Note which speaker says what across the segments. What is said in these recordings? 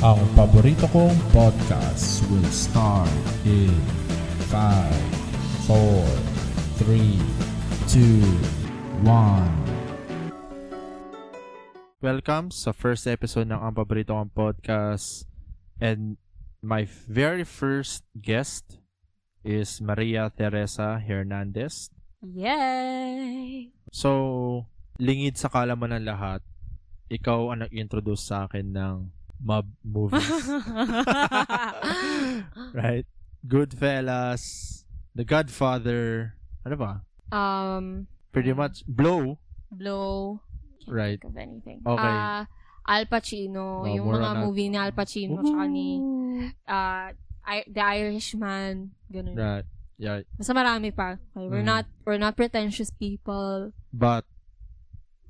Speaker 1: Ang paborito kong podcast will start in 5, 4, 3, 2, 1.
Speaker 2: Welcome sa first episode ng Ang Paborito Kong Podcast. And my very first guest is Maria Teresa Hernandez.
Speaker 3: Yay!
Speaker 2: So, lingid sa kalaman ng lahat, ikaw ang nag-introduce sa akin ng mob movies. right? Goodfellas, The Godfather, ano ba?
Speaker 3: um,
Speaker 2: Pretty much, Blow.
Speaker 3: Blow. Can't
Speaker 2: Right.
Speaker 3: think of anything.
Speaker 2: Okay.
Speaker 3: Ah, Al Pacino.
Speaker 2: Oh,
Speaker 3: yung
Speaker 2: more
Speaker 3: mga
Speaker 2: on Al-
Speaker 3: movie ni Al Pacino. Tsaka ni ah, I- The Irishman. Ganun.
Speaker 2: Right. Yeah.
Speaker 3: Basta marami pa. Okay, we're
Speaker 2: Mm.
Speaker 3: not we're not pretentious people.
Speaker 2: But,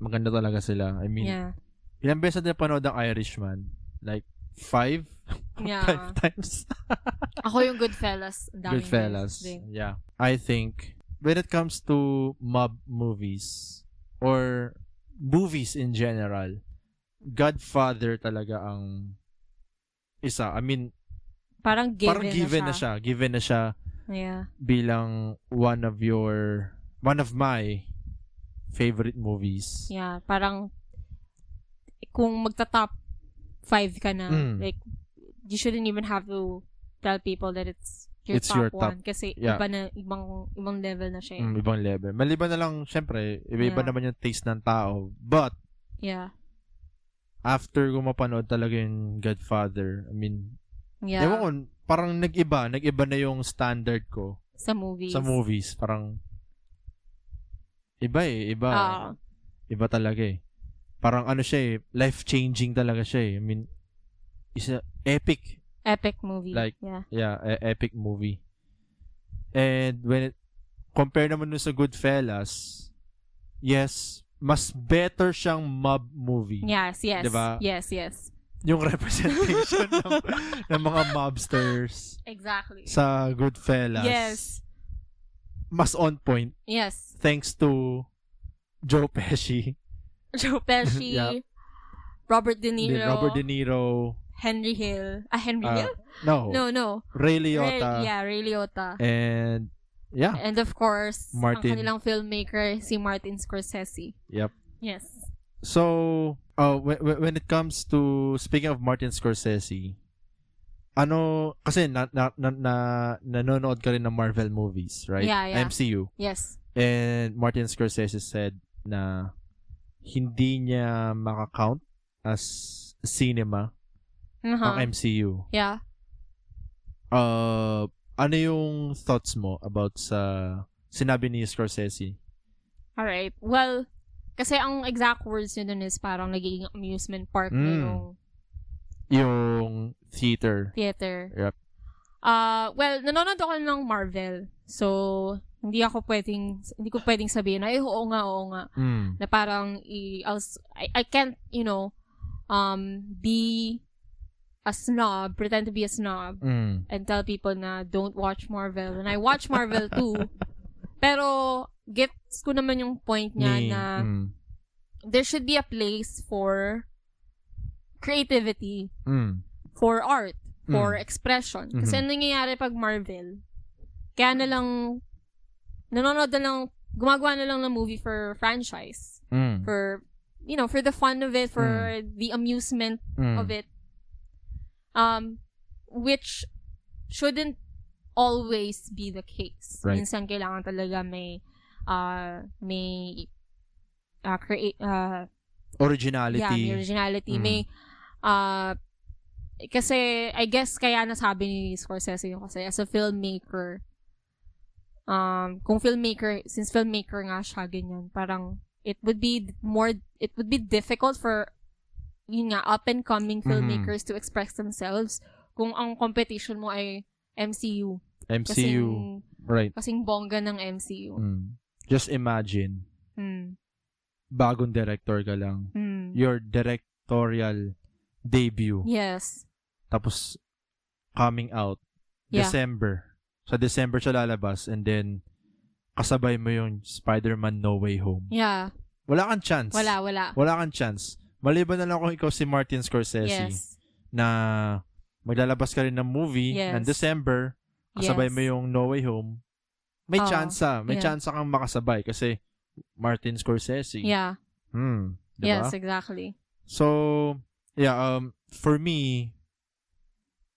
Speaker 2: maganda talaga sila. I mean,
Speaker 3: Yeah.
Speaker 2: Ilang beses na panood ang Irishman? Like, five?
Speaker 3: Yeah.
Speaker 2: five times?
Speaker 3: Ako yung Goodfellas. Ang daming
Speaker 2: Goodfellas.
Speaker 3: beses din.
Speaker 2: Yeah. I think, when it comes to mob movies, or movies in general, Godfather talaga ang isa. I mean,
Speaker 3: Parang given,
Speaker 2: parang given
Speaker 3: na,
Speaker 2: na
Speaker 3: siya.
Speaker 2: siya. Given na siya
Speaker 3: Yeah.
Speaker 2: bilang one of your, one of my favorite movies.
Speaker 3: Yeah. Parang kung magta-top five ka na,
Speaker 2: Mm.
Speaker 3: like, you shouldn't even have to tell people that it's your
Speaker 2: It's
Speaker 3: top
Speaker 2: your top.
Speaker 3: one. Kasi
Speaker 2: Yeah.
Speaker 3: iba na, ibang, ibang level na siya. eh.
Speaker 2: Mm, ibang level. Maliban na lang, syempre, iba-iba
Speaker 3: Yeah.
Speaker 2: naman yung taste ng tao. But,
Speaker 3: Yeah.
Speaker 2: after ko mapanood talaga yung Godfather, I mean,
Speaker 3: Yeah.
Speaker 2: ewan ko, parang nag-iba. Nag-iba na yung standard ko
Speaker 3: sa movies.
Speaker 2: sa movies. Parang, iba eh. Iba.
Speaker 3: Ah.
Speaker 2: Iba talaga eh. Parang ano siya eh, life-changing talaga siya eh. I mean, isa, epic.
Speaker 3: epic movie.
Speaker 2: Like,
Speaker 3: yeah.
Speaker 2: Yeah, e- epic movie. And when it, compare naman dun sa Goodfellas, yes, mas better siyang mob movie.
Speaker 3: Yes, yes.
Speaker 2: Diba?
Speaker 3: Yes, yes.
Speaker 2: Yung representation ng, ng mga mobsters.
Speaker 3: Exactly.
Speaker 2: sa Goodfellas.
Speaker 3: Yes.
Speaker 2: Mas on point
Speaker 3: Yes.
Speaker 2: thanks to Joe Pesci,
Speaker 3: Joe Pesci,
Speaker 2: Yeah.
Speaker 3: Robert De Niro,
Speaker 2: then Robert De Niro,
Speaker 3: Henry Hill. Ah, Henry
Speaker 2: uh,
Speaker 3: Hill?
Speaker 2: no,
Speaker 3: No, no.
Speaker 2: Ray
Speaker 3: Ray,
Speaker 2: Liotta,
Speaker 3: yeah, Ray Liotta.
Speaker 2: and yeah,
Speaker 3: And of course,
Speaker 2: Martin.
Speaker 3: ang kanilang filmmaker, si Martin Scorsese.
Speaker 2: yep.
Speaker 3: Yes.
Speaker 2: So, uh, wh- wh- when it comes to speaking of Martin Scorsese, ano, kasi na, na, na, na- nanonood ka rin ng Marvel movies, right?
Speaker 3: Yeah, yeah.
Speaker 2: MCU.
Speaker 3: Yes.
Speaker 2: And Martin Scorsese said na hindi niya makakount as cinema
Speaker 3: Uh-huh.
Speaker 2: ang MCU.
Speaker 3: yeah.
Speaker 2: Uh, ano yung thoughts mo about sa sinabi ni Scorsese?
Speaker 3: Alright. Well, kasi ang exact words nyo dun is parang nagiging amusement park na
Speaker 2: Mm.
Speaker 3: yung
Speaker 2: Yung theater.
Speaker 3: theater.
Speaker 2: Yep.
Speaker 3: Ah, well, nanonood ako ng Marvel. So, hindi ako pwedeng, hindi ko pwedeng sabihin na, eh, oo nga, oo nga.
Speaker 2: Mm.
Speaker 3: Na parang, i, I'll s- I, I can't, you know, um, be a snob, pretend to be a snob
Speaker 2: Mm.
Speaker 3: and tell people na don't watch Marvel. And I watch Marvel too. Pero, gets ko naman yung point niya
Speaker 2: Ni-
Speaker 3: na
Speaker 2: mm.
Speaker 3: there should be a place for creativity,
Speaker 2: Mm.
Speaker 3: for art, for
Speaker 2: Mm.
Speaker 3: expression.
Speaker 2: Mhm.
Speaker 3: Kasi ano nangyayari pag Marvel? Kaya na lang, nanonood na lang, gumagawa na lang ng movie for franchise.
Speaker 2: Mm.
Speaker 3: For, you know, for the fun of it, for the amusement
Speaker 2: Mm.
Speaker 3: of it um which shouldn't always be the case
Speaker 2: Right.
Speaker 3: minsan kailangan talaga may uh may uh, create uh,
Speaker 2: Originality.
Speaker 3: yeah may originality
Speaker 2: Mm.
Speaker 3: may uh kasi I guess kaya nasabi ni Scorsese yung kasi as a filmmaker um kung filmmaker since filmmaker nga siya ganyan parang it would be more it would be difficult for yun nga up and coming
Speaker 2: Mm-hmm.
Speaker 3: filmmakers to express themselves kung ang competition mo ay MCU
Speaker 2: MCU.
Speaker 3: kasing,
Speaker 2: right.
Speaker 3: kasing bongga ng MCU
Speaker 2: Mm. Just imagine,
Speaker 3: mm.
Speaker 2: bagong director ka lang.
Speaker 3: Mm.
Speaker 2: Your directorial debut.
Speaker 3: yes
Speaker 2: Tapos, coming out.
Speaker 3: Yeah.
Speaker 2: December. Sa December siya lalabas and then, kasabay mo yung Spider-Man No Way Home.
Speaker 3: yeah
Speaker 2: Wala kang chance.
Speaker 3: wala wala
Speaker 2: Wala kang chance. Maliban na lang kung ikaw si Martin Scorsese.
Speaker 3: yes
Speaker 2: na maglalabas ka rin ng movie
Speaker 3: Yes.
Speaker 2: ng December, kasabay
Speaker 3: Yes.
Speaker 2: mo yung No Way Home, may
Speaker 3: Oo.
Speaker 2: chance ah. May
Speaker 3: Yeah.
Speaker 2: chance kang makasabay kasi Martin Scorsese.
Speaker 3: Yeah.
Speaker 2: Hmm. Diba?
Speaker 3: Yes, exactly.
Speaker 2: So yeah, um for me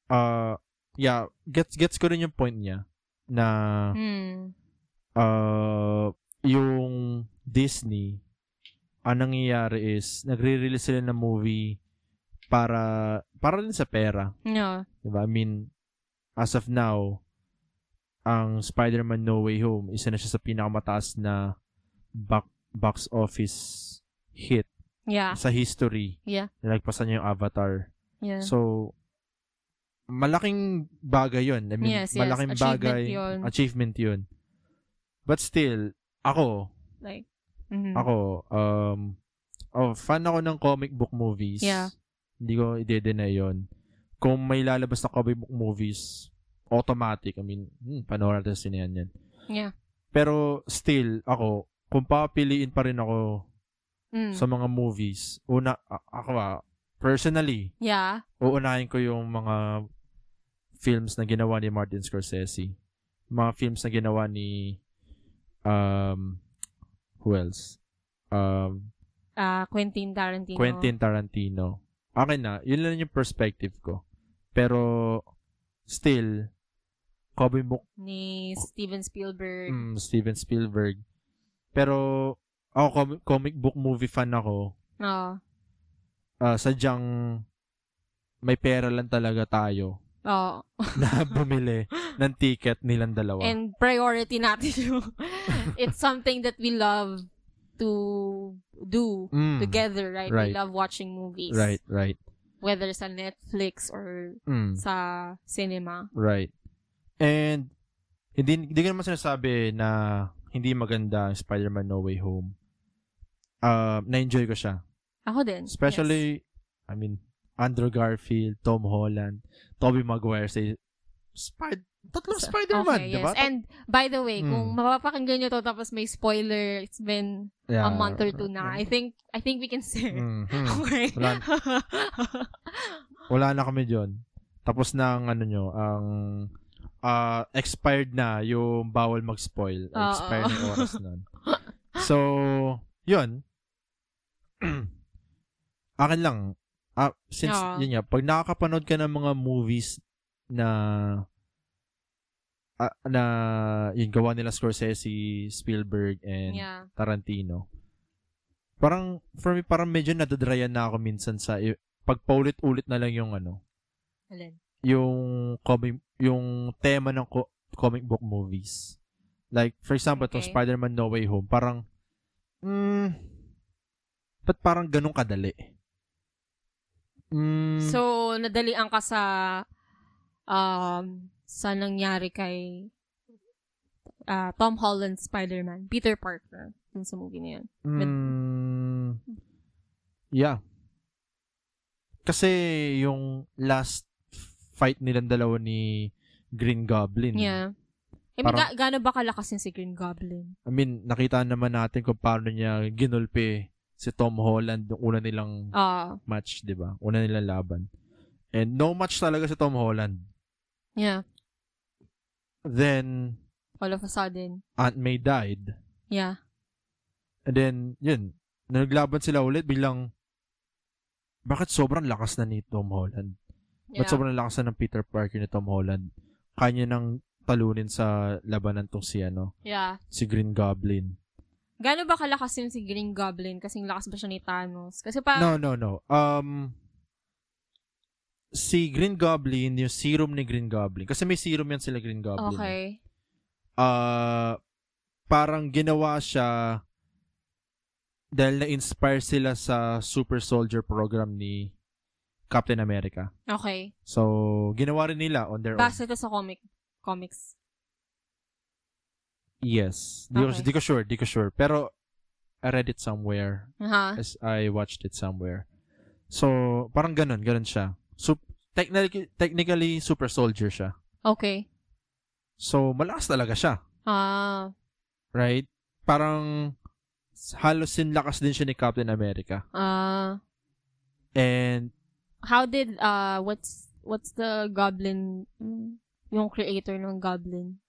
Speaker 2: uh yeah, gets gets ko rin yung point niya na
Speaker 3: Hmm.
Speaker 2: uh yung Disney ang nangyayari is nagre-release sila ng movie para para rin sa pera,
Speaker 3: No.
Speaker 2: 'di ba? I mean as of now ang Spider-Man No Way Home isa na siya sa pinakamataas na box box office hit
Speaker 3: Yeah.
Speaker 2: sa history.
Speaker 3: Ah. Yeah.
Speaker 2: Nalagpasan niya yung Avatar.
Speaker 3: Yeah.
Speaker 2: So, malaking bagay yun. I mean,
Speaker 3: Yes, yes.
Speaker 2: malaking
Speaker 3: Achievement
Speaker 2: bagay.
Speaker 3: yun.
Speaker 2: Achievement yun. But still, ako,
Speaker 3: like, mhm.
Speaker 2: ako, um, oh, fan ako ng comic book movies.
Speaker 3: Yeah.
Speaker 2: Hindi ko ide-deny yun. Kung may lalabas na comic book movies, automatic. I mean, hmm, panoorin natin sa sinihan yan.
Speaker 3: Yeah.
Speaker 2: Pero still, ako, kung papiliin pa rin ako
Speaker 3: Mm.
Speaker 2: sa mga movies, una, a- ako ah, personally,
Speaker 3: yeah.
Speaker 2: uunahin ko yung mga films na ginawa ni Martin Scorsese. Mga films na ginawa ni um who else? Um
Speaker 3: Ah, Quentin Tarantino.
Speaker 2: Quentin Tarantino. Akin na, yun lang yung perspective ko. Pero still comic book
Speaker 3: Ni Steven Spielberg.
Speaker 2: mm, Steven Spielberg. Pero ako comic, comic book movie fan ako.
Speaker 3: Oo.
Speaker 2: Ah, sadyang may pera lang talaga tayo
Speaker 3: Oo.
Speaker 2: na bumili ng ticket nilang dalawa.
Speaker 3: Oh. And priority natin yung it's something that we love to do
Speaker 2: Mm,
Speaker 3: together, right?
Speaker 2: Right.
Speaker 3: We love watching movies.
Speaker 2: Right, right.
Speaker 3: Whether sa Netflix or
Speaker 2: Mm,
Speaker 3: sa cinema.
Speaker 2: right. And hindi, hindi ko naman sinasabi na hindi maganda ang Spider-Man No Way Home. Uh, na-enjoy ko siya.
Speaker 3: Ako din. yes.
Speaker 2: Especially, I mean, Andrew Garfield, Tom Holland, Tobey Maguire, si Spider tatlong
Speaker 3: So,
Speaker 2: Spider-Man,
Speaker 3: okay,
Speaker 2: di ba?
Speaker 3: yes. And by the way,
Speaker 2: Mm.
Speaker 3: kung mapapakinggan nyo to tapos may spoiler, it's been
Speaker 2: Yeah.
Speaker 3: a month or two na. I think I think we can say.
Speaker 2: Mhm.
Speaker 3: Okay.
Speaker 2: Wala- Wala na kami dyan. Tapos na ang ano nyo, ang ah, expired na yung bawal mag-spoil.
Speaker 3: Oo.
Speaker 2: Expired na yung oras nun. So, yun. Akin lang. Ah, since,
Speaker 3: Oo.
Speaker 2: yun nga, pag nakakapanood ka ng mga movies na ah, na yun, gawa nila Scorsese, Spielberg, and
Speaker 3: yeah.
Speaker 2: Tarantino. Parang, for me, parang medyo nadadryan na ako minsan sa, i- pag paulit-ulit na lang yung ano,
Speaker 3: Alin?
Speaker 2: yung comic, yung tema ng co- comic book movies. Like, for example, itong
Speaker 3: Okay.
Speaker 2: Spider-Man No Way Home, parang, mm, ba't parang ganun kadali? Mm,
Speaker 3: So, nadalian ka sa um sa nangyari kay ah, Tom Holland Spider-Man, Peter Parker, dun sa movie na yun.
Speaker 2: Mm, yeah. Kasi yung last fight nilang dalawa ni Green Goblin.
Speaker 3: Yeah. I
Speaker 2: Hmm.
Speaker 3: mean,
Speaker 2: Parang-
Speaker 3: ga- gaano ba kalakasin si Green Goblin?
Speaker 2: I mean, nakita naman natin kung paano niya ginulpe si Tom Holland nung una nilang
Speaker 3: Ah,
Speaker 2: match, di ba? Una nilang laban. And no match talaga si Tom Holland.
Speaker 3: yeah.
Speaker 2: Then,
Speaker 3: All of a sudden.
Speaker 2: Aunt May died.
Speaker 3: Yeah.
Speaker 2: And then, yun, naglaban sila ulit bilang, bakit sobrang lakas na ni Tom Holland?
Speaker 3: Yeah.
Speaker 2: But sobrang lakas na ng Peter Parker ni Tom Holland. Kanya nang talunin sa labanan tong si ano,
Speaker 3: yeah.
Speaker 2: si Green Goblin.
Speaker 3: Gaano ba kalakasin si Green Goblin? Kasing lakas ba siya ni Thanos? Kasi pa,
Speaker 2: No, no, no. Um si Green Goblin, yung serum ni Green Goblin. Kasi may serum yan sila Green Goblin.
Speaker 3: okay.
Speaker 2: Ah, parang ginawa siya dahil na-inspire sila sa Super Soldier program ni Captain America.
Speaker 3: Okay.
Speaker 2: So, ginawa rin nila on their own.
Speaker 3: Base ito sa comic comics.
Speaker 2: Yes. Di, ko,
Speaker 3: Okay.
Speaker 2: di ko sure, di ko sure. Pero, I read it somewhere.
Speaker 3: Aha.
Speaker 2: As I watched it somewhere. So, parang ganun, ganun siya. So, technically, technically super soldier siya.
Speaker 3: Okay.
Speaker 2: So, malakas talaga siya.
Speaker 3: Ah,
Speaker 2: Right? Parang, halos sinlakas din siya ni Captain America.
Speaker 3: ah,
Speaker 2: And,
Speaker 3: how did uh what's what's the goblin yung creator ng goblin?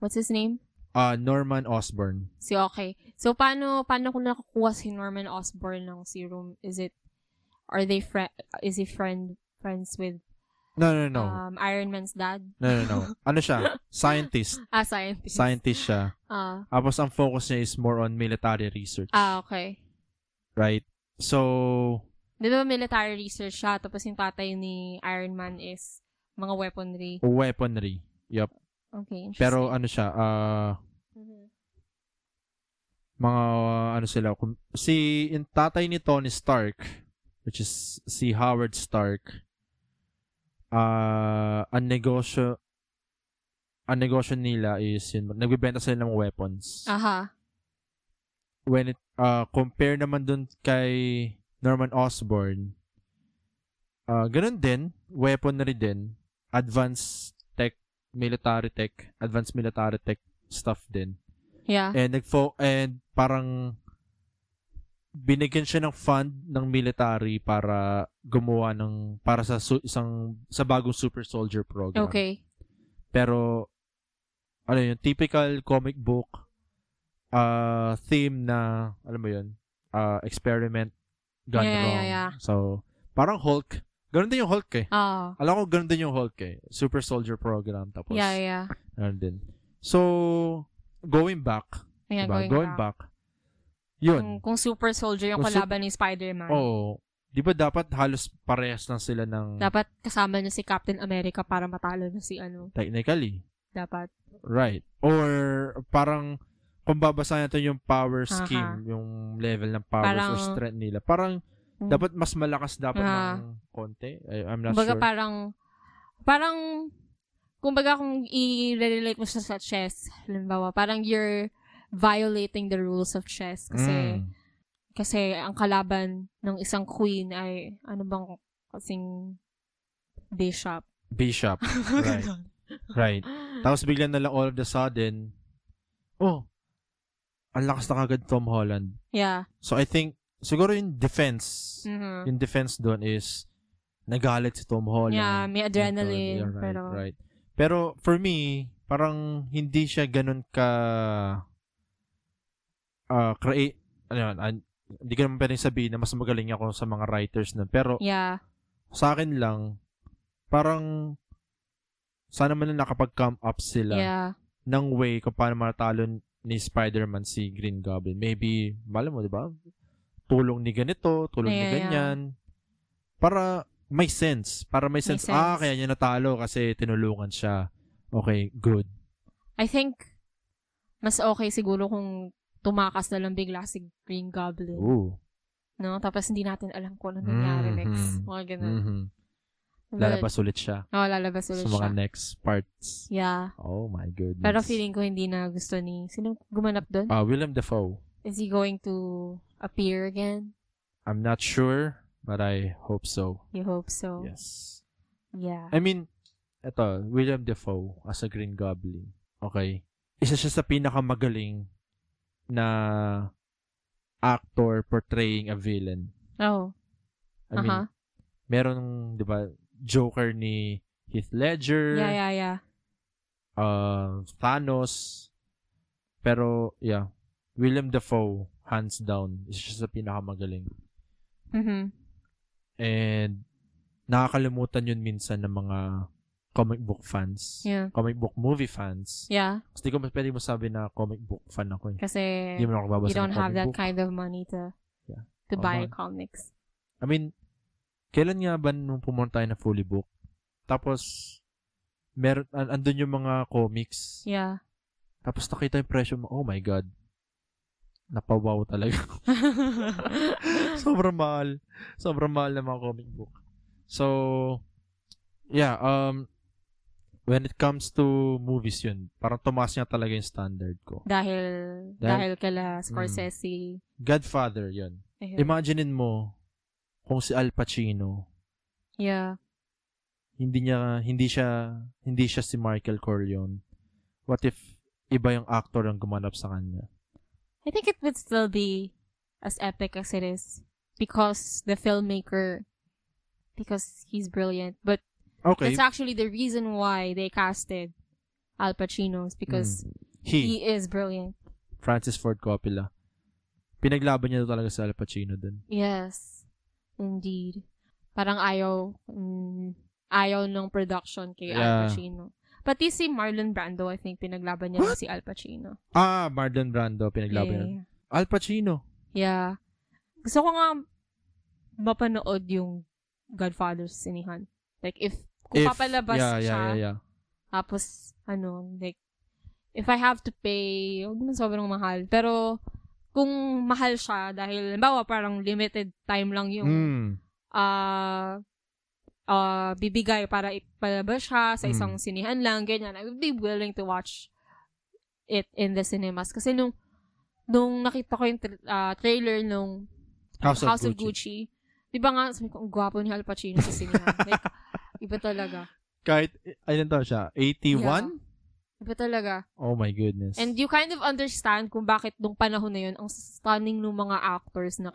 Speaker 3: What's his name?
Speaker 2: Uh, Norman Osborn.
Speaker 3: Si okay. So paano paano kung nakukuha si Norman Osborn ng serum? Is it are they friend is he friend friends with
Speaker 2: No, no, no.
Speaker 3: um Iron Man's dad?
Speaker 2: no, no, no. Ano siya? Scientist.
Speaker 3: Ah, scientist.
Speaker 2: Scientist siya.
Speaker 3: ah,
Speaker 2: Tapos ang focus niya is more on military research.
Speaker 3: ah, okay.
Speaker 2: Right? So,
Speaker 3: Di ba military research siya? Tapos yung tatay ni Iron Man is mga weaponry.
Speaker 2: weaponry. Yup.
Speaker 3: Okay, interesting.
Speaker 2: Pero ano siya, ah,
Speaker 3: Mhm.
Speaker 2: mga ano sila, kum- si yung tatay ni Tony Stark, which is si Howard Stark, ah, ang negosyo, ang negosyo nila is yun, nagbibenta sila ng weapons.
Speaker 3: Aha.
Speaker 2: When it, ah, compare naman dun kay Norman Osborn, ah, ganun din, weaponry din, advanced tech, military tech, advanced military tech stuff din.
Speaker 3: Yeah.
Speaker 2: And nagfo and parang binigyan siya ng fund ng military para gumawa ng para sa su- isang sa bagong super soldier program.
Speaker 3: Okay.
Speaker 2: Pero ano yun, typical comic book uh theme na alam mo yun, uh experiment gone
Speaker 3: Yeah, yeah,
Speaker 2: wrong.
Speaker 3: yeah, yeah.
Speaker 2: So parang Hulk, ganun din yung Hulk eh.
Speaker 3: Ah.
Speaker 2: Alam ko ganun din yung Hulk eh. Super soldier program tapos
Speaker 3: yeah, yeah.
Speaker 2: ganun din. So going back,
Speaker 3: Yeah,
Speaker 2: Diba?
Speaker 3: going,
Speaker 2: Going
Speaker 3: back.
Speaker 2: back. Yun.
Speaker 3: Kung, kung super soldier yung
Speaker 2: Kung su- Oh.
Speaker 3: kalaban ni Spider-Man.
Speaker 2: Oo. Di ba dapat halos parehas lang sila ng
Speaker 3: Dapat kasama niya si Captain America para matalo na si ano.
Speaker 2: technically.
Speaker 3: Dapat.
Speaker 2: Right. Or parang kung babasahin natin yung power
Speaker 3: Aha.
Speaker 2: scheme, yung level ng powers or
Speaker 3: Parang-
Speaker 2: strength nila, parang
Speaker 3: Hmm.
Speaker 2: dapat mas malakas dapat
Speaker 3: Ah.
Speaker 2: ng konti. I- I'm not
Speaker 3: Kumbaga
Speaker 2: sure.
Speaker 3: parang, parang, kumbaga kung i-relate mo siya sa chess, halimbawa, parang you're violating the rules of chess kasi,
Speaker 2: Mm.
Speaker 3: kasi ang kalaban ng isang queen ay, ano bang kasing bishop.
Speaker 2: Bishop. Right.
Speaker 3: Ganon.
Speaker 2: right. Tapos bigla na lang all of the sudden, oh, ang lakas na kagad Tom Holland.
Speaker 3: yeah.
Speaker 2: So I think, siguro yung defense,
Speaker 3: Mhm.
Speaker 2: yung defense doon is nagalit si Tom Holland.
Speaker 3: Yeah, may
Speaker 2: Ganito,
Speaker 3: adrenaline.
Speaker 2: yeah, right,
Speaker 3: pero,
Speaker 2: right. Pero for me, parang hindi siya ganun ka uh, create ano yun, an- hindi ko naman pwedeng sabihin na mas magaling ako sa mga writers na. Pero
Speaker 3: yeah.
Speaker 2: sa akin lang, parang sana man na nakapag-come up sila
Speaker 3: Yeah.
Speaker 2: ng way kung paano matalo ni Spider-Man si Green Goblin. Maybe, malam mo, di ba? Tulong ni ganito, tulong ni
Speaker 3: Yeah,
Speaker 2: ganyan. Para may sense. Para may sense.
Speaker 3: sense.
Speaker 2: Ah, kaya niya natalo kasi tinulungan siya. Okay, good.
Speaker 3: I think, mas okay siguro kung tumakas na lang bigla si Green Goblin.
Speaker 2: Ooh.
Speaker 3: No? Tapos hindi natin alam kung ano nangyari
Speaker 2: Mhm.
Speaker 3: next. Mga ganun.
Speaker 2: Mhm.
Speaker 3: But-
Speaker 2: Lalabas ulit siya
Speaker 3: Oo, lalabas
Speaker 2: sa
Speaker 3: ulit
Speaker 2: mga
Speaker 3: siya.
Speaker 2: next parts.
Speaker 3: yeah.
Speaker 2: Oh my goodness.
Speaker 3: Pero feeling ko hindi na gusto ni... Sino gumanap doon?
Speaker 2: Ah, Willem Dafoe.
Speaker 3: Is he going to appear again?
Speaker 2: I'm not sure, but I hope so.
Speaker 3: You hope so.
Speaker 2: Yes.
Speaker 3: Yeah.
Speaker 2: I mean, eto, William Defoe as a Green Goblin. Okay? Isa siya sa pinakamagaling na actor portraying a villain.
Speaker 3: Oh.
Speaker 2: I mean,
Speaker 3: Aha.
Speaker 2: merong, di ba, Joker ni Heath Ledger,
Speaker 3: Yeah, yeah, yeah.
Speaker 2: uh, Thanos, pero, yeah, William Defoe, hands down, isa siya sa pinakamagaling.
Speaker 3: Mhm.
Speaker 2: And, nakakalimutan yun minsan ng mga comic book fans,
Speaker 3: Yeah.
Speaker 2: comic book movie fans,
Speaker 3: Yeah.
Speaker 2: Kasi di ko mas pwede mo sabi na comic book fan ako eh.
Speaker 3: Kasi
Speaker 2: Hindi mo na ako babasa
Speaker 3: you don't
Speaker 2: ng comic
Speaker 3: have that
Speaker 2: book.
Speaker 3: kind of money to
Speaker 2: Yeah.
Speaker 3: to
Speaker 2: Come
Speaker 3: buy
Speaker 2: on.
Speaker 3: comics.
Speaker 2: I mean, kailan nga ba nung pumunta tayo na fully book? Tapos, meron, an- andun yung mga comics.
Speaker 3: Yeah.
Speaker 2: Tapos nakita yung presyo mo, oh my god. Napawaw talaga. Sobrang mahal. Sobrang mahal ng mga comic book. So, yeah, um, when it comes to movies yun, parang tumaas niya talaga yung standard ko.
Speaker 3: dahil,
Speaker 2: Dahil-
Speaker 3: dahil
Speaker 2: mm.
Speaker 3: kala Scorsese.
Speaker 2: Godfather, yun.
Speaker 3: Ayun.
Speaker 2: Imaginein mo kung si Al Pacino
Speaker 3: yeah.
Speaker 2: hindi niya hindi siya hindi siya si Michael Corleone. What if iba yung actor ang gumanap sa kanya?
Speaker 3: I think it would still be as epic as it is because the filmmaker because he's brilliant. But
Speaker 2: Okay.
Speaker 3: that's actually the reason why they casted Al Pacino's because
Speaker 2: He,
Speaker 3: he is brilliant.
Speaker 2: Francis Ford Coppola. Pinaglaban niya talaga si Al Pacino dun.
Speaker 3: Yes. Indeed. Parang ayaw, mm, ayaw ng production kay
Speaker 2: Yeah.
Speaker 3: Al Pacino. Pati si Marlon Brando, I think, pinaglaban niya si Al Pacino.
Speaker 2: Ah, Marlon Brando, pinaglaban niya.
Speaker 3: yeah.
Speaker 2: Al Pacino.
Speaker 3: yeah. Gusto ko nga mapanood yung Godfather sa sinihan. Like, if, kung
Speaker 2: If-
Speaker 3: papalabas
Speaker 2: yeah,
Speaker 3: siya,
Speaker 2: yeah, yeah, yeah.
Speaker 3: Tapos, ano, like, if I have to pay, huwag naman sobrang mahal. Pero, kung mahal siya, dahil, bawa parang limited time lang yung,
Speaker 2: Mm.
Speaker 3: ah, ah, bibigay para ipalabas siya sa
Speaker 2: Mm.
Speaker 3: isang sinihan lang, ganyan. I would be willing to watch it in the cinemas. Kasi nung, nung nakita ko yung tra- ah, trailer nung
Speaker 2: House,
Speaker 3: House
Speaker 2: of
Speaker 3: of
Speaker 2: Gucci.
Speaker 3: Gucci, di ba nga, sabi ko, ang gwapo ni Al Pacino sa sinihan. like, iba talaga.
Speaker 2: Kahit, ayun taon siya, 81?
Speaker 3: Yeah. Iba talaga.
Speaker 2: Oh my goodness.
Speaker 3: And you kind of understand kung bakit nung panahon na yun, ang stunning ng mga actors na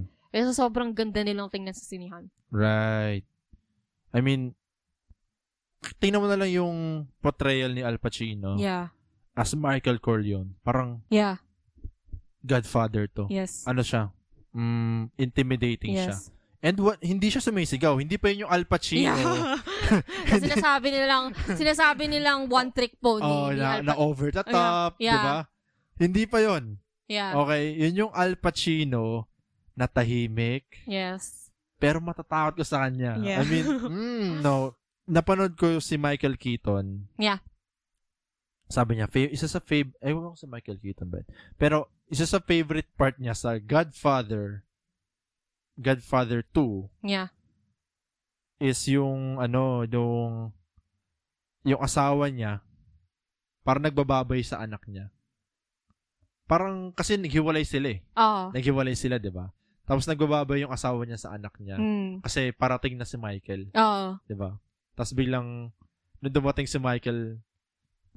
Speaker 2: Mm.
Speaker 3: Kasi sobrang ganda nilang tingnan sa sinihan.
Speaker 2: Right. I mean, tingnan mo na lang yung portrayal ni Al Pacino
Speaker 3: Yeah.
Speaker 2: as Michael Corleone. Parang
Speaker 3: Yeah.
Speaker 2: Godfather to.
Speaker 3: Yes.
Speaker 2: Ano siya? Mm, intimidating siya.
Speaker 3: yes.
Speaker 2: And what, hindi siya sumisigaw. Hindi pa yun yung Al Pacino.
Speaker 3: Yeah. Kasi sinasabi nilang, sinasabi nilang one trick pony.
Speaker 2: oh,
Speaker 3: ni
Speaker 2: na,
Speaker 3: Al
Speaker 2: na
Speaker 3: Pac-
Speaker 2: over the
Speaker 3: Oh, yeah.
Speaker 2: top.
Speaker 3: Yeah.
Speaker 2: Diba? Hindi pa yon
Speaker 3: yeah.
Speaker 2: Okay, yun yung Al Pacino na tahimik,
Speaker 3: Yes.
Speaker 2: pero matatakot ko sa kanya.
Speaker 3: Yeah.
Speaker 2: I mean, mm, no. Napanood ko si Michael Keaton.
Speaker 3: Yeah.
Speaker 2: Sabi niya, fav- isa sa fav... Ewan ko si Michael Keaton ba? yun? Pero, isa sa favorite part niya sa Godfather, Godfather 2,
Speaker 3: Yeah.
Speaker 2: is yung ano, yung yung asawa niya parang nagbababay sa anak niya. Parang kasi naghiwalay sila eh.
Speaker 3: Oh.
Speaker 2: Naghiwalay sila, 'di ba? Tapos nagbababay yung asawa niya sa anak niya
Speaker 3: Mm.
Speaker 2: kasi parating na si Michael,
Speaker 3: Oh.
Speaker 2: 'di ba? Tapos biglang nung dumating si Michael,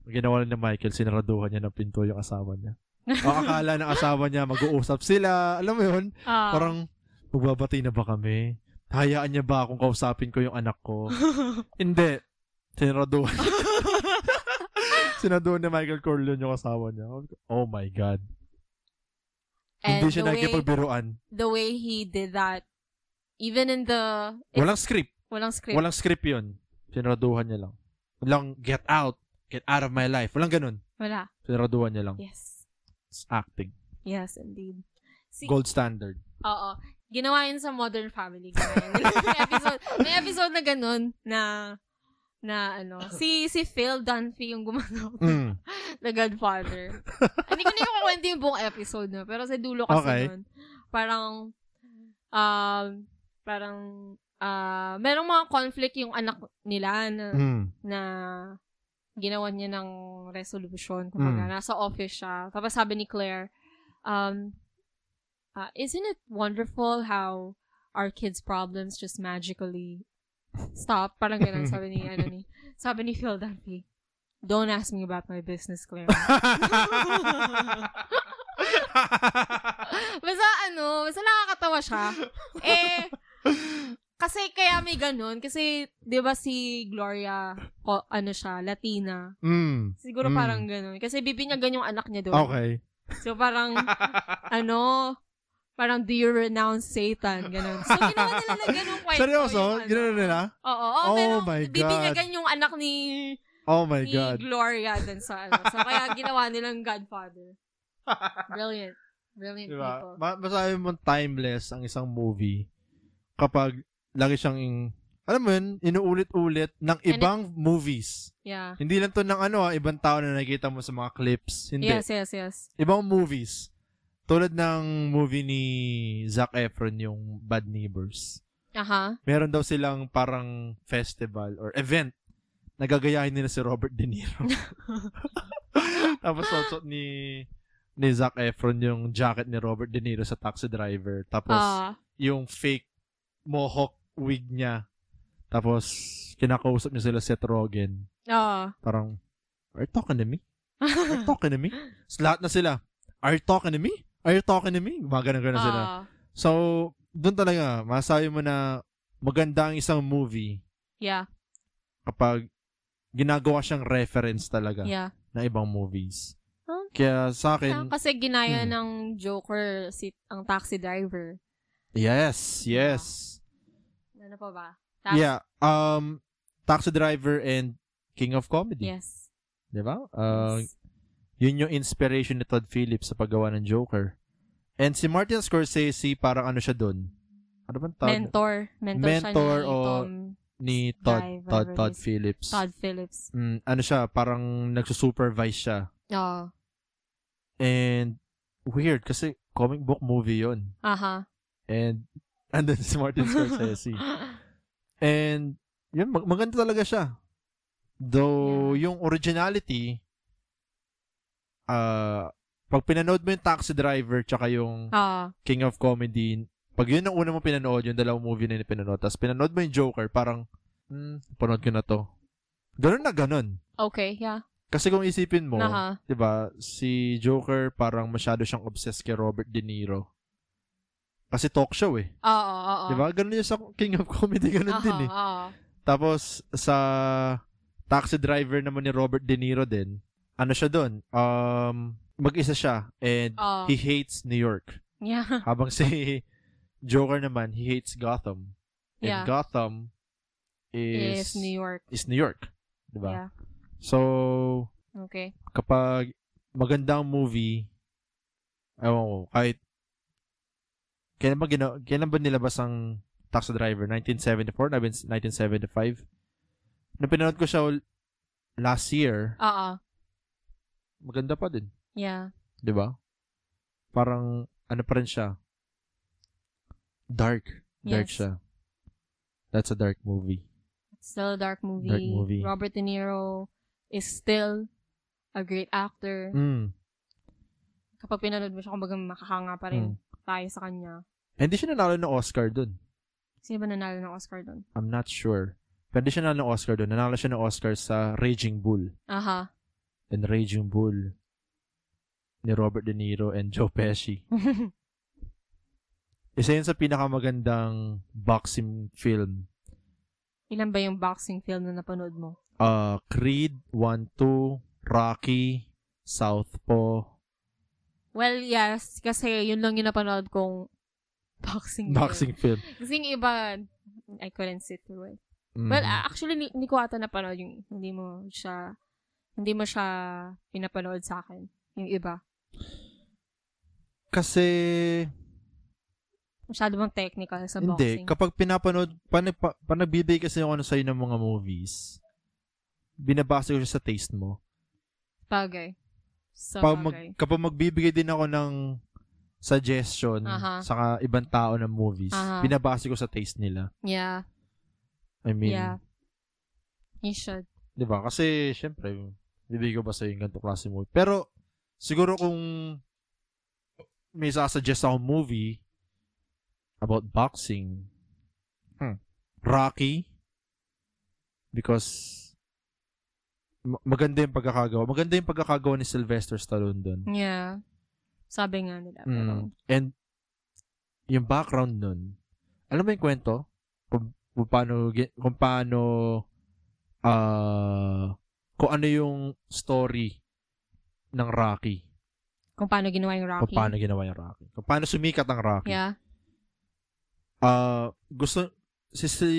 Speaker 2: ang ginawa lang ni Michael, sinaraduhan niya ng pinto yung asawa niya. O akala ng asawa niya, mag-uusap sila. Alam mo yun?
Speaker 3: Oh.
Speaker 2: Parang, magbabati na ba kami? Hayaan niya ba akong kausapin ko yung anak ko? Hindi. Sinaraduhan. Sinaduhan ni Michael Corleone yung asawa niya. Oh my God.
Speaker 3: And
Speaker 2: Hindi siya
Speaker 3: the way,
Speaker 2: nakikipagbiruan.
Speaker 3: the way he did that, even in the, it-
Speaker 2: Walang script.
Speaker 3: walang script.
Speaker 2: Walang script yun. Sinaraduhan niya lang. Walang get out. Get out of my life. Walang ganun.
Speaker 3: Wala.
Speaker 2: Sinaraduhan niya lang.
Speaker 3: Yes.
Speaker 2: It's acting.
Speaker 3: Yes, indeed. Si-
Speaker 2: Gold standard.
Speaker 3: Oo. Ginawa yun sa Modern Family. Ginawa yun. may episode, may episode na ganun na na ano, si si Phil Dunphy yung gumano
Speaker 2: Mm.
Speaker 3: na Godfather. Hindi ko na yung kukwento yung buong episode na, pero sa dulo kasi
Speaker 2: Okay.
Speaker 3: nun, parang, um, parang, ah, merong mga conflict yung anak nila na,
Speaker 2: Mm.
Speaker 3: na ginawa niya ng resolution.
Speaker 2: Mm.
Speaker 3: Kumbaga, nasa office siya. Tapos sabi ni Claire, um, uh, isn't it wonderful how our kids' problems just magically stop? Parang ganun sabi ni, ano ni, sabi ni Phil Dunphy, don't ask me about my business, Claire. Basta ano, basta nakakatawa siya. eh, kasi kaya may ganun. Kasi, di ba si Gloria, ko, ano siya, Latina.
Speaker 2: mm.
Speaker 3: Siguro
Speaker 2: Mm.
Speaker 3: parang ganun. Kasi bibinyagan yung anak niya doon.
Speaker 2: Okay.
Speaker 3: So parang, ano, parang do you renounce Satan? Ganun. So ginawa nila na ganun kwento.
Speaker 2: Seryoso?
Speaker 3: yung ano.
Speaker 2: Ginawa nila?
Speaker 3: Oo. oo,
Speaker 2: Oh
Speaker 3: pero
Speaker 2: my God.
Speaker 3: bibinyagan yung anak ni,
Speaker 2: Oh my
Speaker 3: ni
Speaker 2: God.
Speaker 3: Gloria doon sa ano. So kaya ginawa nilang Godfather. Brilliant. Brilliant people.
Speaker 2: Diba? Ma- masabi mo timeless ang isang movie kapag lagi siyang in- alam mo yun, inuulit-ulit ng
Speaker 3: it-
Speaker 2: ibang movies.
Speaker 3: Yeah.
Speaker 2: Hindi lang to ng ano, ah, ibang tao na nakikita mo sa mga clips. Hindi.
Speaker 3: Yes, yes, yes.
Speaker 2: Ibang movies. Tulad ng movie ni Zac Efron, yung Bad Neighbors.
Speaker 3: Aha.
Speaker 2: Meron daw silang parang festival or event na gagayahin nila si Robert De Niro. Tapos suot ni ni Zac Efron yung jacket ni Robert De Niro sa taxi driver. Tapos
Speaker 3: Ah.
Speaker 2: yung fake mohawk wig niya. Tapos kinakausap niya sila Seth Rogen.
Speaker 3: Ah.
Speaker 2: Parang, are you talking to me? Are you talking to me? So, lahat na sila, are you talking to me? ano Are you talking to me? Mga ganun-ganun sila.
Speaker 3: Ah.
Speaker 2: So, doon talaga, masabi mo na maganda ang isang movie
Speaker 3: Yeah.
Speaker 2: kapag ginagawa siyang reference talaga
Speaker 3: Yeah.
Speaker 2: na ibang movies.
Speaker 3: Huh?
Speaker 2: Kaya sa
Speaker 3: Ah,
Speaker 2: akin,
Speaker 3: Kasi ginaya
Speaker 2: Hmm.
Speaker 3: ng Joker si ang taxi driver.
Speaker 2: yes, yes.
Speaker 3: Ano pa ba? Tax-
Speaker 2: Yeah, um, Taxi Driver and King of Comedy.
Speaker 3: Yes.
Speaker 2: Di ba? Uh,
Speaker 3: Yes.
Speaker 2: yun yung inspiration ni Todd Phillips sa paggawa ng Joker. And si Martin Scorsese, parang ano siya dun? Ano bang tawag?
Speaker 3: mentor. Mentor,
Speaker 2: Mentor
Speaker 3: siya ni
Speaker 2: o
Speaker 3: Tom,
Speaker 2: Ni Todd,
Speaker 3: Driver
Speaker 2: Todd, Todd
Speaker 3: is-
Speaker 2: Phillips.
Speaker 3: Todd Phillips.
Speaker 2: Mm, ano siya, parang nagsusupervise siya.
Speaker 3: Oo.
Speaker 2: And weird kasi comic book movie yon
Speaker 3: Aha.
Speaker 2: And andun si Martin Scorsese. And yun, mag- maganda talaga siya. Though yung originality, uh, pag pinanood mo yung Taxi Driver tsaka yung
Speaker 3: Oo.
Speaker 2: King of Comedy, pag yun ang una mo pinanood, yung dalawang movie na yun pinanood, tapos pinanood mo yung Joker, parang, hmm, panood ko na to. Ganun na ganun.
Speaker 3: Okay, yeah.
Speaker 2: Kasi kung isipin mo,
Speaker 3: Aha.
Speaker 2: 'di ba? Si Joker parang masyado siyang obsessed kay Robert De Niro. Kasi talk show eh.
Speaker 3: Oo, oo, oo.
Speaker 2: 'Di ba? Ganun yun sa King of Comedy ganun din eh.
Speaker 3: Oo.
Speaker 2: Tapos sa Taxi Driver naman ni Robert De Niro din, ano siya doon? Um mag-isa siya and
Speaker 3: Oo.
Speaker 2: he hates New York.
Speaker 3: Yeah.
Speaker 2: Habang si Joker naman, he hates Gotham. And
Speaker 3: Yeah.
Speaker 2: Gotham is
Speaker 3: Is New York.
Speaker 2: is Diba? New York, 'di ba?
Speaker 3: Yeah.
Speaker 2: So
Speaker 3: Okay.
Speaker 2: kapag magandang movie, ewan ko, kahit, kailan ba, gina, kailan ba nilabas ang Taxi Driver? 1974? Nabin- 1975? Nung pinanood ko siya ul- last year,
Speaker 3: Oo.
Speaker 2: maganda pa din.
Speaker 3: Ah, Yeah.
Speaker 2: Di ba? Parang, ano pa rin siya? Dark. Dark
Speaker 3: Yes.
Speaker 2: siya. That's a dark movie.
Speaker 3: Still a dark movie.
Speaker 2: Dark movie.
Speaker 3: Robert De Niro is still a great actor.
Speaker 2: Mm.
Speaker 3: Kapag pinanood mo siya, kumbaga makakanga pa rin
Speaker 2: Mm.
Speaker 3: tayo sa kanya.
Speaker 2: Eh, Hindi siya nanalo ng Oscar dun.
Speaker 3: Sino ba nanalo ng Oscar doon?
Speaker 2: I'm not sure. Pero hindi siya nanalo ng Oscar dun. Nanalo siya ng Oscar sa Raging Bull.
Speaker 3: Aha.
Speaker 2: and Raging Bull ni Robert De Niro and Joe Pesci. Isa yun sa pinakamagandang boxing film.
Speaker 3: Ilan ba yung boxing film na napanood mo?
Speaker 2: Uh, Creed, 1, 2, Rocky, Southpaw,
Speaker 3: Well, yes. Kasi yun lang yung napanood kong boxing film.
Speaker 2: boxing film.
Speaker 3: Kasi yung iba, I couldn't sit through it.
Speaker 2: Mhm.
Speaker 3: Well, a- actually, ni- hindi ko ata napanood yung hindi mo siya, hindi mo siya pinapanood sa akin. Yung iba.
Speaker 2: kasi,
Speaker 3: Masyado bang technical sa
Speaker 2: hindi.
Speaker 3: boxing.
Speaker 2: Kapag pinapanood, panag, pa, panagbibigay kasi ako ng sa'yo ng mga movies, binabase ko siya sa taste mo.
Speaker 3: Bagay. Sa
Speaker 2: Pag mag,
Speaker 3: bagay.
Speaker 2: kapag magbibigay din ako ng suggestion
Speaker 3: Aha.
Speaker 2: sa ibang tao ng movies,
Speaker 3: Aha.
Speaker 2: binabase ko sa taste nila.
Speaker 3: yeah.
Speaker 2: I mean,
Speaker 3: Yeah. You should.
Speaker 2: 'di ba? Kasi syempre, bibigay ko ba sa yung ganito klase movie? Pero siguro kung may sasuggest ako movie about boxing, hmm, Rocky because ma- maganda yung pagkakagawa. Maganda yung pagkakagawa ni Sylvester Stallone doon.
Speaker 3: Yeah. Sabi nga nila. pero,
Speaker 2: Mm. And yung background nun, alam mo yung kwento? Kung, kung paano, gi- kung paano, ah, kung ano yung story ng Rocky.
Speaker 3: Kung paano ginawa yung
Speaker 2: Kung
Speaker 3: Rocky.
Speaker 2: paano ginawa yung Rocky. Kung paano sumikat ang Rocky.
Speaker 3: Yeah.
Speaker 2: Ah, gusto, si, si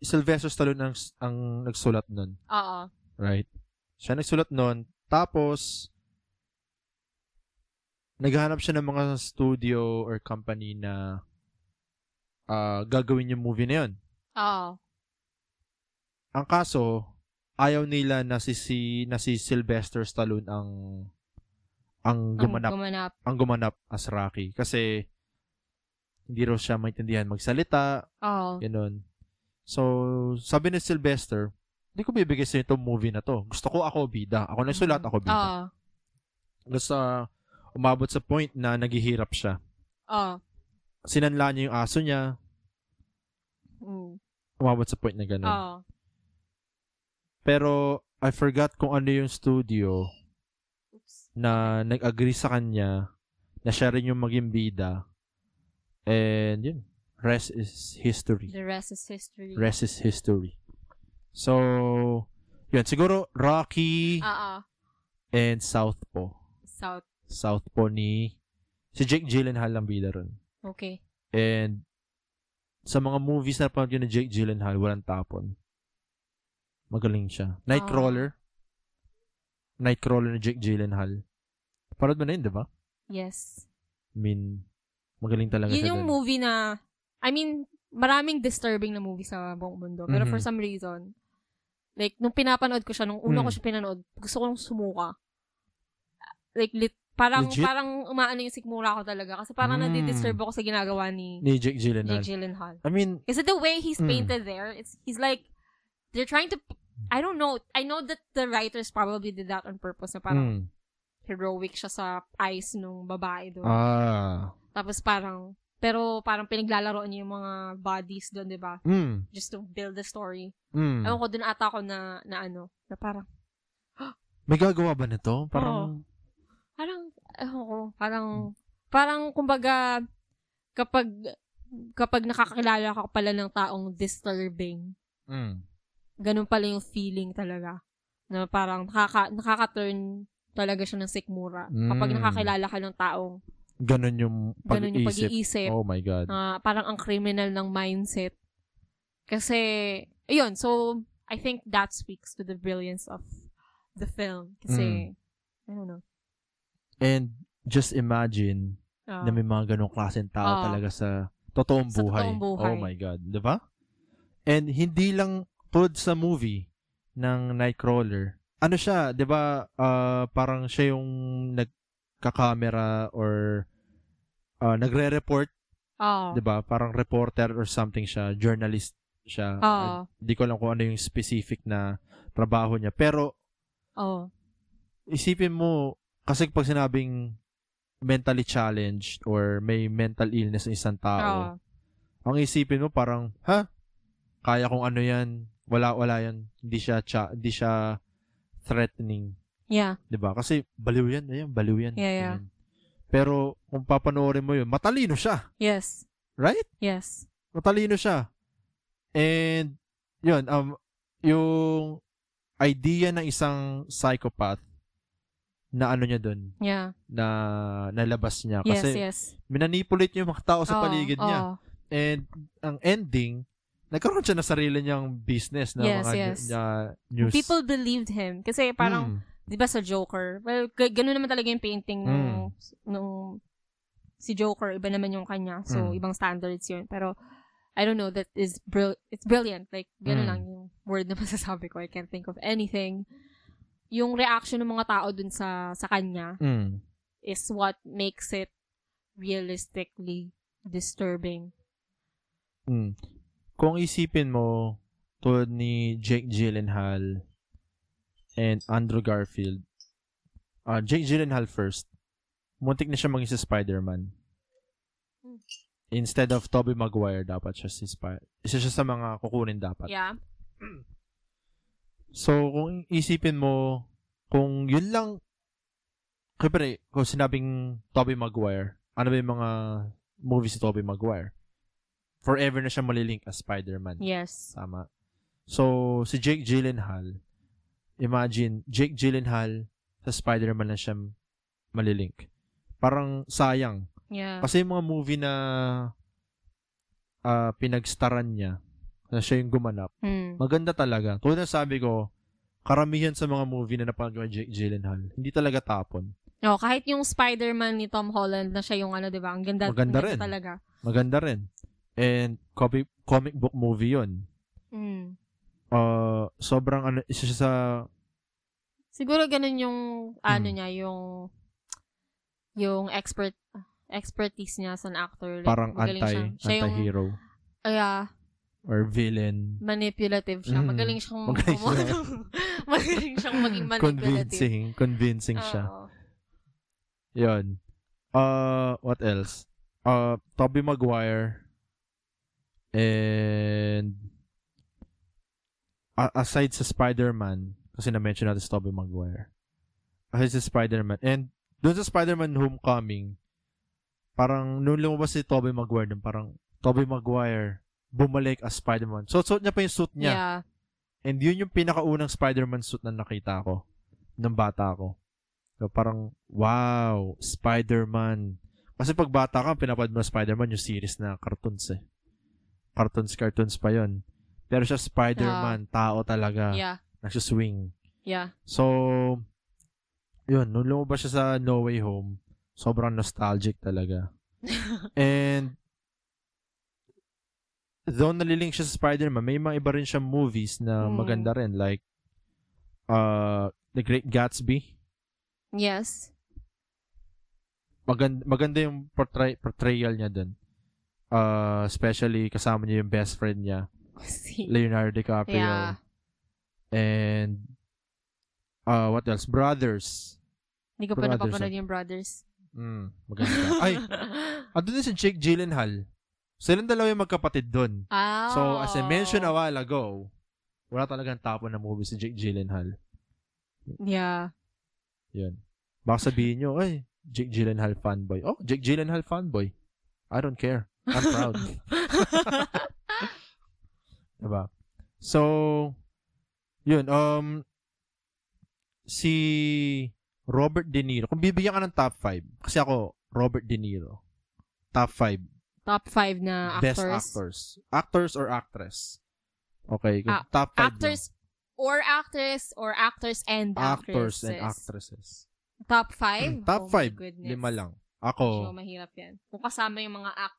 Speaker 2: Sylvester Stallone ang, ang nagsulat nun.
Speaker 3: Oo.
Speaker 2: Right? Siya nagsulat nun. Tapos, naghanap siya ng mga studio or company na ah, gagawin yung movie na yun.
Speaker 3: Oo.
Speaker 2: Ang kaso, ayaw nila na si, si, na si Sylvester Stallone ang ang gumanap,
Speaker 3: Gumanap.
Speaker 2: ang gumanap as Rocky. Kasi, hindi raw siya maintindihan magsalita,
Speaker 3: Oo.
Speaker 2: ganun. So, sabi ni Sylvester, hindi ko bibigay sa itong movie na to. Gusto ko ako bida. Ako nagsulat, ako bida.
Speaker 3: Oo.
Speaker 2: Tapos ah, umabot sa point na naghihirap siya.
Speaker 3: Oo.
Speaker 2: Sinanla niya yung aso niya,
Speaker 3: Mm.
Speaker 2: umabot sa point na gano'n.
Speaker 3: Oo.
Speaker 2: Pero I forgot kung ano yung studio
Speaker 3: Oops.
Speaker 2: na nag-agree sa kanya na siya rin yung maging bida. And yun, Rest is history.
Speaker 3: The rest is history.
Speaker 2: Rest is history. So, yun. Siguro Rocky
Speaker 3: Oo.
Speaker 2: and Southpaw.
Speaker 3: South.
Speaker 2: Southpaw ni... Si Jake Gyllenhaal ang bida ron.
Speaker 3: Okay.
Speaker 2: And sa mga movies na napanood ko ni Jake Gyllenhaal, walang tapon. Magaling siya.
Speaker 3: Ah.
Speaker 2: Nightcrawler. Nightcrawler ni Jake Gyllenhaal. Parod mo na yun, di ba?
Speaker 3: Yes.
Speaker 2: I mean, magaling talaga siya
Speaker 3: Yun yung
Speaker 2: dun.
Speaker 3: movie na, I mean, maraming disturbing na movie sa buong mundo. Pero
Speaker 2: Mhm.
Speaker 3: for some reason, like, nung pinapanood ko siya, nung una
Speaker 2: Mm.
Speaker 3: ko siya pinanood, gusto ko nung sumuka. Like, lit, parang,
Speaker 2: Legit?
Speaker 3: parang umaano yung sikmura ko talaga. Kasi parang
Speaker 2: Mm.
Speaker 3: nadi-disturb ako sa ginagawa ni
Speaker 2: Ni Jake Gyllenhaal.
Speaker 3: Jake Gyllenhaal.
Speaker 2: I mean,
Speaker 3: Is it the way he's
Speaker 2: Mm.
Speaker 3: painted there? It's he's like they're trying to. I don't know. I know that the writers probably did that on purpose. Na parang
Speaker 2: mm,
Speaker 3: heroic siya sa eyes nung babae doon.
Speaker 2: ah,
Speaker 3: Tapos parang pero parang pinaglalaroan niya yung mga bodies doon, di ba?
Speaker 2: mm,
Speaker 3: Just to build the story.
Speaker 2: mm.
Speaker 3: Ewan ko doon ata ako na, na ano, na parang,
Speaker 2: May gagawa ba nito? Parang,
Speaker 3: parang, ewan ko, parang, parang kumbaga, kapag, kapag nakakakilala ka pala ng taong disturbing,
Speaker 2: mm,
Speaker 3: ganun pala yung feeling talaga. Na parang nakaka, nakaka-turn talaga siya ng sikmura. Kapag
Speaker 2: Mm.
Speaker 3: nakakilala ka ng taong,
Speaker 2: ganun yung
Speaker 3: ganun yung
Speaker 2: pag-iisip.
Speaker 3: pag-iisip. Ah.
Speaker 2: Oh my God.
Speaker 3: na parang ang criminal ng mindset. Kasi, ayun, so, I think that speaks to the brilliance of the film. Kasi,
Speaker 2: Mm.
Speaker 3: I don't know.
Speaker 2: And just imagine
Speaker 3: Uh,
Speaker 2: na may mga ganong klaseng tao
Speaker 3: Ah.
Speaker 2: talaga sa totoong
Speaker 3: Sa
Speaker 2: buhay.
Speaker 3: totoong buhay.
Speaker 2: Oh my God. Di ba? And hindi lang tulad sa movie ng Nightcrawler. Ano siya, di ba, ah, parang siya yung nagka-camera or ah, nagre-report,
Speaker 3: oo.
Speaker 2: di ba? Parang reporter or something siya, journalist siya.
Speaker 3: Oo.
Speaker 2: Hindi ko alam kung ano yung specific na trabaho niya. Pero
Speaker 3: Oo.
Speaker 2: isipin mo, kasi pag sinabing mentally challenged or may mental illness ng isang
Speaker 3: Oo.
Speaker 2: tao, ang isipin mo parang, ha? Kaya kung ano yan, wala, wala yan. Hindi siya, cha, hindi siya threatening.
Speaker 3: Yeah.
Speaker 2: 'di ba Kasi baliw yan, ayan, baliw yan.
Speaker 3: Yeah, yeah.
Speaker 2: ganyan. Pero kung papanoorin mo yun, matalino siya.
Speaker 3: Yes.
Speaker 2: Right?
Speaker 3: Yes.
Speaker 2: Matalino siya. And, yun, um, yung idea ng isang psychopath na ano niya dun,
Speaker 3: Yeah.
Speaker 2: na nalabas niya
Speaker 3: Yes,
Speaker 2: Ah, kasi
Speaker 3: yes. Ah.
Speaker 2: minanipulate niya yung mga tao sa
Speaker 3: Oo,
Speaker 2: paligid niya
Speaker 3: oo.
Speaker 2: and ang ending nagkaroon siya na sarili niyang business na
Speaker 3: Yes,
Speaker 2: mga
Speaker 3: yes.
Speaker 2: New, na news
Speaker 3: Ah. People believed him. Kasi parang,
Speaker 2: Mm,
Speaker 3: di ba sa Joker? Well, g- ganun naman talaga yung painting
Speaker 2: Hmm.
Speaker 3: nung, nung si Joker, iba naman yung kanya.
Speaker 2: Mm.
Speaker 3: So, ibang standards yun. Pero, I don't know, that is brill- it's brilliant. Like, ganun
Speaker 2: Mm.
Speaker 3: lang yung word na masasabi ko. I can't think of anything. Yung reaction ng mga tao dun sa, sa kanya
Speaker 2: mm,
Speaker 3: is what makes it realistically disturbing.
Speaker 2: mm. kung isipin mo tulad ni Jake Gyllenhaal and Andrew Garfield ah Jake Gyllenhaal first muntik na siya maging si Spider-Man
Speaker 3: Hmm.
Speaker 2: instead of Tobey Maguire dapat siya si Spider isa siya sa mga kukunin dapat
Speaker 3: Yeah.
Speaker 2: So, kung isipin mo, kung yun lang, syempre, kung sinabing Tobey Maguire, ano ba yung mga movies ni Tobey Maguire? Forever na siya malilink as Spider-Man.
Speaker 3: Yes.
Speaker 2: Tama. So, si Jake Gyllenhaal, imagine, Jake Gyllenhaal sa Spider-Man na siya malilink. Parang sayang.
Speaker 3: Yeah.
Speaker 2: Kasi yung mga movie na ah, pinagstaran niya, na siya yung gumanap,
Speaker 3: Mm.
Speaker 2: Maganda talaga. Tulad ng sabi ko, karamihan sa mga movie na napanood ko kay Jake Gyllenhaal, hindi talaga tapon.
Speaker 3: Oh, kahit yung Spider-Man ni Tom Holland na siya yung ano, di ba? Ang ganda,
Speaker 2: Maganda
Speaker 3: ang
Speaker 2: rin.
Speaker 3: talaga.
Speaker 2: Maganda rin. And comic, comic book movie yun.
Speaker 3: Mm.
Speaker 2: Uh, sobrang ano, isa siya sa...
Speaker 3: Siguro ganun yung ano
Speaker 2: Mm.
Speaker 3: niya, yung yung expert expertise niya as an actor. Like,
Speaker 2: parang
Speaker 3: magaling
Speaker 2: anti,
Speaker 3: siya. Siya yung,
Speaker 2: anti-hero
Speaker 3: yeah,
Speaker 2: or villain.
Speaker 3: manipulative siya.
Speaker 2: Mm.
Speaker 3: Magaling siyang,
Speaker 2: Magaling
Speaker 3: gumawa
Speaker 2: siya.
Speaker 3: ng- magaling siyang maging manipulative.
Speaker 2: Convincing. Convincing siya.
Speaker 3: Oo.
Speaker 2: Yun. Uh, what else? Uh, Tobey Maguire. And a- aside sa Spider-Man, kasi na-mention natin si Tobey Maguire. Aside sa Spider-Man. And doon sa Spider-Man Homecoming, parang nung lumabas si Tobey Maguire dun, parang Tobey Maguire bumalik as Spider-Man. So, suot niya pa yung suit niya.
Speaker 3: Yeah.
Speaker 2: And yun yung pinakaunang Spider-Man suit na nakita ko nung bata ko. So, parang, wow, Spider-Man. Kasi pag bata ka, pinapad mo na Spider-Man yung series na cartoons eh. Cartoons, cartoons pa yon Pero siya Spider-Man, tao talaga.
Speaker 3: Yeah.
Speaker 2: Nagsuswing.
Speaker 3: Yeah.
Speaker 2: So, yun, nung lumabas siya sa No Way Home, sobrang nostalgic talaga. And, though nalilink siya sa Spider-Man, may mga iba rin siya movies na
Speaker 3: Mm.
Speaker 2: maganda rin. Like, uh, The Great Gatsby.
Speaker 3: Yes.
Speaker 2: Maganda, maganda yung portray- portrayal niya dun. Uh, especially kasama niya yung best friend niya,
Speaker 3: See.
Speaker 2: Leonardo DiCaprio.
Speaker 3: Yeah.
Speaker 2: And, uh, what else? Brothers.
Speaker 3: Hindi ko pa
Speaker 2: Brothers,
Speaker 3: napapanood yung brothers.
Speaker 2: Mm, maganda. Ay, Andun din si Jake Gyllenhaal. Silang dalawa yung magkapatid doon.
Speaker 3: Ah.
Speaker 2: So, as I mentioned oh. a while ago, wala talagang tapo ng movie si Jake Gyllenhaal.
Speaker 3: Yeah.
Speaker 2: Yun. Baka sabihin nyo, ay, Jake Gyllenhaal fanboy. Oh, Jake Gyllenhaal fanboy. I don't care. I'm proud. diba? So, yun. Um, si Robert De Niro. Kung bibigyan ka ng top 5, kasi ako, Robert De Niro. Top 5.
Speaker 3: Top 5 na Ah, actors.
Speaker 2: best actors. Actors or actress? Okay, kung
Speaker 3: Ah,
Speaker 2: top five
Speaker 3: Actors or actress or actors and
Speaker 2: lang. actors
Speaker 3: actresses.
Speaker 2: and actresses. Hmm,
Speaker 3: Top 5?
Speaker 2: Top
Speaker 3: oh my
Speaker 2: five,
Speaker 3: goodness.
Speaker 2: lima Oh. lang.
Speaker 3: So,
Speaker 2: Ako,
Speaker 3: mahirap yan. Kung kasama yung mga act,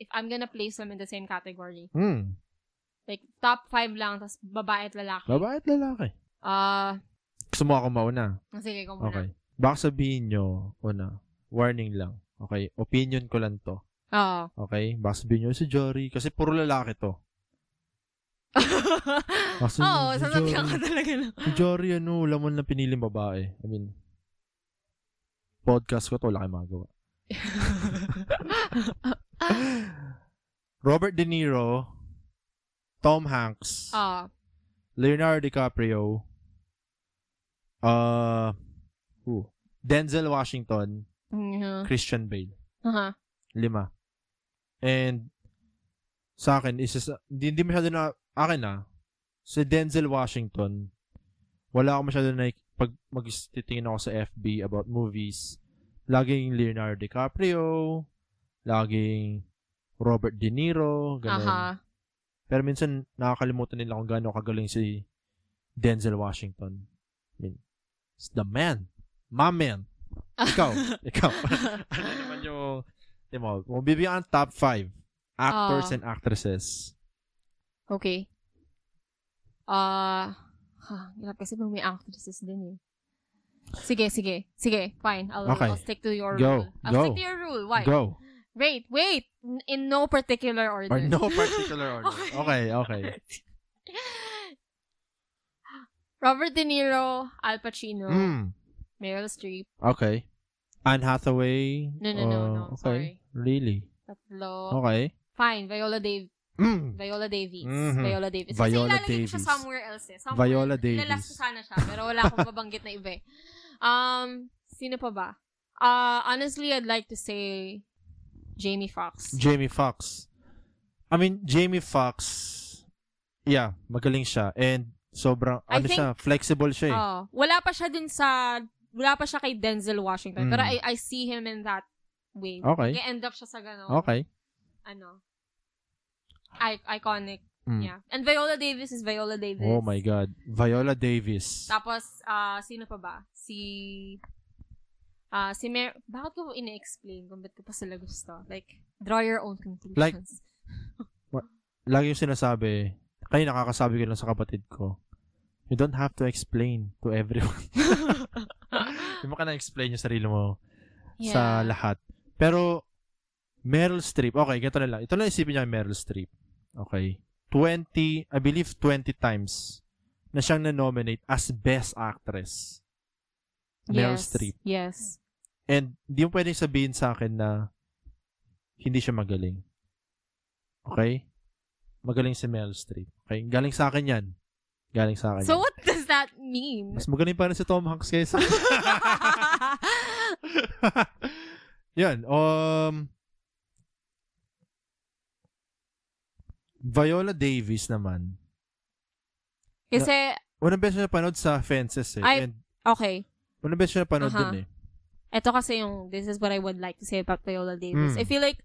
Speaker 3: if I'm gonna place them in the same category,
Speaker 2: hmm,
Speaker 3: like top 5 lang, tapos babae at lalaki.
Speaker 2: babae at lalaki.
Speaker 3: Ah,
Speaker 2: Gusto mo ako mauna?
Speaker 3: sige, kung muna.
Speaker 2: Okay. Baka sabihin nyo, una, warning lang. Okay, opinion ko lang to.
Speaker 3: Oo.
Speaker 2: Okay, baka sabihin nyo si Jory, kasi puro lalaki to. Kasi
Speaker 3: Oo,
Speaker 2: medyo-
Speaker 3: sasabihan ko talaga lang.
Speaker 2: Si Jory, ano, wala mo lang piniling babae. I mean, podcast ko to, wala kayong magawa. Robert De Niro, Tom Hanks,
Speaker 3: Oo.
Speaker 2: Leonardo DiCaprio, uh, who? Denzel Washington,
Speaker 3: Mhm.
Speaker 2: Christian Bale.
Speaker 3: Aha.
Speaker 2: Lima. And sa akin, isa sa, hindi, hindi masyado na, akin na, si Denzel Washington, wala ako masyado na, pag magtitingin ako sa FB about movies, laging Leonardo DiCaprio, laging Robert De Niro, ganun.
Speaker 3: Aha.
Speaker 2: Pero minsan, nakakalimutan nila kung gaano kagaling si Denzel Washington. I mean, it's the man. My man. Ikaw. ikaw. ano naman yung, di mo, kung bibigyan ang top 5 actors
Speaker 3: Ah.
Speaker 2: and actresses.
Speaker 3: Okay. Ah, ha, hirap kasi pag may actresses din eh. Sige, sige. Sige, fine. I'll,
Speaker 2: Okay.
Speaker 3: I'll stick to your
Speaker 2: Go,
Speaker 3: rule. I'll
Speaker 2: go.
Speaker 3: stick to your rule. Why?
Speaker 2: Go.
Speaker 3: Wait, wait. N- In no particular order.
Speaker 2: Or no particular order. Okay, okay.
Speaker 3: Robert De Niro, Al Pacino,
Speaker 2: Mm,
Speaker 3: Meryl Streep,
Speaker 2: okay. Anne Hathaway.
Speaker 3: No, no, no, no,
Speaker 2: uh,
Speaker 3: sorry. Oh.
Speaker 2: Okay. Really?
Speaker 3: tatlo.
Speaker 2: Okay.
Speaker 3: Fine, Viola Dav
Speaker 2: Mm.
Speaker 3: Viola Davis.
Speaker 2: Mhm.
Speaker 3: Viola Davis.
Speaker 2: Viola
Speaker 3: Kasi ilalagay ko
Speaker 2: Davis.
Speaker 3: siya somewhere else eh. Somewhere,
Speaker 2: Viola
Speaker 3: Ilalas
Speaker 2: Davis.
Speaker 3: ko sana siya, pero wala akong babanggit na iba eh. Um, sino pa ba? Uh, honestly, I'd like to say Jamie Foxx.
Speaker 2: Jamie Foxx. I mean, Jamie Foxx, yeah, magaling siya. And sobrang,
Speaker 3: I
Speaker 2: ano
Speaker 3: think-
Speaker 2: siya, flexible siya eh.
Speaker 3: Oh, wala pa siya dun sa, wala pa siya kay Denzel Washington,
Speaker 2: Mm.
Speaker 3: pero I, I see him in that way.
Speaker 2: Okay.
Speaker 3: Mag-end up siya sa ganun.
Speaker 2: Okay.
Speaker 3: Ano, I- iconic.
Speaker 2: Mm.
Speaker 3: Yeah. And Viola Davis is Viola Davis.
Speaker 2: Oh my God. Viola Davis.
Speaker 3: Tapos, ah, sino pa ba? Si, ah, si Mer, bakit ko ina-explain kung ba't ko pa sila gusto? Like, draw your own conclusions.
Speaker 2: Like, Lagi yung sinasabi, kayo nakakasabi ko lang sa kapatid ko, you don't have to explain to everyone. Hindi mo ka na-explain yung sarili mo sa lahat. Pero, Meryl Streep, okay, ganito na lang. Ito na isipin niya kay Meryl Streep. Okay. 20, I believe 20 times na siyang na-nominate as Best Actress. Meryl
Speaker 3: yes.
Speaker 2: Streep.
Speaker 3: Yes.
Speaker 2: And di mo pwedeng sabihin sa akin na hindi siya magaling. Okay? Magaling si Meryl Streep. Okay? Galing sa akin yan. Galing sa akin
Speaker 3: So,
Speaker 2: yan.
Speaker 3: what does that mean?
Speaker 2: Mas magaling pa rin si Tom Hanks kaysa. yan. Um, Viola Davis naman.
Speaker 3: Kasi,
Speaker 2: Unang beses siya napanood sa Fences eh.
Speaker 3: Ay-
Speaker 2: And
Speaker 3: okay.
Speaker 2: unang beses siya napanood
Speaker 3: Aha.
Speaker 2: dun eh.
Speaker 3: Ito kasi yung, this is what I would like to say about Viola Davis.
Speaker 2: Mm.
Speaker 3: I feel like,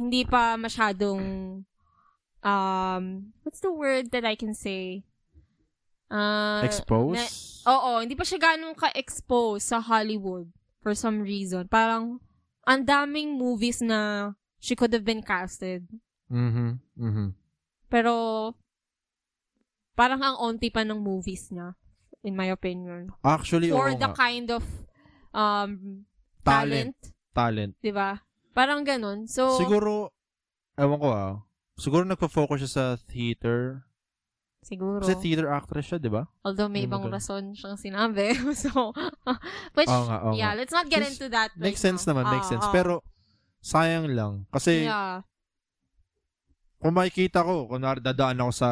Speaker 3: hindi pa masyadong, um, what's the word that I can say? Uh,
Speaker 2: Expose?
Speaker 3: na- Oo, hindi pa siya ganun ka-expose sa Hollywood for some reason. Parang, ang daming movies na she could have been casted.
Speaker 2: mhm mhm
Speaker 3: Pero, parang ang onti pa ng movies niya, in my opinion.
Speaker 2: Actually,
Speaker 3: For
Speaker 2: oo
Speaker 3: the
Speaker 2: nga.
Speaker 3: kind of um,
Speaker 2: talent.
Speaker 3: talent,
Speaker 2: Talent.
Speaker 3: di ba? Parang ganun. So,
Speaker 2: siguro, ewan ko ah, siguro nagpo-focus siya sa theater.
Speaker 3: siguro.
Speaker 2: Kasi theater actress siya, di ba?
Speaker 3: although may
Speaker 2: Yung
Speaker 3: ibang
Speaker 2: mga-
Speaker 3: rason siyang sinabi. so, which,
Speaker 2: Oo nga, oo
Speaker 3: yeah,
Speaker 2: nga.
Speaker 3: let's not get
Speaker 2: Which
Speaker 3: into that. right
Speaker 2: Makes sense
Speaker 3: now.
Speaker 2: naman, makes
Speaker 3: Ah,
Speaker 2: sense.
Speaker 3: ah.
Speaker 2: Pero, eh, sayang lang. Kasi,
Speaker 3: yeah.
Speaker 2: kung makikita ko, kung dadaan ako sa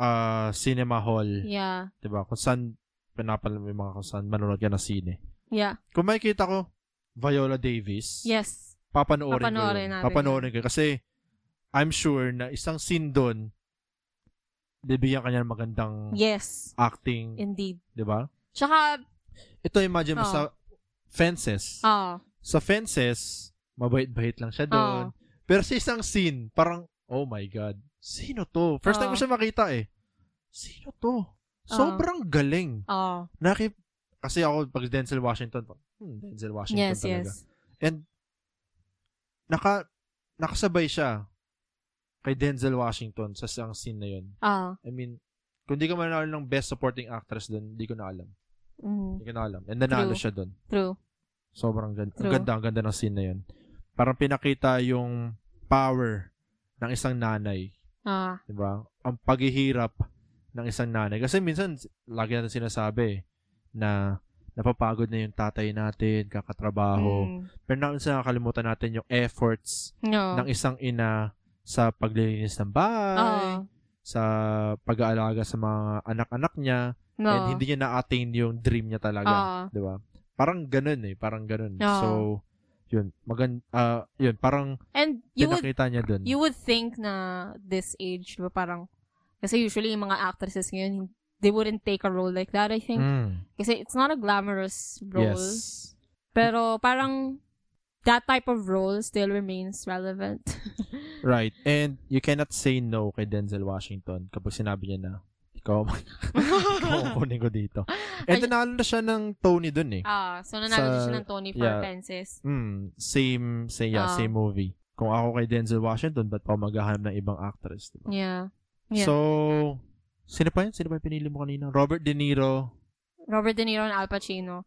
Speaker 2: ah, cinema hall,
Speaker 3: Yeah.
Speaker 2: di ba? Kung saan, pinapanood mo yung mga kung saan manonood ka ng sine.
Speaker 3: Yeah.
Speaker 2: Kung makikita ko, Viola Davis,
Speaker 3: Yes.
Speaker 2: papanoorin,
Speaker 3: Papanoorin
Speaker 2: ko yun.
Speaker 3: natin
Speaker 2: Papanoorin ko yun. Kasi, I'm sure na isang scene doon, bibigyan kanya ng magandang
Speaker 3: Yes.
Speaker 2: acting,
Speaker 3: Indeed.
Speaker 2: di ba?
Speaker 3: Tsaka,
Speaker 2: Ito, imagine mo
Speaker 3: Oo.
Speaker 2: sa fences.
Speaker 3: ah,
Speaker 2: Sa fences, mabait-bait lang siya doon. Pero sa isang scene, parang, oh my God, sino to? First time ko
Speaker 3: Oo.
Speaker 2: siya makita eh. Sino to? Sobrang galing.
Speaker 3: ah,
Speaker 2: Nakip, kasi ako, pag Denzel Washington, parang, hmm, Denzel Washington
Speaker 3: yes,
Speaker 2: talaga.
Speaker 3: yes.
Speaker 2: And naka nakasabay siya kay Denzel Washington sa isang scene na yun.
Speaker 3: Ah,
Speaker 2: I mean, kung di ka manalo ng best supporting actress doon, di ko na alam.
Speaker 3: mm,
Speaker 2: Hindi ko na alam. And nanalo
Speaker 3: True.
Speaker 2: siya doon.
Speaker 3: true.
Speaker 2: Sobrang ganda. Ang
Speaker 3: True.
Speaker 2: ganda, ang ganda ng scene na yun. Parang pinakita yung power ng isang nanay.
Speaker 3: Ah,
Speaker 2: di ba? Ang paghihirap ng isang nanay. Kasi minsan, lagi natin sinasabi eh, na napapagod na yung tatay natin, kakatrabaho.
Speaker 3: mm,
Speaker 2: Pero naunsa nakakalimutan natin yung efforts
Speaker 3: no.
Speaker 2: ng isang ina sa paglilinis ng
Speaker 3: Ah,
Speaker 2: bahay, sa pag-aalaga sa mga anak-anak niya,
Speaker 3: no.
Speaker 2: and hindi niya na-attain yung dream niya talaga,
Speaker 3: Ah,
Speaker 2: 'di ba? Parang ganun eh, parang ganun.
Speaker 3: Oo.
Speaker 2: So, yun, magan ah, yun, parang
Speaker 3: and you would,
Speaker 2: pinakita niya dun.
Speaker 3: you would think na this age, diba, parang, kasi usually yung mga actresses ngayon, they wouldn't take a role like that, I think.
Speaker 2: Mm,
Speaker 3: Kasi it's not a glamorous role.
Speaker 2: yes.
Speaker 3: Pero parang, that type of role still remains relevant.
Speaker 2: Right. And you cannot say no kay Denzel Washington kapag sinabi niya na ikaw ang- ikaw ang kunin ko dito. And
Speaker 3: Ay-
Speaker 2: nanalo na siya ng Tony dun eh.
Speaker 3: ah, so nanalo
Speaker 2: Sa-
Speaker 3: siya ng Tony for
Speaker 2: yeah.
Speaker 3: Fences.
Speaker 2: Mm, same, same, yeah,
Speaker 3: Ah.
Speaker 2: same movie. Kung ako kay Denzel Washington, ba't pa ako maghahanap ng ibang actress? Diba?
Speaker 3: Yeah. Yeah.
Speaker 2: So, sino pa yun? Sino pa yung pinili mo kanina? Robert De Niro.
Speaker 3: Robert De Niro and Al Pacino.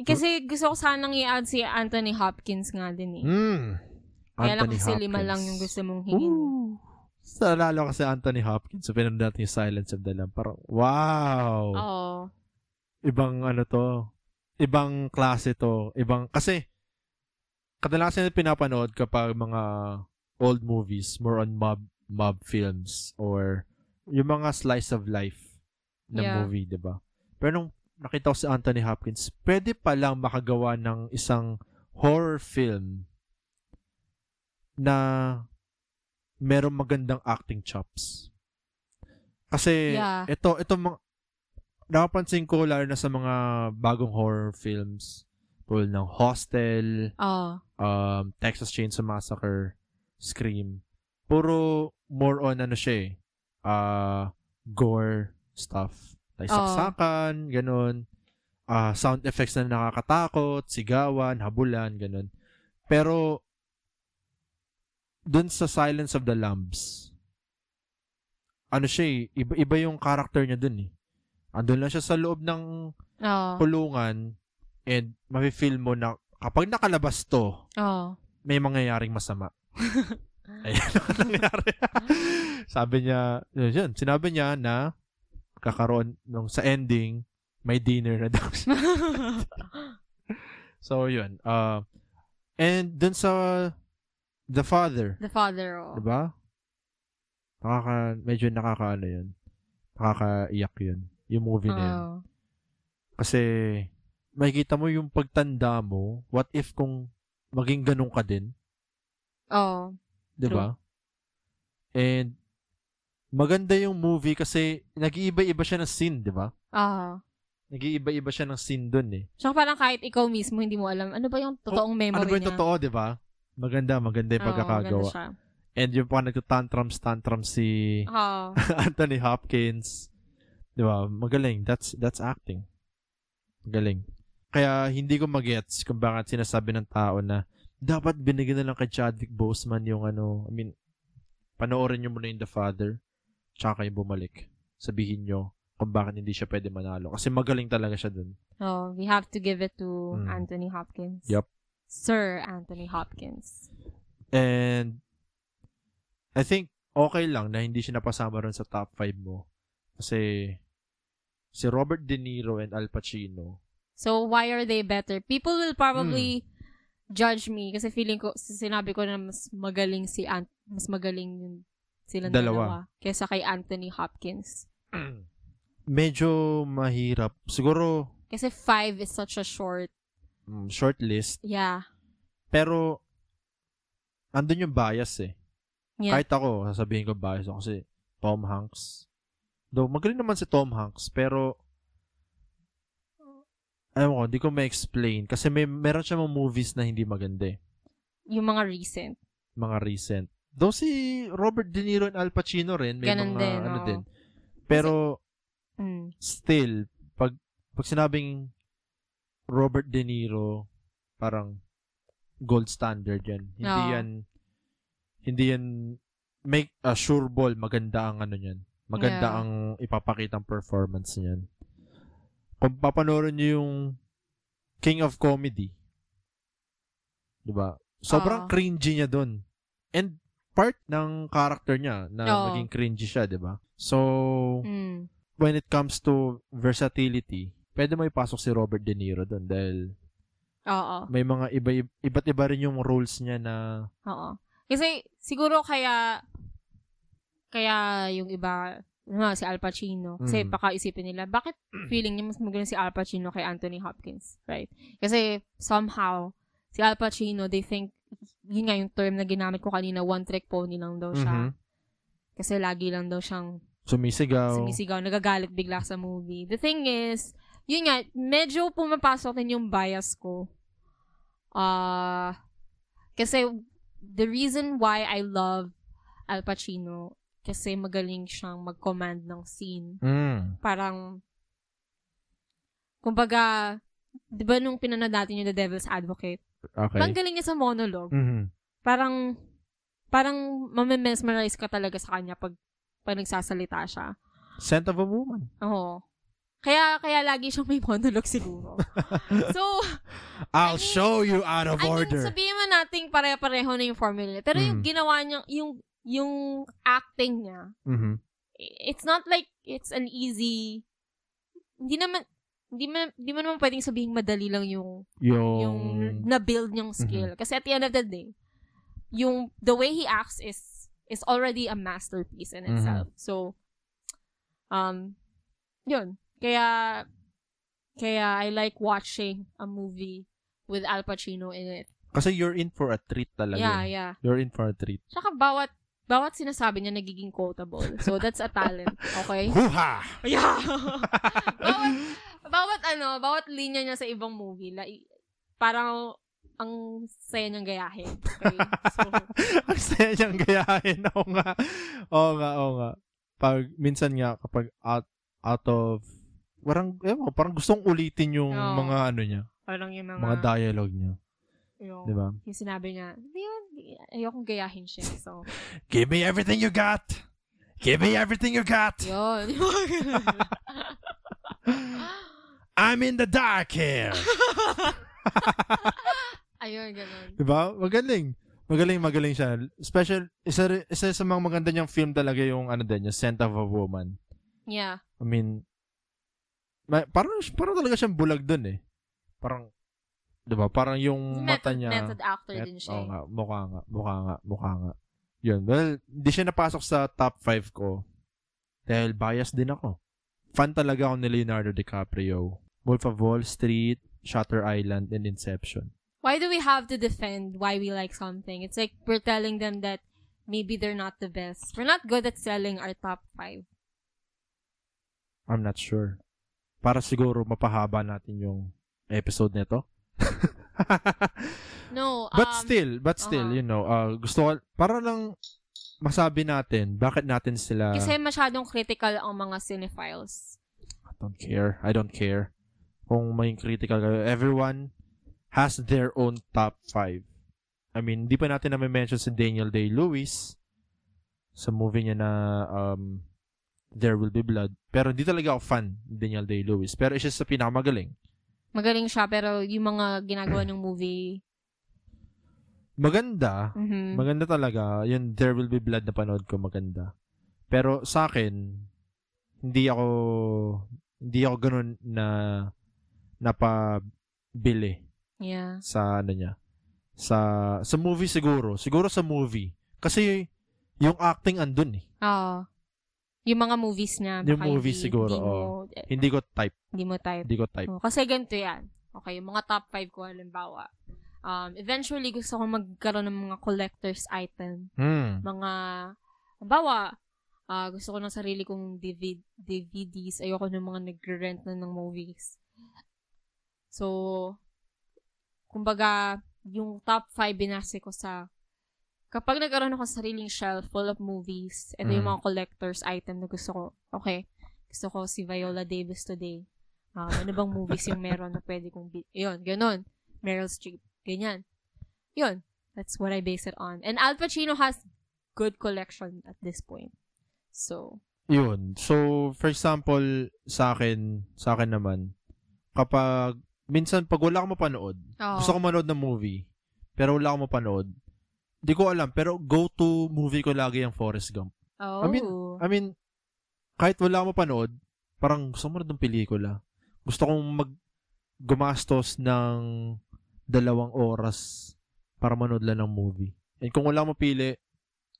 Speaker 3: Eh, Kasi gusto ko sanang i-add si Anthony Hopkins nga din eh.
Speaker 2: Mm.
Speaker 3: Kaya lang
Speaker 2: Anthony
Speaker 3: kasi
Speaker 2: Hopkins.
Speaker 3: lima lang yung gusto mong hingin.
Speaker 2: Ooh. Sa lalo kasi Anthony Hopkins, so pinanood natin yung Silence of the Lambs. Parang, wow!
Speaker 3: Oo.
Speaker 2: Ibang ano to. Ibang klase to. Ibang, kasi, kadalasan na pinapanood kapag mga old movies, more on mob, mob films, or yung mga slice of life na
Speaker 3: Yeah.
Speaker 2: movie, di ba? Pero nung nakita ko si Anthony Hopkins, pwede palang makagawa ng isang horror film na merong magandang acting chops. Kasi
Speaker 3: Yeah.
Speaker 2: ito ito mga napansin ko lalo na sa mga bagong horror films tulad ng Hostel,
Speaker 3: Oo.
Speaker 2: um, Texas Chainsaw Massacre, Scream. Puro more on ano siya eh, ah, gore stuff. Like
Speaker 3: Oo.
Speaker 2: saksakan, ganun. Ah, sound effects na nakakatakot, sigawan, habulan, ganun. Pero, dun sa Silence of the Lambs, ano siya eh, iba, iba yung character niya dun eh. Andun lang siya sa loob ng
Speaker 3: Oo.
Speaker 2: kulungan and mafe-feel mo na kapag nakalabas to,
Speaker 3: Oo.
Speaker 2: may mangyayaring masama. Ayan ang nangyari. Sabi niya, yun, yun, sinabi niya na kakaroon nung sa ending, may dinner na daw. siya. so, yun. Uh, and dun sa The Father,
Speaker 3: The Father, oo.
Speaker 2: Diba? Nakaka, medyo nakakaano yun. Nakakaiyak yun. Yung movie na yun.
Speaker 3: Oo.
Speaker 2: Kasi, makikita mo yung pagtanda mo, what if kung maging ganun ka din,
Speaker 3: Oo.
Speaker 2: di ba? And maganda yung movie kasi nag-iiba-iba siya ng scene, di ba?
Speaker 3: Ah.
Speaker 2: Nag-iiba-iba siya ng scene dun eh.
Speaker 3: Tsaka parang kahit ikaw mismo, hindi mo alam, ano ba yung totoong memory
Speaker 2: Ano ba yung
Speaker 3: niya?
Speaker 2: totoo, di ba? Maganda, maganda yung
Speaker 3: Oo,
Speaker 2: pagkakagawa.
Speaker 3: maganda siya.
Speaker 2: And yung pa nagtatantrums, tantrums si
Speaker 3: Oo.
Speaker 2: Anthony Hopkins. Di ba? Magaling. That's, that's acting. Magaling. Kaya hindi ko magets kung bakit sinasabi ng tao na dapat binigyan na lang kay Chadwick Boseman yung ano, I mean, panoorin nyo muna yung The Father, tsaka kayo bumalik. Sabihin nyo kung bakit hindi siya pwede manalo. Kasi magaling talaga siya dun.
Speaker 3: Oh, we have to give it to
Speaker 2: Mm.
Speaker 3: Anthony Hopkins.
Speaker 2: Yup.
Speaker 3: Sir Anthony Hopkins.
Speaker 2: And I think okay lang na hindi siya napasama ron sa top 5 mo. Kasi si Robert De Niro and Al Pacino.
Speaker 3: So, why are they better? People will probably judge me kasi feeling ko, sinabi ko na mas magaling si Ant, mas magaling yung silang
Speaker 2: Dalawa.
Speaker 3: dalawa. kesa kay Anthony Hopkins.
Speaker 2: Medyo mahirap. Siguro
Speaker 3: Kasi five is such a short,
Speaker 2: mm, short list.
Speaker 3: yeah.
Speaker 2: Pero andun yung bias eh.
Speaker 3: Yeah.
Speaker 2: Kahit ako, sasabihin ko bias ako kasi Tom Hanks. Though magaling naman si Tom Hanks, pero ayaw ko, hindi ko ma-explain. Kasi may, meron siya mga movies na hindi maganda eh.
Speaker 3: yung mga recent.
Speaker 2: mga recent. Though si Robert De Niro and Al Pacino rin, may
Speaker 3: Ganun
Speaker 2: mga
Speaker 3: din,
Speaker 2: ano
Speaker 3: oo.
Speaker 2: din. Pero
Speaker 3: Mm.
Speaker 2: still, pag, pag sinabing Robert De Niro, parang gold standard yan. Hindi
Speaker 3: Oo.
Speaker 2: yan, hindi yan, make a sure ball, maganda ang ano niyan. Maganda
Speaker 3: Yeah.
Speaker 2: ang ipapakitang performance niyan. Kung papanoorin niyo yung King of Comedy, 'di ba? Sobrang
Speaker 3: Oo.
Speaker 2: cringy niya doon. And part ng character niya na
Speaker 3: Oo.
Speaker 2: maging cringy siya, 'di ba? So,
Speaker 3: Mm.
Speaker 2: when it comes to versatility, pwede mo ipasok si Robert De Niro doon dahil
Speaker 3: Oo.
Speaker 2: may mga iba iba't iba rin yung roles niya na
Speaker 3: Oo. Kasi siguro kaya kaya yung iba ano nga, si Al Pacino. Kasi
Speaker 2: Mm.
Speaker 3: baka isipin nila, bakit feeling niya mas magaling si Al Pacino kay Anthony Hopkins? Right? Kasi somehow, si Al Pacino, they think, yun nga yung term na ginamit ko kanina, one-trick pony lang daw
Speaker 2: Mhm.
Speaker 3: siya. Kasi lagi lang daw siyang
Speaker 2: sumisigaw.
Speaker 3: sumisigaw, nagagalit bigla sa movie. The thing is, yun nga, medyo pumapasok din yung bias ko. Ah, kasi the reason why I love Al Pacino kasi magaling siyang mag-command ng scene.
Speaker 2: Mm.
Speaker 3: Parang, kumbaga, di ba nung pinanood natin yung The Devil's Advocate?
Speaker 2: Okay.
Speaker 3: Ang galing niya sa monologue.
Speaker 2: Mhm.
Speaker 3: Parang, parang mamemesmerize ka talaga sa kanya pag, pag nagsasalita siya.
Speaker 2: Scent of a Woman.
Speaker 3: Oo. Kaya, kaya lagi siyang may monologue siguro. so,
Speaker 2: I'll
Speaker 3: I mean-
Speaker 2: show you out of
Speaker 3: I mean,
Speaker 2: order.
Speaker 3: sabihin mo nating pare-pareho na yung formula. niya. Pero
Speaker 2: Mm.
Speaker 3: yung ginawa niya, yung, yung acting niya,
Speaker 2: Mhm.
Speaker 3: i- it's not like it's an easy, hindi naman, hindi man, hindi mo naman pwedeng sabihin madali lang yung,
Speaker 2: Yung,
Speaker 3: yung
Speaker 2: Mm-hmm.
Speaker 3: na-build niyang skill. Kasi at the end of the day, yung, the way he acts is, is already a masterpiece in
Speaker 2: Mhm.
Speaker 3: itself. So, um, yun. Kaya, kaya I like watching a movie with Al Pacino in it.
Speaker 2: kasi you're in for a treat talaga.
Speaker 3: Yeah, yeah.
Speaker 2: You're in for a treat.
Speaker 3: Tsaka bawat, bawat sinasabi niya nagiging quotable. So, that's a talent. Okay?
Speaker 2: Huha!
Speaker 3: Yeah! bawat, bawat ano, bawat linya niya sa ibang movie, like, parang ang saya niyang gayahin. Okay? So,
Speaker 2: Ang saya niyang gayahin. Oo nga. Oo nga, oo nga. Pag, minsan nga, kapag out, out of, parang, ewan, ko, parang gustong ulitin yung
Speaker 3: Oo.
Speaker 2: mga ano niya,
Speaker 3: parang yung mga,
Speaker 2: mga dialogue niya.
Speaker 3: yung,
Speaker 2: Di ba?
Speaker 3: yung sinabi niya, "Di yun, ayokong gayahin siya. So,
Speaker 2: Give me everything you got! Give me everything you got!
Speaker 3: yun.
Speaker 2: I'm in the dark here!
Speaker 3: Ayun, ganun.
Speaker 2: Diba? Magaling. Magaling, magaling siya. Special, isa, rin- isa sa mga maganda niyang film talaga yung, ano din, yung Scent of a Woman.
Speaker 3: Yeah.
Speaker 2: I mean, ma- parang, parang talaga siyang bulag dun eh. Parang, di ba? Parang yung mata
Speaker 3: Method,
Speaker 2: niya.
Speaker 3: method actor
Speaker 2: met-
Speaker 3: din siya.
Speaker 2: Oo
Speaker 3: eh.
Speaker 2: nga, mukha nga, mukha nga, mukha nga. Yun, well, di siya napasok sa top 5 ko. Dahil bias din ako. Fan talaga ako ni Leonardo DiCaprio. Wolf of Wall Street, Shutter Island, and Inception.
Speaker 3: Why do we have to defend why we like something? It's like we're telling them that maybe they're not the best. We're not good at selling our top five.
Speaker 2: I'm not sure. Para siguro mapahaba natin yung episode nito.
Speaker 3: No,
Speaker 2: but
Speaker 3: um,
Speaker 2: still, but still,
Speaker 3: uh-huh.
Speaker 2: you know, uh, gusto ko, para lang masabi natin, bakit natin sila,
Speaker 3: kasi masyadong critical ang mga cinephiles.
Speaker 2: I don't care, I don't care. Kung may critical kayo, everyone has their own top five. I mean, di pa natin na-mention si Daniel Day-Lewis sa movie niya na um, There Will Be Blood. Pero hindi talaga ako fan ni Daniel Day-Lewis. Pero isa sa pinakamagaling.
Speaker 3: Magaling siya, pero yung mga ginagawa ng movie,
Speaker 2: Maganda,
Speaker 3: mhm.
Speaker 2: Maganda talaga. Yun, There Will Be Blood na panood ko, maganda. Pero sa akin, hindi ako, hindi ako ganun na, napabili
Speaker 3: yeah.
Speaker 2: sa ano niya. Sa, sa movie siguro. Siguro sa movie. Kasi yung acting andun eh.
Speaker 3: Oo. Yung mga movies niya.
Speaker 2: Yung
Speaker 3: baka
Speaker 2: movies
Speaker 3: hindi-
Speaker 2: siguro,
Speaker 3: Hindi mo, eh,
Speaker 2: Hindi ko type.
Speaker 3: hindi mo type.
Speaker 2: Hindi ko type.
Speaker 3: Oh, kasi ganito yan. Okay, yung mga top 5 ko, halimbawa. Um, eventually, gusto ko magkaroon ng mga collector's item.
Speaker 2: Hmm.
Speaker 3: Mga, halimbawa, ah, gusto ko ng sarili kong DVD, DVDs. Ayoko ng mga nagre-rent na ng movies. So, kumbaga, yung top 5 binase ko sa kapag nagkaroon ako sa sariling shelf full of movies, ito yung
Speaker 2: Mm.
Speaker 3: mga collector's item na gusto ko. Okay, gusto ko si Viola Davis today. Ah, ano bang movies yung meron na pwede kong bi- Yun, ganun. Meryl Streep. Ganyan. Yun. That's what I base it on. And Al Pacino has good collection at this point. So,
Speaker 2: Yun. So, for example, sa akin, sa akin naman, kapag, minsan pag wala akong mapanood,
Speaker 3: oh,
Speaker 2: Gusto ko manood ng movie, pero wala akong mapanood. Hindi ko alam, pero go-to movie ko lagi ang Forrest Gump.
Speaker 3: oh,
Speaker 2: I mean, uh, I mean, kahit wala akong mapanood, parang gusto ko manood ng pelikula. Gusto kong mag gumastos ng dalawang oras para manood lang ng movie. And kung wala akong mapili,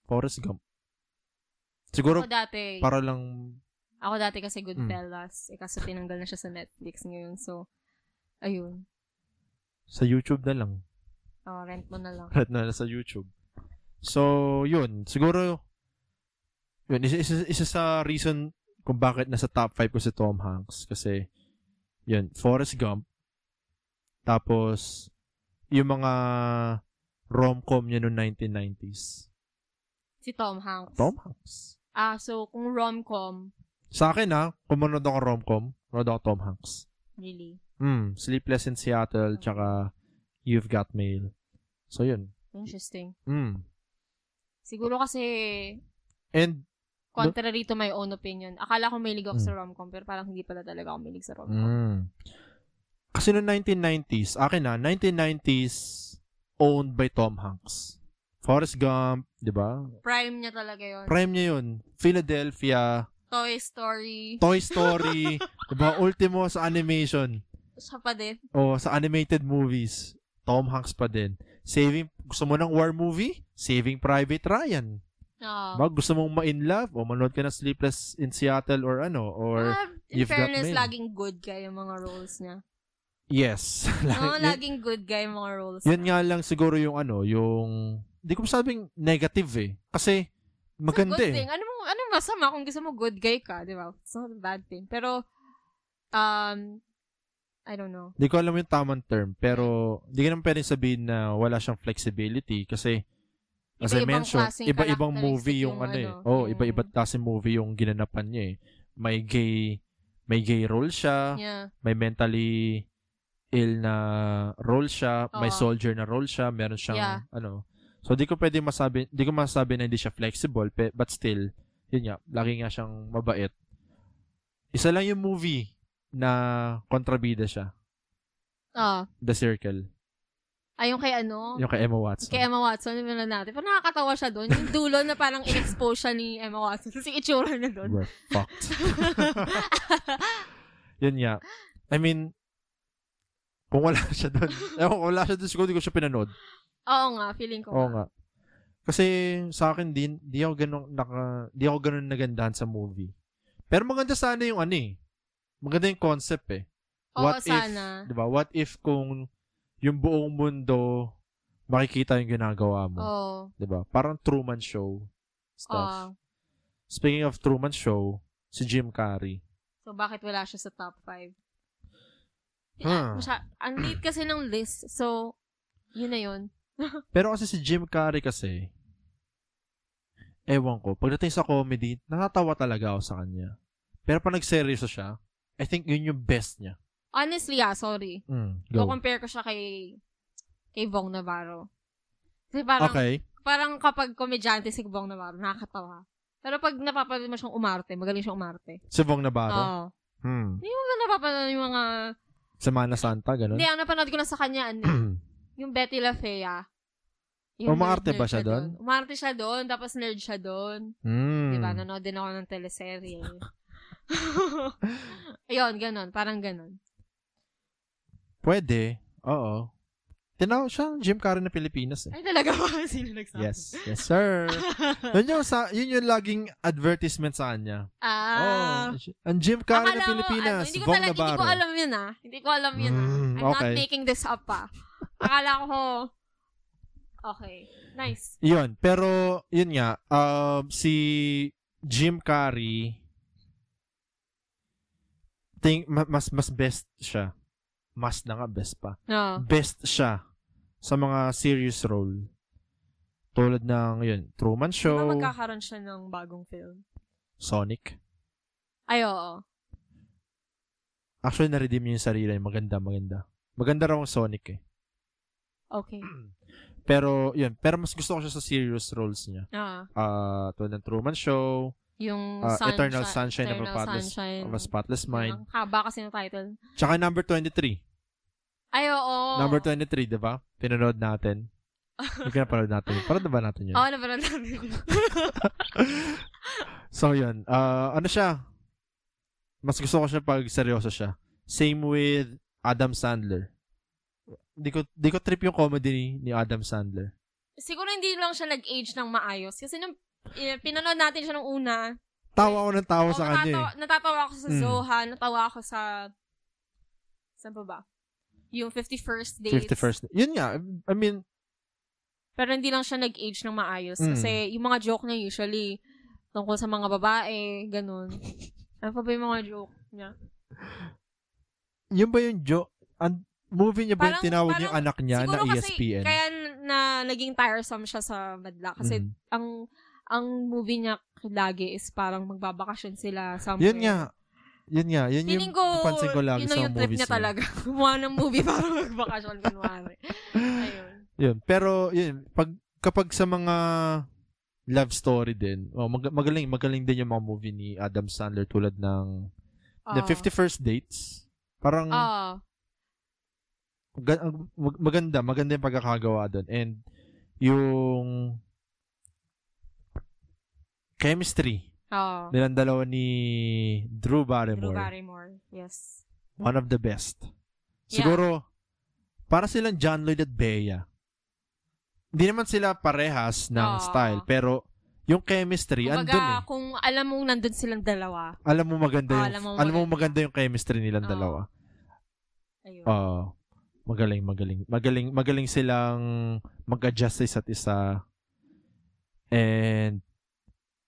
Speaker 2: Forrest Gump. Siguro,
Speaker 3: ako dati,
Speaker 2: para Mm. lang,
Speaker 3: ako dati kasi Goodfellas. Eh, kaso tinanggal na siya sa Netflix ngayon. So, ayun.
Speaker 2: sa YouTube na lang.
Speaker 3: Oh, rent mo na lang.
Speaker 2: at na sa YouTube. So, yun. Siguro, yun, isa, isa, isa sa reason kung bakit nasa top 5 ko si Tom Hanks. Kasi, yun, Forrest Gump. Tapos, yung mga rom-com niya noong 1990s.
Speaker 3: Si Tom Hanks.
Speaker 2: Tom Hanks.
Speaker 3: Ah, so, kung rom-com,
Speaker 2: Sa akin ha, kung manood ako rom-com, manood ako Tom Hanks.
Speaker 3: really.
Speaker 2: Mm, Sleepless in Seattle, tsaka You've Got Mail. So, yun.
Speaker 3: Interesting.
Speaker 2: Mm.
Speaker 3: Siguro kasi,
Speaker 2: And,
Speaker 3: contrary to my own opinion, akala ko mahilig ako
Speaker 2: Mm.
Speaker 3: sa rom-com, pero parang hindi pala talaga ako mahilig sa rom-com.
Speaker 2: Mm. Kasi noong 1990s, akin na, 1990s owned by Tom Hanks. Forrest Gump, di ba?
Speaker 3: Prime niya talaga yon.
Speaker 2: Prime niya yun. Philadelphia,
Speaker 3: Toy Story.
Speaker 2: Toy Story, di ba? Ultimo sa animation.
Speaker 3: siya pa din.
Speaker 2: O sa animated movies. Tom Hanks pa din. Saving, gusto mo ng war movie? Saving Private Ryan.
Speaker 3: Oo.
Speaker 2: Ba, gusto mong ma-in love? O manood ka ng Sleepless in Seattle or ano? Or,
Speaker 3: Ah, in
Speaker 2: You've Got
Speaker 3: fairness,
Speaker 2: Mail.
Speaker 3: laging good guy yung mga roles niya.
Speaker 2: yes.
Speaker 3: Oo,
Speaker 2: Yun-
Speaker 3: laging good guy yung mga roles.
Speaker 2: Yan nga lang siguro yung ano, yung hindi ko masabing negative eh. Kasi maganda
Speaker 3: good thing.
Speaker 2: eh.
Speaker 3: Ano mo, ano masama kung gusto mo good guy ka, di ba? It's not a bad thing. Pero, um, I don't know.
Speaker 2: Hindi ko alam yung tamang term, pero hindi ko naman pwedeng sabihin na wala siyang flexibility kasi as I
Speaker 3: Iba-ibang
Speaker 2: mentioned,
Speaker 3: klaseng
Speaker 2: iba-ibang
Speaker 3: characteristic
Speaker 2: movie yung,
Speaker 3: yung
Speaker 2: ano eh.
Speaker 3: ano,
Speaker 2: Oh,
Speaker 3: yung-
Speaker 2: iba-iba klase movie yung ginanapan niya eh. May gay may gay role siya,
Speaker 3: Yeah.
Speaker 2: may mentally ill na role siya, may
Speaker 3: Oo.
Speaker 2: soldier na role siya, meron siyang
Speaker 3: Yeah.
Speaker 2: ano. So di ko pwedeng masabi, di ko masabi na hindi siya flexible, pe- but still, yun nga, lagi nga siyang mabait. Isa lang yung movie na kontrabida siya,
Speaker 3: Ah,
Speaker 2: The Circle,
Speaker 3: ayun kay ano?
Speaker 2: yung kay Emma Watson.
Speaker 3: Kay Emma Watson, yung meron natin. Parang nakakatawa siya doon. Yung dulo na parang in-expose siya ni Emma Watson. Kasi itsura na doon.
Speaker 2: We're fucked. yun nga. I mean, kung wala siya doon, ewan ko, wala siya doon, siguro di ko siya pinanood.
Speaker 3: Oo nga, feeling ko.
Speaker 2: Oo
Speaker 3: nga.
Speaker 2: nga. Kasi sa akin din, di ako ganun naka, di ako ganun nagandahan sa movie. Pero maganda sana yung ano eh. Maganda yung concept eh.
Speaker 3: Oo,
Speaker 2: What if,
Speaker 3: sana.
Speaker 2: di ba? What if kung yung buong mundo makikita yung ginagawa mo.
Speaker 3: Oo.
Speaker 2: 'di ba? Parang Truman Show
Speaker 3: Ah.
Speaker 2: stuff. Speaking of Truman Show, si Jim Carrey.
Speaker 3: so, bakit wala siya sa top 5?
Speaker 2: Hmm.
Speaker 3: Masya, ang late kasi ng list. So, yun na yun.
Speaker 2: Pero kasi si Jim Carrey kasi, ewan ko, pagdating sa comedy, natatawa talaga ako sa kanya. Pero pag nagseryoso siya, I think yun yung best niya.
Speaker 3: Honestly, ah, sorry.
Speaker 2: Mm,
Speaker 3: Go.
Speaker 2: go.
Speaker 3: compare ko siya kay kay Bong Navarro. Kasi parang,
Speaker 2: Okay.
Speaker 3: parang kapag komedyante si Bong Navarro, nakakatawa. Pero pag napapanood mo siyang umarte, magaling siyang umarte.
Speaker 2: Si Bong
Speaker 3: Oo.
Speaker 2: Navarro.
Speaker 3: Oh.
Speaker 2: Hmm.
Speaker 3: Pag napapanood yung mga...
Speaker 2: Sa Mana Santa, ganun.
Speaker 3: Hindi, ang napanood ko na sa kanya, ano, yung Betty La Fea.
Speaker 2: Umaarte Oh, ba siya doon?
Speaker 3: Umarte siya doon, tapos nerd siya doon.
Speaker 2: Hmm.
Speaker 3: Diba, nanood din ako ng teleserye. Ayun, ganun. Parang ganun.
Speaker 2: Pwede. Oo. Tinawag siya Jim Carrey na Pilipinas eh.
Speaker 3: Ay, talaga ba? Sino nagsabi?
Speaker 2: Yes. Yes, sir. yun, yung sa, yun yung laging advertisement sa kanya.
Speaker 3: ah.
Speaker 2: Oh, ang Jim Carrey
Speaker 3: Akala
Speaker 2: ng
Speaker 3: ko,
Speaker 2: Pilipinas,
Speaker 3: ano, hindi ko
Speaker 2: Bong
Speaker 3: talaga,
Speaker 2: Navarro.
Speaker 3: hindi ko alam yun ah. Hindi ko alam yun ah.
Speaker 2: Mm,
Speaker 3: I'm
Speaker 2: okay.
Speaker 3: not making this up ah. Akala ko, okay. Nice.
Speaker 2: Yun, pero yun nga, um, si Jim Carrey, think, ma- mas, mas best siya. Mas na nga, best pa.
Speaker 3: No.
Speaker 2: Best siya sa mga serious role. Tulad ng, yun, Truman
Speaker 3: So,
Speaker 2: Show,
Speaker 3: magkakaroon siya ng bagong film?
Speaker 2: Sonic.
Speaker 3: Ay, oo.
Speaker 2: Actually, na-redeem niya yung sarili. Maganda, maganda. Maganda raw ang Sonic eh.
Speaker 3: Okay.
Speaker 2: Pero, yun. Pero mas gusto ko siya sa serious roles niya.
Speaker 3: Ah,
Speaker 2: Ah, tulad ng Truman Show,
Speaker 3: yung
Speaker 2: Ah,
Speaker 3: sunshine,
Speaker 2: Eternal Sunshine of a
Speaker 3: Eternal
Speaker 2: Spotless-
Speaker 3: Sunshine.
Speaker 2: of a Spotless Mind.
Speaker 3: Ang haba kasi ng title.
Speaker 2: Tsaka number 23.
Speaker 3: Ay, oo.
Speaker 2: Number 23, di ba? Pinanood natin. Hindi ko napanood natin. Parang na ba natin yun?
Speaker 3: Oo, napanood natin.
Speaker 2: so, yun. Ah, ano siya? Mas gusto ko siya pag seryoso siya. Same with Adam Sandler. Di ko, di ko trip yung comedy ni, ni Adam Sandler.
Speaker 3: Siguro hindi lang siya nag-age ng maayos. Kasi nung eh, pinanood natin siya nung una,
Speaker 2: Tawa ko ng tawa
Speaker 3: Oo,
Speaker 2: sa kanya eh.
Speaker 3: natatawa- Natatawa ako sa
Speaker 2: Mm.
Speaker 3: Zoha, natawa ako sa... Saan pa ba? Yung 51st Dates.
Speaker 2: 51st. eh. Yun nga. I mean,
Speaker 3: Pero hindi lang siya nag-age ng maayos.
Speaker 2: Mm.
Speaker 3: Kasi yung mga joke niya usually tungkol sa mga babae, ganun. ano pa ba yung mga joke niya?
Speaker 2: yun ba yung joke? An- movie niya ba yung
Speaker 3: Parang-
Speaker 2: tinawag
Speaker 3: parang-
Speaker 2: yung anak niya na E
Speaker 3: Siguro kasi
Speaker 2: ESPN?
Speaker 3: kaya na naging tiresome siya sa madla. Kasi
Speaker 2: Mm.
Speaker 3: ang ang movie niya lagi is parang magbabakasyon sila somewhere.
Speaker 2: Yun nga. Yun nga. Yun yung
Speaker 3: eh. Feeling ko,
Speaker 2: napansin ko lagi
Speaker 3: yun
Speaker 2: sa
Speaker 3: na
Speaker 2: mga
Speaker 3: yung trip
Speaker 2: movies
Speaker 3: niya talaga. Gumawa ng movie para magbakasyon, kunwari. Ayun.
Speaker 2: Yun. Pero, yun, pag, kapag sa mga love story din, oh, mag- magaling, magaling din yung mga movie ni Adam Sandler tulad ng the
Speaker 3: Ah.
Speaker 2: 51st Dates. Parang
Speaker 3: Ah.
Speaker 2: ga- ang mag- maganda, maganda yung pagkakagawa doon. And yung chemistry
Speaker 3: Oo.
Speaker 2: nilang dalawa ni Drew Barrymore.
Speaker 3: Drew Barrymore. Yes.
Speaker 2: One of the best.
Speaker 3: Yeah.
Speaker 2: Siguro, para silang John Lloyd at Bea. Hindi naman sila parehas ng
Speaker 3: Oo.
Speaker 2: style, pero yung chemistry, andun eh.
Speaker 3: Kumbaga, kung alam mong nandun silang dalawa,
Speaker 2: Alam mo maganda
Speaker 3: Oo,
Speaker 2: yung, oh, alam
Speaker 3: alam
Speaker 2: mo
Speaker 3: mo
Speaker 2: maganda, yung chemistry nilang
Speaker 3: Oo.
Speaker 2: dalawa.
Speaker 3: ayun.
Speaker 2: Oo. magaling, magaling. Magaling, magaling silang mag-adjust sa isa't isa. And,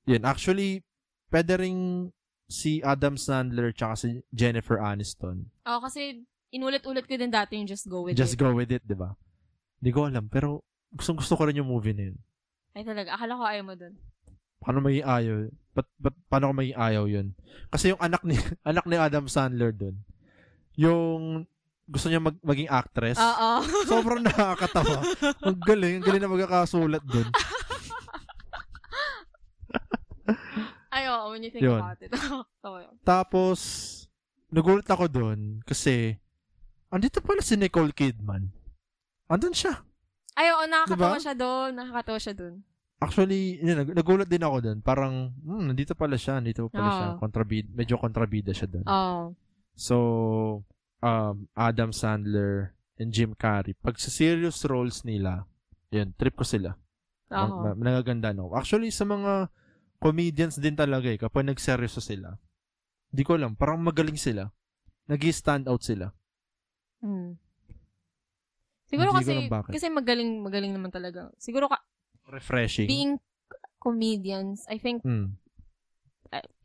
Speaker 2: yun. Actually, pwede ring si Adam Sandler tsaka si Jennifer Aniston
Speaker 3: Oo, Ah, kasi inulit-ulit ko din dati yung Just Go With
Speaker 2: Just
Speaker 3: It.
Speaker 2: go with it, di ba? Hindi ko alam, pero gustong gusto ko rin yung movie na yun.
Speaker 3: Ay talaga, akala ko ayaw mo dun.
Speaker 2: Paano maging ayaw? Ba't, ba't, paano ko maging ayaw yun? Kasi yung anak ni, anak ni Adam Sandler dun, yung gusto niya mag, maging actress,
Speaker 3: Oo.
Speaker 2: sobrang nakakatawa. Ang galing, ang galing na magkakasulat dun.
Speaker 3: Ay, oo, when you think
Speaker 2: Yun.
Speaker 3: about it. Oo, yun.
Speaker 2: Tapos, nagulat ako dun kasi, andito pala si Nicole Kidman. Andun siya.
Speaker 3: Ay, oo, nakakatawa
Speaker 2: Diba?
Speaker 3: siya doon. Nakakatawa siya doon.
Speaker 2: Actually, yun, nag- nagulat din ako dun. Parang, hmm, nandito pala siya, nandito pala siya.
Speaker 3: Oo.
Speaker 2: Kontrabid, medyo kontrabida siya dun.
Speaker 3: Oo.
Speaker 2: So, um, Adam Sandler and Jim Carrey, pag sa serious roles nila, yun, trip ko sila.
Speaker 3: Oo.
Speaker 2: Ma- ma- Nagaganda no. Actually, sa mga comedians din talaga eh, kapag nagseryoso sila, di ko alam, parang magaling sila. nag stand out sila.
Speaker 3: Mm. Hmm. Siguro
Speaker 2: Hindi ko
Speaker 3: kasi,
Speaker 2: alam bakit.
Speaker 3: kasi magaling, magaling naman talaga. Siguro ka,
Speaker 2: Refreshing.
Speaker 3: being comedians, I think,
Speaker 2: Mm.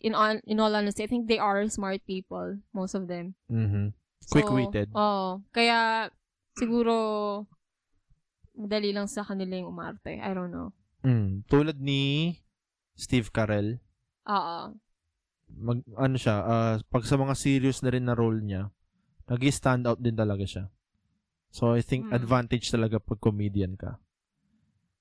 Speaker 3: in all, in all honesty, I think they are smart people, most of them.
Speaker 2: Mhm.
Speaker 3: So, oh.
Speaker 2: Quick-witted.
Speaker 3: Oo. kaya, siguro, madali lang sa kanila yung umarte. I don't know.
Speaker 2: Mm. Tulad ni Steve Carell.
Speaker 3: Oo.
Speaker 2: Mag, ano siya, ah, pag sa mga serious na rin na role niya, nag stand out din talaga siya. So, I think
Speaker 3: Mm.
Speaker 2: advantage talaga pag comedian ka.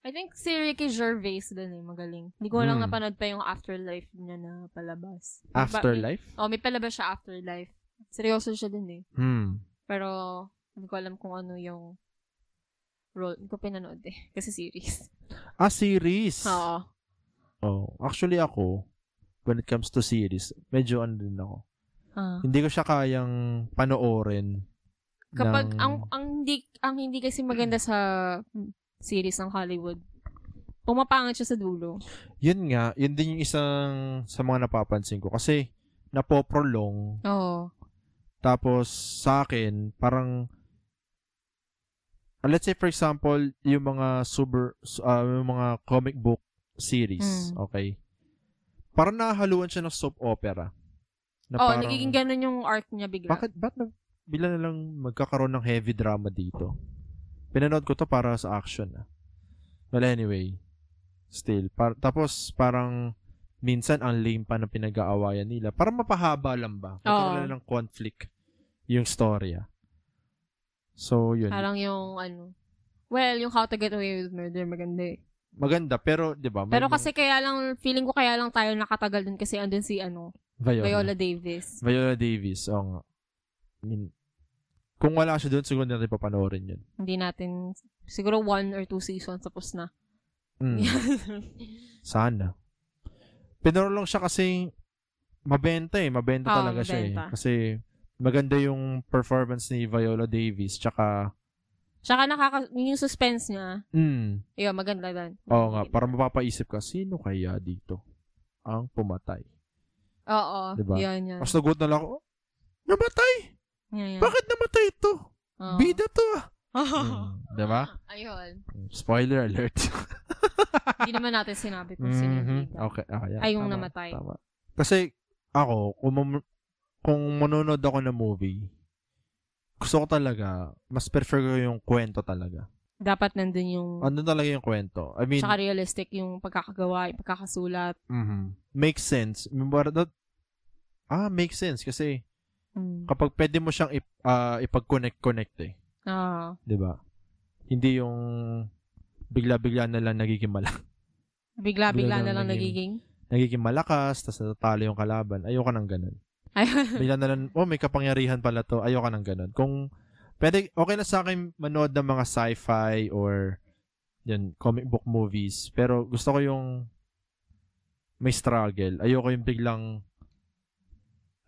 Speaker 3: I think si Ricky Gervais din eh, magaling. Hindi ko lang
Speaker 2: Hmm.
Speaker 3: napanood pa yung afterlife niya na palabas.
Speaker 2: Afterlife?
Speaker 3: Oo, oh, may palabas siya afterlife. Seryoso siya din eh.
Speaker 2: Hmm.
Speaker 3: Pero, hindi ko alam kung ano yung role. Hindi ko pinanood eh. Kasi series.
Speaker 2: Ah, series.
Speaker 3: Oo.
Speaker 2: Oh, actually ako, when it comes to series, medyo ano din ako.
Speaker 3: Ah.
Speaker 2: Hindi ko siya kayang panoorin.
Speaker 3: Kapag
Speaker 2: ng-
Speaker 3: ang ang hindi ang hindi kasi maganda sa series ng Hollywood. Pumapangit siya sa dulo.
Speaker 2: Yun nga, yun din yung isang sa mga napapansin ko. Kasi, napoprolong.
Speaker 3: Oo.
Speaker 2: Tapos, sa akin, parang, ah, let's say for example, yung mga super, s- ah, yung mga comic book series,
Speaker 3: Mm.
Speaker 2: okay? Parang nahaluan siya ng soap opera. Na
Speaker 3: Oo, nagiging ganun yung arc niya bigla.
Speaker 2: Bakit, ba't nag, bila na lang magkakaroon ng heavy drama dito? Pinanood ko to para sa action. Ah. Well, anyway, still. Par- tapos, parang, minsan, ang lame pa ng pinag-aawayan nila. Parang mapahaba lang ba? Magkakaroon
Speaker 3: Oo.
Speaker 2: na ng conflict yung story. Ah. So, yun.
Speaker 3: Parang yung ano. Well, yung How to Get Away with Murder maganda eh.
Speaker 2: Maganda, pero, di ba? may
Speaker 3: Pero
Speaker 2: mga-
Speaker 3: kasi kaya lang, feeling ko kaya lang tayo nakatagal dun kasi andun si ano,
Speaker 2: Viola. Viola,
Speaker 3: Viola Davis.
Speaker 2: Davis. Oo nga. I mean, kung wala siya doon, siguro natin papanoorin yun.
Speaker 3: Hindi natin, siguro one or two seasons tapos na.
Speaker 2: Mm. Sana. Pinarolong siya kasi mabenta eh. Mabenta
Speaker 3: Oo,
Speaker 2: talaga siya eh.
Speaker 3: mabenta.
Speaker 2: Kasi maganda yung performance ni Viola Davis. Tsaka,
Speaker 3: Tsaka nakaka, yung suspense niya,
Speaker 2: mm,
Speaker 3: yun, maganda din.
Speaker 2: oo nga, para mapapaisip ka, sino kaya dito ang pumatay?
Speaker 3: Oo,
Speaker 2: Diba?
Speaker 3: yun, yun.
Speaker 2: Mas nagot na lang ako, "Oh, namatay!
Speaker 3: Yun, yun.
Speaker 2: Bakit namatay ito?
Speaker 3: Oo.
Speaker 2: Bida to ah!
Speaker 3: Oo.
Speaker 2: Mm, diba?
Speaker 3: Ayun.
Speaker 2: Spoiler alert.
Speaker 3: Hindi naman natin sinabi kung sino yung
Speaker 2: Mhm.
Speaker 3: bida.
Speaker 2: Okay, ah, yan.
Speaker 3: Ay, yung
Speaker 2: Tama,
Speaker 3: namatay.
Speaker 2: Tama. Kasi ako, kung, mam- kung manonood ako ng movie, gusto ko talaga, mas prefer ko yung kwento talaga.
Speaker 3: Dapat nandun yung,
Speaker 2: Ano talaga yung kwento? I mean,
Speaker 3: tsaka realistic yung pagkakagawa, yung pagkakasulat.
Speaker 2: mhm, makes sense. But that, ah, makes sense kasi
Speaker 3: Mm.
Speaker 2: kapag pwede mo siyang ip, ah, ipag-connect-connect eh.
Speaker 3: Ah.
Speaker 2: 'Di ba? Hindi yung bigla-bigla na lang nagiging malak Bigla
Speaker 3: Bigla-bigla na
Speaker 2: na
Speaker 3: lang
Speaker 2: naging-
Speaker 3: nagiging.
Speaker 2: nagiging malakas, tapos natatalo yung kalaban. Ayoko nang ganun.
Speaker 3: Ayun.
Speaker 2: bigla na lang, oh, may kapangyarihan pala to. Ayoko ng ganun. Kung, pwede, okay na sa akin manood ng mga sci-fi or, yun, comic book movies. Pero gusto ko yung may struggle. Ayoko yung biglang,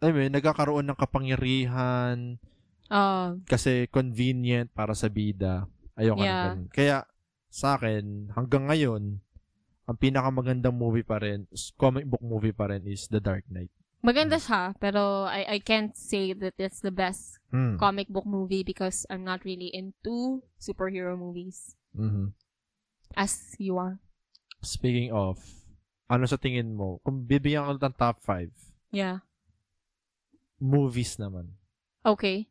Speaker 2: I mean, nagkakaroon ng kapangyarihan
Speaker 3: Ah.
Speaker 2: kasi convenient para sa bida. Ayoko ng
Speaker 3: Yeah.
Speaker 2: ganun. Kaya, sa akin, hanggang ngayon, ang pinakamagandang movie pa rin, comic book movie pa rin is The Dark Knight.
Speaker 3: Maganda siya, pero I I can't say that it's the best
Speaker 2: Mm.
Speaker 3: comic book movie because I'm not really into superhero movies
Speaker 2: Mhm.
Speaker 3: as you are.
Speaker 2: Speaking of, ano sa tingin mo? Kung bibigyan ko ng top 5,
Speaker 3: Yeah.
Speaker 2: movies naman.
Speaker 3: Okay.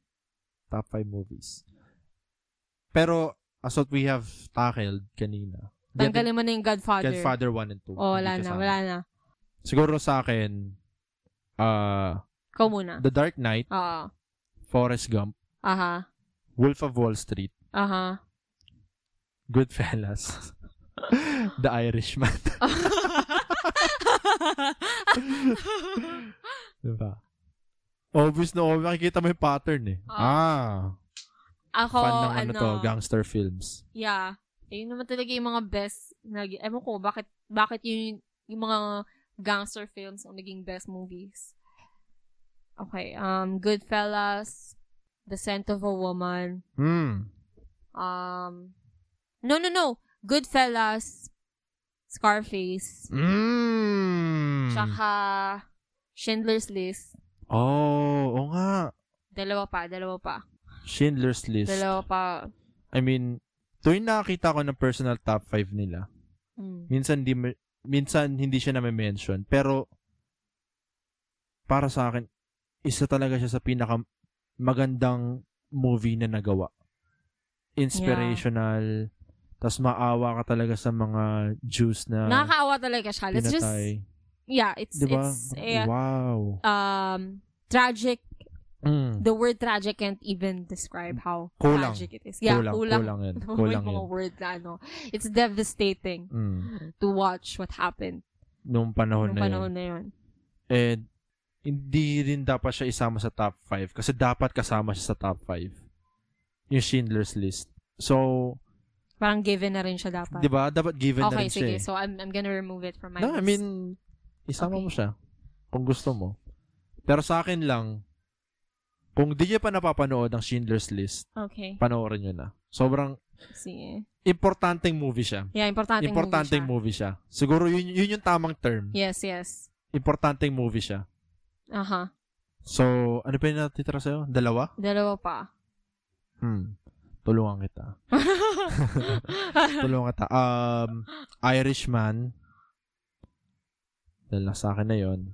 Speaker 2: Top 5 movies. Pero, as what we have tackled kanina. di natin-
Speaker 3: Tanggalin mo na yung Godfather.
Speaker 2: Godfather 1 and 2.
Speaker 3: Oh, wala
Speaker 2: Hindi
Speaker 3: na,
Speaker 2: kasama.
Speaker 3: wala na.
Speaker 2: Siguro sa akin, uh,
Speaker 3: Ikaw muna.
Speaker 2: The Dark Knight,
Speaker 3: Oo.
Speaker 2: Forrest Gump,
Speaker 3: Aha.
Speaker 2: Wolf of Wall Street,
Speaker 3: Aha.
Speaker 2: Goodfellas, The Irishman. diba? Obvious na, oh, makikita mo yung pattern eh. ah,
Speaker 3: Ako,
Speaker 2: fan ng ano,
Speaker 3: ano,
Speaker 2: to, gangster films.
Speaker 3: yeah. Ayun naman talaga yung mga best na, ewan ko, bakit, bakit yun, yung mga gangster films ang naging best movies. Okay, um, Goodfellas, The Scent of a Woman,
Speaker 2: Hmm.
Speaker 3: um, no, no, no, Goodfellas, Scarface,
Speaker 2: Mm.
Speaker 3: tsaka Schindler's List,
Speaker 2: Oh, oo nga.
Speaker 3: dalawa pa, dalawa pa,
Speaker 2: Schindler's List.
Speaker 3: dalawa pa,
Speaker 2: I mean, tuwing nakakita ko ng personal top 5 nila,
Speaker 3: Mm.
Speaker 2: minsan di ma- minsan hindi siya na-mention pero para sa akin isa talaga siya sa pinaka magandang movie na nagawa inspirational tas maawa ka talaga sa mga Jews na
Speaker 3: Nakakaawa talaga siya. Let's just,
Speaker 2: Ah, pinatay
Speaker 3: yeah, it's,
Speaker 2: diba
Speaker 3: it's, eh,
Speaker 2: wow
Speaker 3: um, tragic.
Speaker 2: mm.
Speaker 3: The word tragic can't even describe how
Speaker 2: Kulang.
Speaker 3: tragic it is. Yeah,
Speaker 2: kulang
Speaker 3: kulang. Oh
Speaker 2: kulang yan
Speaker 3: May
Speaker 2: kulang
Speaker 3: mga
Speaker 2: yan
Speaker 3: word na ano. It's devastating
Speaker 2: mm.
Speaker 3: to watch what happened
Speaker 2: nung panahon Oh,
Speaker 3: nung
Speaker 2: na
Speaker 3: panahon
Speaker 2: yun
Speaker 3: na yun.
Speaker 2: and hindi rin dapat siya isama sa top 5 kasi dapat kasama siya sa top 5 yung Schindler's List so
Speaker 3: Parang given na rin siya
Speaker 2: Di
Speaker 3: dapat.
Speaker 2: ba? Dapat given na rin
Speaker 3: Okay,
Speaker 2: siya.
Speaker 3: sige.
Speaker 2: eh.
Speaker 3: So, I'm, I'm gonna remove it from my
Speaker 2: no, I
Speaker 3: list.
Speaker 2: mean, isama
Speaker 3: Okay.
Speaker 2: mo siya kung gusto mo. Pero sa akin lang, kung di niyo pa napapanood ang Schindler's List,
Speaker 3: Okay.
Speaker 2: panoorin niyo na. Sobrang
Speaker 3: Sige.
Speaker 2: importanteng movie siya.
Speaker 3: Yeah, importanteng,
Speaker 2: importanteng
Speaker 3: movie
Speaker 2: movie siya. Siguro yun, yun yung tamang term.
Speaker 3: siya. Yes, yes. Uh-huh.
Speaker 2: Importanteng movie siya.
Speaker 3: Aha.
Speaker 2: So, ano pa yung natitira sa'yo? Dalawa?
Speaker 3: Dalawa pa.
Speaker 2: Hmm. Tulungan kita. Tulungan kita. Um, Irishman. Dahil nasa akin na yon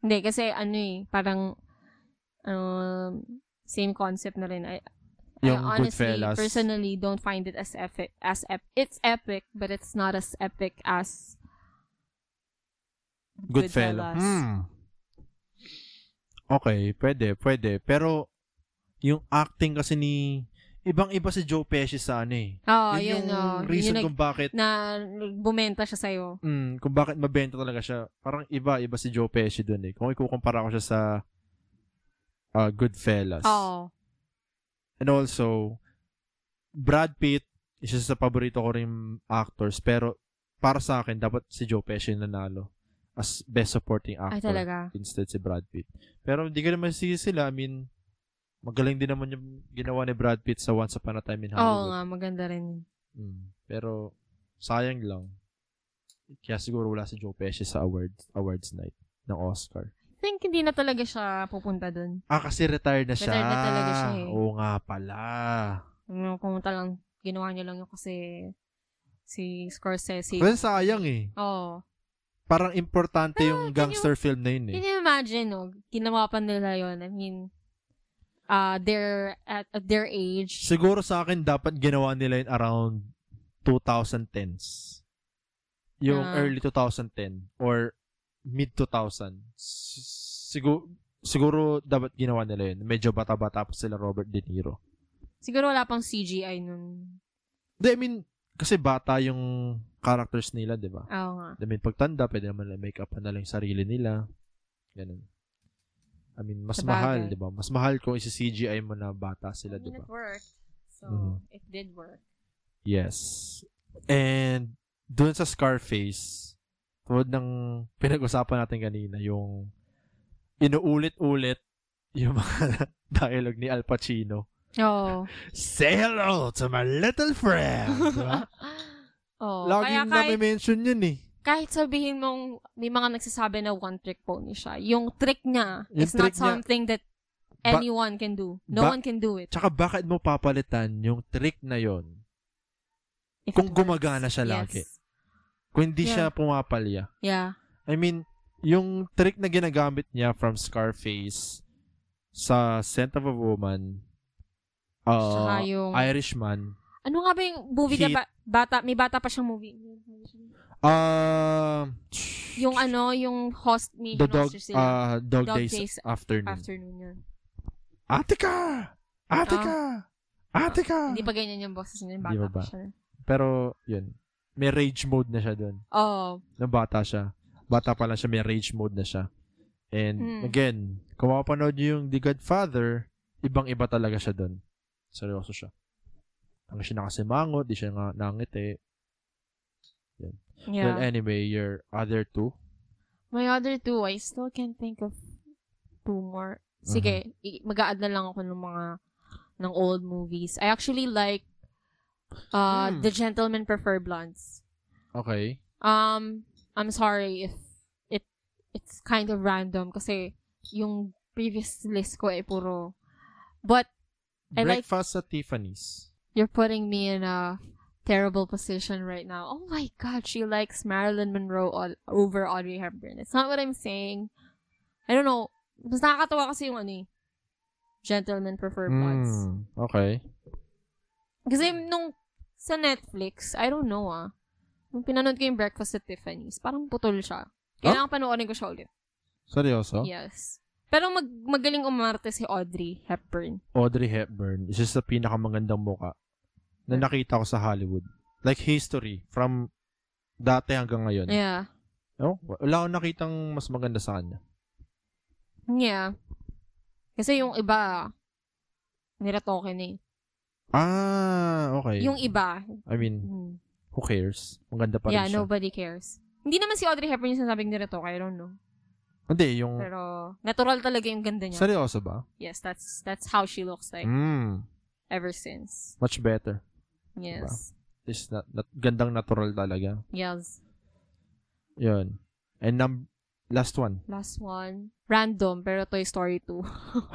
Speaker 3: Hindi, kasi ano eh, parang um, same concept na rin. I, I
Speaker 2: Yung
Speaker 3: honestly,
Speaker 2: Goodfellas.
Speaker 3: personally, don't find it as epic. As ep- it's epic, but it's not as epic as
Speaker 2: Goodfellas. Hmm. Okay, pwede, pwede. Pero, yung acting kasi ni... Ibang-iba si Joe Pesci sa ano eh.
Speaker 3: Oh,
Speaker 2: Yun
Speaker 3: yun, oh. Yun
Speaker 2: reason
Speaker 3: yung
Speaker 2: kung bakit
Speaker 3: nag- na bumenta siya sa'yo.
Speaker 2: mm, kung bakit mabenta talaga siya. Parang iba, iba si Joe Pesci dun eh. Kung ikukumpara ko siya sa uh, Goodfellas.
Speaker 3: Oh.
Speaker 2: And also, Brad Pitt, isa sa paborito ko rin actors. Pero, para sa akin, dapat si Joe Pesci nanalo as best supporting actor
Speaker 3: Ay, talaga.
Speaker 2: instead si Brad Pitt. Pero hindi ko naman sige sila. I mean, magaling din naman yung ginawa ni Brad Pitt sa Once Upon a Time in
Speaker 3: Oo oh,
Speaker 2: Hollywood.
Speaker 3: nga, maganda rin.
Speaker 2: Mm. Pero, sayang lang. Kaya siguro wala si Joe Pesci sa awards, awards night ng Oscar.
Speaker 3: I think hindi na talaga siya pupunta dun.
Speaker 2: Ah, kasi retired na siya.
Speaker 3: Retired na talaga siya eh.
Speaker 2: Oo nga pala.
Speaker 3: Ano, Pumunta lang, ginawa niya lang yun kasi si Scorsese.
Speaker 2: Kasi sayang eh.
Speaker 3: Oh.
Speaker 2: Parang importante
Speaker 3: can
Speaker 2: yung
Speaker 3: you-
Speaker 2: gangster film na yun eh.
Speaker 3: Can you imagine, no? Ginawa pa nila yun. I mean, uh, they're at, at their age.
Speaker 2: Siguro sa akin, dapat ginawa nila yun around 2010s. Yung
Speaker 3: Ah.
Speaker 2: early 2010 or mid-2000. Siguro, siguro dapat ginawa nila yun. Medyo bata-bata pa sila Robert De Niro.
Speaker 3: Siguro wala pang CGI nun.
Speaker 2: Hindi, I mean, kasi bata yung characters nila, di ba?
Speaker 3: Oo nga.
Speaker 2: I mean, pagtanda, pwede naman na make up na lang yung sarili nila. Ganun. I mean, mas
Speaker 3: Sabagay.
Speaker 2: mahal, di ba? Mas mahal kung isi-CGI mo na bata sila, diba? di
Speaker 3: I mean,
Speaker 2: ba?
Speaker 3: it worked. So,
Speaker 2: Mhm.
Speaker 3: it did work.
Speaker 2: Yes. And doon sa Scarface, tulad ng pinag-usapan natin kanina, yung inuulit-ulit yung mga dialogue ni Al Pacino.
Speaker 3: Oo.
Speaker 2: Say hello to my little friend. Diba?
Speaker 3: Oh, kaya
Speaker 2: Laging
Speaker 3: kahit,
Speaker 2: nami-mention yun eh.
Speaker 3: kahit sabihin mong may mga nagsasabi na one trick pony siya, yung trick niya
Speaker 2: Yung
Speaker 3: is not
Speaker 2: trick niya-
Speaker 3: something that
Speaker 2: Ba-
Speaker 3: anyone can do. No
Speaker 2: ba-
Speaker 3: one can do it.
Speaker 2: Tsaka bakit mo papalitan yung trick na yon
Speaker 3: if
Speaker 2: kung
Speaker 3: it works.
Speaker 2: gumagana siya lagi?
Speaker 3: Yes.
Speaker 2: kung hindi
Speaker 3: Yeah.
Speaker 2: siya pumapalya?
Speaker 3: Yeah.
Speaker 2: I mean, yung trick na ginagamit niya from Scarface sa Scent of a Woman,
Speaker 3: Tsaka
Speaker 2: uh,
Speaker 3: yung-
Speaker 2: Irishman,
Speaker 3: Ano nga ba yung movie na
Speaker 2: Heat.
Speaker 3: ba- bata, may bata pa siyang movie.
Speaker 2: uh,
Speaker 3: Yung ano, yung host, may
Speaker 2: the dog, um,
Speaker 3: hostage sila.
Speaker 2: uh, dog,
Speaker 3: Dog
Speaker 2: Days,
Speaker 3: Days
Speaker 2: Afternoon.
Speaker 3: afternoon yun.
Speaker 2: Ate ka! Ate ka!
Speaker 3: Ah.
Speaker 2: Ate ka!
Speaker 3: Hindi pa ganyan yung boses niya, yung
Speaker 2: Hindi
Speaker 3: bata
Speaker 2: pa ba?
Speaker 3: pa siya.
Speaker 2: Pero, yun. May rage mode na siya dun.
Speaker 3: Oh,
Speaker 2: Nung bata siya. Bata pa lang siya, may rage mode na siya. And
Speaker 3: Hmm.
Speaker 2: again, kung mapapanood niyo yung The Godfather, ibang-iba talaga siya doon. Seryoso siya. Ang siya nakasimangot, di siya nga nangiti. Well, eh.
Speaker 3: yeah.
Speaker 2: anyway, your other two.
Speaker 3: My other two, I still can't think of two more. Sige,
Speaker 2: Uh-huh.
Speaker 3: i- mag-a-add na lang ako ng mga ng old movies. I actually like uh,
Speaker 2: Hmm.
Speaker 3: The Gentlemen Prefer Blondes.
Speaker 2: Okay.
Speaker 3: Um, I'm sorry if it it's kind of random kasi yung previous list ko ay puro eh, but I like-
Speaker 2: Breakfast at Tiffany's.
Speaker 3: you're putting me in a terrible position right now. Oh my god, she likes Marilyn Monroe all over Audrey Hepburn. It's not what I'm saying. I don't know. Mas nakakatawa kasi yung ano eh. Gentlemen prefer plots.
Speaker 2: Mm, okay.
Speaker 3: Kasi nung sa Netflix, I don't know ah. Nung pinanood ko yung Breakfast at Tiffany's, parang putol siya. Kailangan panoorin ko siya ulit.
Speaker 2: Seryoso?
Speaker 3: Yes. Pero mag magaling umarte si Audrey Hepburn.
Speaker 2: Audrey Hepburn is just the pinakamagandang muka na nakita ko sa Hollywood. Like history, from dati hanggang ngayon.
Speaker 3: Yeah.
Speaker 2: No? Wala akong nakitang mas maganda sa kanya.
Speaker 3: Yeah. Kasi yung iba, niratoke na eh.
Speaker 2: Ah, okay.
Speaker 3: Yung iba,
Speaker 2: I mean,
Speaker 3: hmm.
Speaker 2: who cares? Maganda pa rin
Speaker 3: yeah,
Speaker 2: siya.
Speaker 3: nobody cares. Hindi naman si Audrey Hepburn yung sinasabing niratoke, I don't know.
Speaker 2: Hindi, yung...
Speaker 3: Pero, natural talaga yung ganda niya.
Speaker 2: Seryoso ba?
Speaker 3: Yes, that's that's how she looks like
Speaker 2: Mm,
Speaker 3: ever since.
Speaker 2: much better.
Speaker 3: Yes.
Speaker 2: This na, nat- gandang natural talaga.
Speaker 3: Yes.
Speaker 2: Yun. And num- last one.
Speaker 3: Last one. Random, pero Toy Story 2.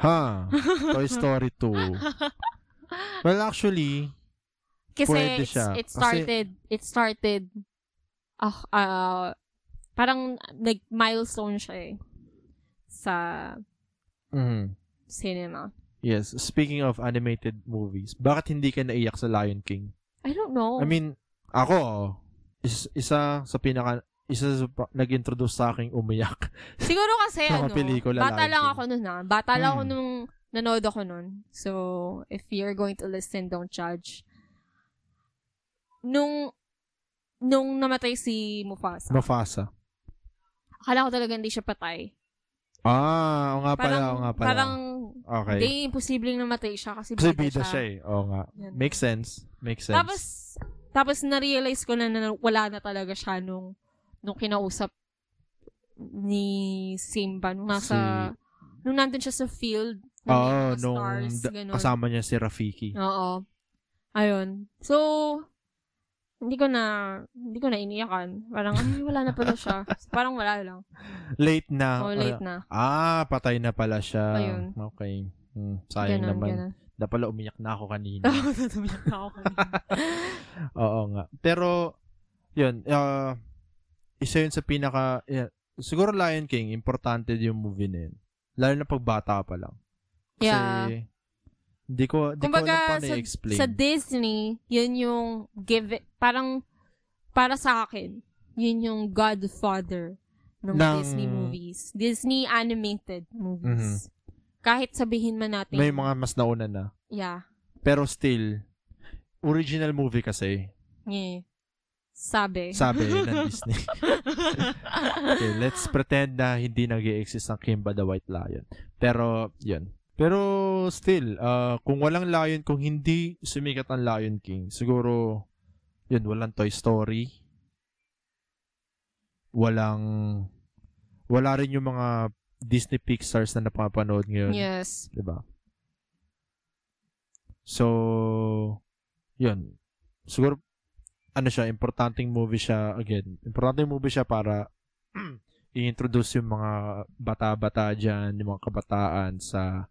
Speaker 2: Ha? Toy Story 2. Well, actually,
Speaker 3: Kasi
Speaker 2: Pwede
Speaker 3: it's,
Speaker 2: siya.
Speaker 3: it
Speaker 2: Kasi-
Speaker 3: started, it started, ah, ah, parang like milestone siya eh sa
Speaker 2: mhm.
Speaker 3: cinema.
Speaker 2: yes, speaking of animated movies, bakit hindi ka naiyak sa Lion King?
Speaker 3: I don't know.
Speaker 2: I mean, ako, is, isa sa pinaka, isa sa pa- nag-introduce sa aking umiyak.
Speaker 3: Siguro kasi
Speaker 2: Sa mga
Speaker 3: ano,
Speaker 2: pelikula
Speaker 3: bata
Speaker 2: lagi.
Speaker 3: lang ako nun ha. Bata lang ako
Speaker 2: Hmm.
Speaker 3: nung nanood ako nun. So, if you're going to listen, don't judge. Nung, nung namatay si Mufasa,
Speaker 2: Mufasa.
Speaker 3: akala ko talaga hindi siya patay.
Speaker 2: Ah, o nga pala,
Speaker 3: Parang,
Speaker 2: o nga pala.
Speaker 3: parang,
Speaker 2: okay.
Speaker 3: hindi, imposibleng namatay siya kasi,
Speaker 2: Kasi bida siya eh. Oo nga.
Speaker 3: Yan.
Speaker 2: Makes sense. Makes sense.
Speaker 3: Tapos, tapos na-realize ko na, na wala na talaga siya nung, nung kinausap ni Simba. Nung nasa, nung nandun siya sa field. nung may
Speaker 2: Oo,
Speaker 3: mga
Speaker 2: Ah, nung
Speaker 3: stars,
Speaker 2: da-
Speaker 3: ganun. Oh.
Speaker 2: kasama niya si Rafiki.
Speaker 3: Oo. Ayun. So, hindi ko na, hindi ko na iniyakan. Parang, ay, wala na pala siya. Parang wala lang.
Speaker 2: Late na.
Speaker 3: Oh, late na.
Speaker 2: Ah, patay na pala siya.
Speaker 3: Ayun.
Speaker 2: Okay. Hmm, sayang
Speaker 3: Ganun,
Speaker 2: naman.
Speaker 3: ganun.
Speaker 2: Na pala umiyak na ako kanina.
Speaker 3: Natumiyak na ako kanina.
Speaker 2: Oo nga. Pero, yun, ah, isa yun sa pinaka, yeah, siguro Lion King, importante yung movie na yun. Lalo na pagbata pa lang. Kasi,
Speaker 3: Yeah.
Speaker 2: di ko, di ko alam
Speaker 3: Kumbaga,
Speaker 2: paano
Speaker 3: sa,
Speaker 2: i-explain.
Speaker 3: sa Disney, yun yung give it, parang, para sa akin, yun yung godfather ng,
Speaker 2: Ng-
Speaker 3: Disney movies. Disney animated movies. Kahit sabihin man natin,
Speaker 2: Mhm. May mga mas nauna na.
Speaker 3: yeah,
Speaker 2: Pero still, original movie kasi,
Speaker 3: yeah, sabi.
Speaker 2: sabi ng Disney. okay, let's pretend na hindi nag exist ang Kimba the White Lion. Pero, yun. Pero, still, ah, kung walang Lion, kung hindi sumikat ang Lion King, siguro, yun, walang Toy Story. Walang, wala rin yung mga Disney Pixars na napapanood ngayon.
Speaker 3: Yes.
Speaker 2: Diba? So, yun. Siguro, ano siya, importanteng movie siya, again, importanteng movie siya para i-introduce yung mga bata-bata dyan, yung mga kabataan sa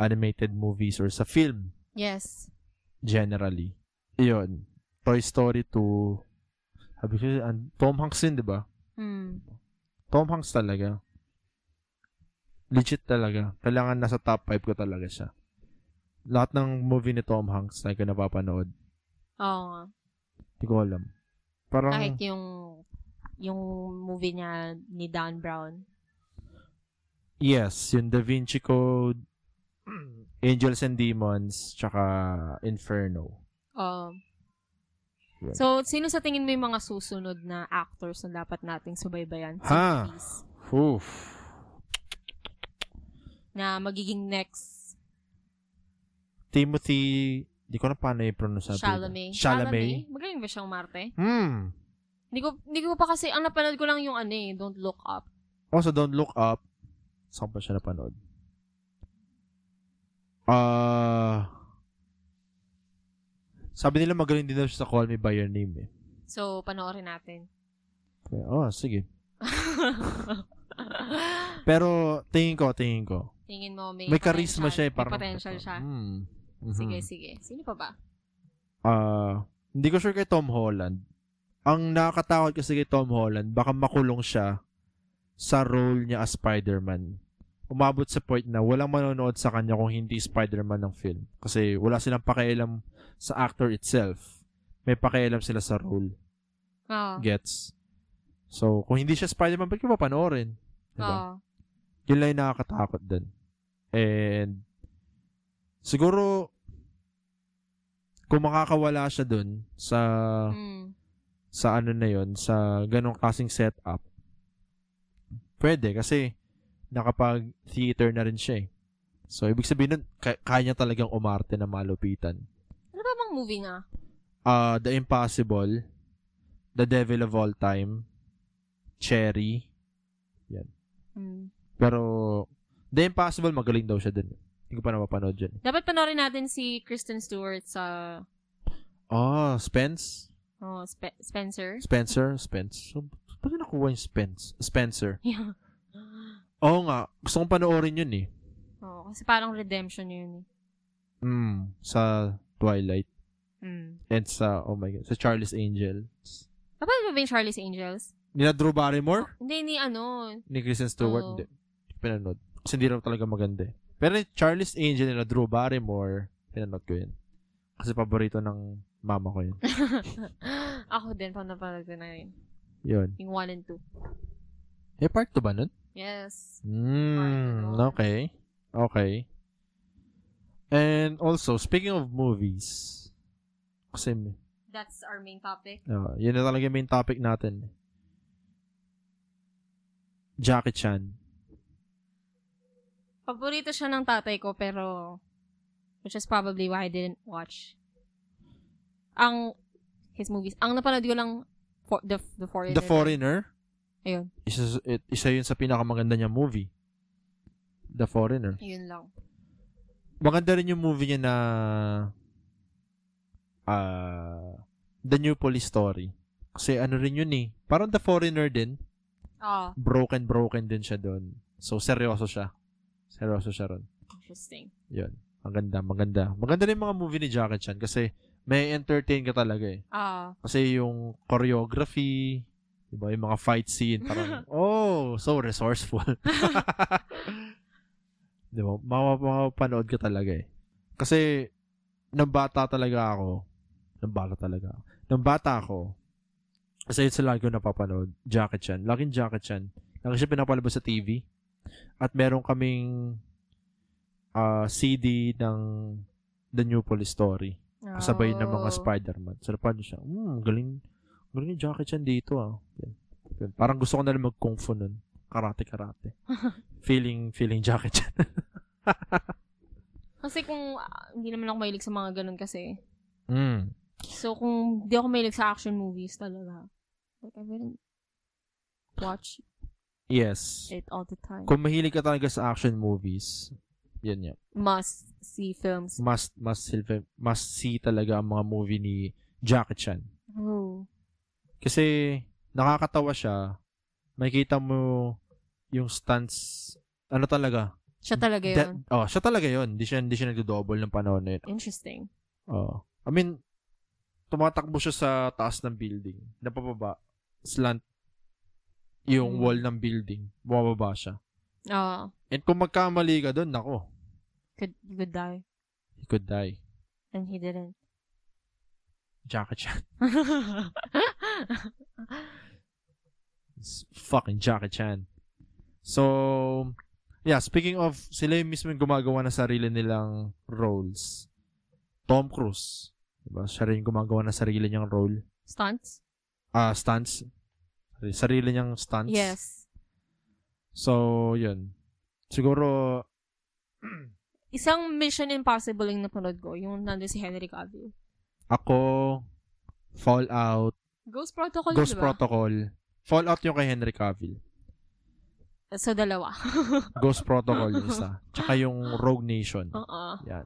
Speaker 2: animated movies or sa film,
Speaker 3: Yes.
Speaker 2: generally. Yun. Toy Story 2. Sabi ko, an- Tom Hanks yun, di ba?
Speaker 3: Hmm.
Speaker 2: Tom Hanks talaga. Legit talaga. Kailangan nasa top 5 ko talaga siya. Lahat ng movie ni Tom Hanks na ko napapanood,
Speaker 3: Oo nga.
Speaker 2: hindi ko alam. Parang,
Speaker 3: Kahit yung yung movie niya ni Dan Brown.
Speaker 2: yes, yung Da Vinci Code, Angels and Demons, tsaka Inferno.
Speaker 3: Oo.
Speaker 2: Yeah.
Speaker 3: Um, So, sino sa tingin mo yung mga susunod na actors na dapat nating
Speaker 2: Ha?
Speaker 3: subaybayan? Sa movies
Speaker 2: Oof.
Speaker 3: na magiging next
Speaker 2: Timothy, di ko na paano i-pronounce sabi
Speaker 3: Chalamet.
Speaker 2: na. Chalamet.
Speaker 3: Magaling ba siyang Marte?
Speaker 2: Hmm.
Speaker 3: Hindi ko, hindi ko pa kasi, ang napanood ko lang yung ano eh, Don't Look Up.
Speaker 2: Also, Don't Look Up. Saan pa siya napanood? Ah... sabi nila magaling din daw siya sa Call Me By Your Name eh.
Speaker 3: So, panoorin natin.
Speaker 2: Kaya, oh, sige. Pero, tingin ko, tingin ko.
Speaker 3: tingin mo may
Speaker 2: May, charisma
Speaker 3: potential-
Speaker 2: siya eh. Parang,
Speaker 3: May potential siya.
Speaker 2: Hmm. Mhm.
Speaker 3: Sige, sige. Sino pa ba?
Speaker 2: ah, hindi ko sure kay Tom Holland. Ang nakakatakot kasi kay Tom Holland, baka makulong siya sa role niya as Spider-Man. Umabot sa point na walang manonood sa kanya kung hindi Spider-Man ng film. Kasi wala silang pakialam sa actor itself. May pakialam sila sa role.
Speaker 3: Oo.
Speaker 2: Gets? So, kung hindi siya Spider-Man, ba't ka papanoorin? Diba?
Speaker 3: Oo.
Speaker 2: yun lang yung nakakatakot dun. And, siguro, kung makakawala siya dun sa,
Speaker 3: Mm.
Speaker 2: sa ano na yun, sa ganong klaseng setup, pwede kasi nakapag-theater na rin siya eh. So, ibig sabihin nun, ka- kaya niya talagang umarte na malupitan.
Speaker 3: Ano ba bang movie na?
Speaker 2: Uh, The Impossible, The Devil of All Time, Cherry,
Speaker 3: Mm.
Speaker 2: pero The Impossible, magaling daw siya dun. eh. Hindi ko pa napapanood yun.
Speaker 3: Dapat panoorin natin si Kristen Stewart sa
Speaker 2: Oh, Spence?
Speaker 3: oh, Spe- Spencer.
Speaker 2: Spencer? Spence? So, Ba't na nakuha yung Spence? Spencer.
Speaker 3: Yeah.
Speaker 2: Oo nga. Gusto kong panoorin yun eh.
Speaker 3: Oo, kasi parang redemption yun.
Speaker 2: Mm, sa Twilight.
Speaker 3: eh. Mm.
Speaker 2: And sa, oh my God, sa Charlie's Angel.
Speaker 3: Napanood mo ba yung Charlie's Angels?
Speaker 2: Nila Drew Barrymore?
Speaker 3: Hindi, ni ano.
Speaker 2: Ni Kristen Stewart?
Speaker 3: Oo.
Speaker 2: Hindi. Hindi ko Pinanood. Kasi hindi raw talaga maganda eh. Pero yung Charlie's Angel nila Drew Barrymore, pinanood ko yun. Kasi paborito ng mama ko yun.
Speaker 3: Ako din, pag napanood ko na yun.
Speaker 2: yun.
Speaker 3: Yung 1 and 2.
Speaker 2: Eh, part 2 ba nun?
Speaker 3: Yes.
Speaker 2: Mm,
Speaker 3: Parang
Speaker 2: okay. Okay. And also, speaking of movies, kasi
Speaker 3: That's our main topic.
Speaker 2: uh, yun na talaga yung main topic natin. Jackie Chan.
Speaker 3: Paborito siya ng tatay ko, pero which is probably why I didn't watch. Ang his movies. Ang napanood ko lang for, the, the Foreigner.
Speaker 2: The Foreigner.
Speaker 3: Ayun.
Speaker 2: Isa, it- isa yun sa pinakamaganda niya movie. The Foreigner.
Speaker 3: Ayun lang.
Speaker 2: Maganda rin yung movie niya na ah The New Police Story. Kasi ano rin yun eh. Parang The Foreigner din.
Speaker 3: Ah,
Speaker 2: broken broken din siya doon. So seryoso siya. Seryoso siya ron.
Speaker 3: interesting.
Speaker 2: Yun. Ang ganda, maganda. Maganda rin yung mga movie ni Jackie Chan kasi may entertain ka talaga eh.
Speaker 3: Ah,
Speaker 2: Kasi yung choreography, di ba, yung mga fight scene, parang, oh, so resourceful. di ba, mapa- mapapanood ka talaga eh. Kasi, nang bata talaga ako, nang bata talaga ako, nang bata ako, kasi yun sa lagi ko napapanood, Jackie Chan. Laging Jackie Chan. Lagi siya pinapalabas sa TV. At meron kaming ah, CD ng The New Police Story kasabay ng mga
Speaker 3: oh.
Speaker 2: Spider-Man. So, napanood siya, hmm, galing, galing yung Jackie Chan dito, ah. Yan. Yan. Parang gusto ko na rin mag-kung fu nun. Karate-karate. feeling, feeling Jackie Chan.
Speaker 3: Kasi kung ah, hindi naman ako mahilig sa mga ganun kasi.
Speaker 2: mm.
Speaker 3: So kung hindi ako mahilig sa action movies talaga, like I wouldn't watch
Speaker 2: Yes.
Speaker 3: it all the time.
Speaker 2: Kung mahilig ka talaga sa action movies, yan yan.
Speaker 3: Must see films.
Speaker 2: Must, must, silve- must see talaga ang mga movie ni Jackie Chan.
Speaker 3: Oh.
Speaker 2: Kasi, nakakatawa siya. Makikita mo yung stunts, ano talaga?
Speaker 3: Siya talaga
Speaker 2: That-
Speaker 3: yun.
Speaker 2: oh, siya talaga yun. Hindi siya, hindi siya nagdo-double ng panahon na yun.
Speaker 3: Interesting.
Speaker 2: Oo. I mean, tumatakbo siya sa taas ng building. Napababa. Slant. Yung
Speaker 3: Mm.
Speaker 2: wall ng building. Bumababa siya.
Speaker 3: Ah,
Speaker 2: And kung magkamali ka doon, nako,
Speaker 3: could, you could die.
Speaker 2: he could die.
Speaker 3: And he didn't.
Speaker 2: Jackie Chan. It's fucking Jackie Chan. So, yeah, speaking of, sila yung mismo yung gumagawa ng sarili nilang roles. Tom Cruise. Diba? Siya rin yung gumagawa ng sarili niyang role.
Speaker 3: Stunts?
Speaker 2: Ah, stunts. Sarili niyang stunts.
Speaker 3: Yes.
Speaker 2: So, yun. Siguro,
Speaker 3: Isang Mission Impossible yung napanood ko, yung nandun si Henry Cavill.
Speaker 2: ako, Fallout,
Speaker 3: Ghost Protocol,
Speaker 2: Ghost
Speaker 3: diba?
Speaker 2: Protocol. Fallout yung kay Henry Cavill.
Speaker 3: so, dalawa.
Speaker 2: Ghost Protocol yung isa. Tsaka yung Rogue Nation.
Speaker 3: Oo.
Speaker 2: Yan.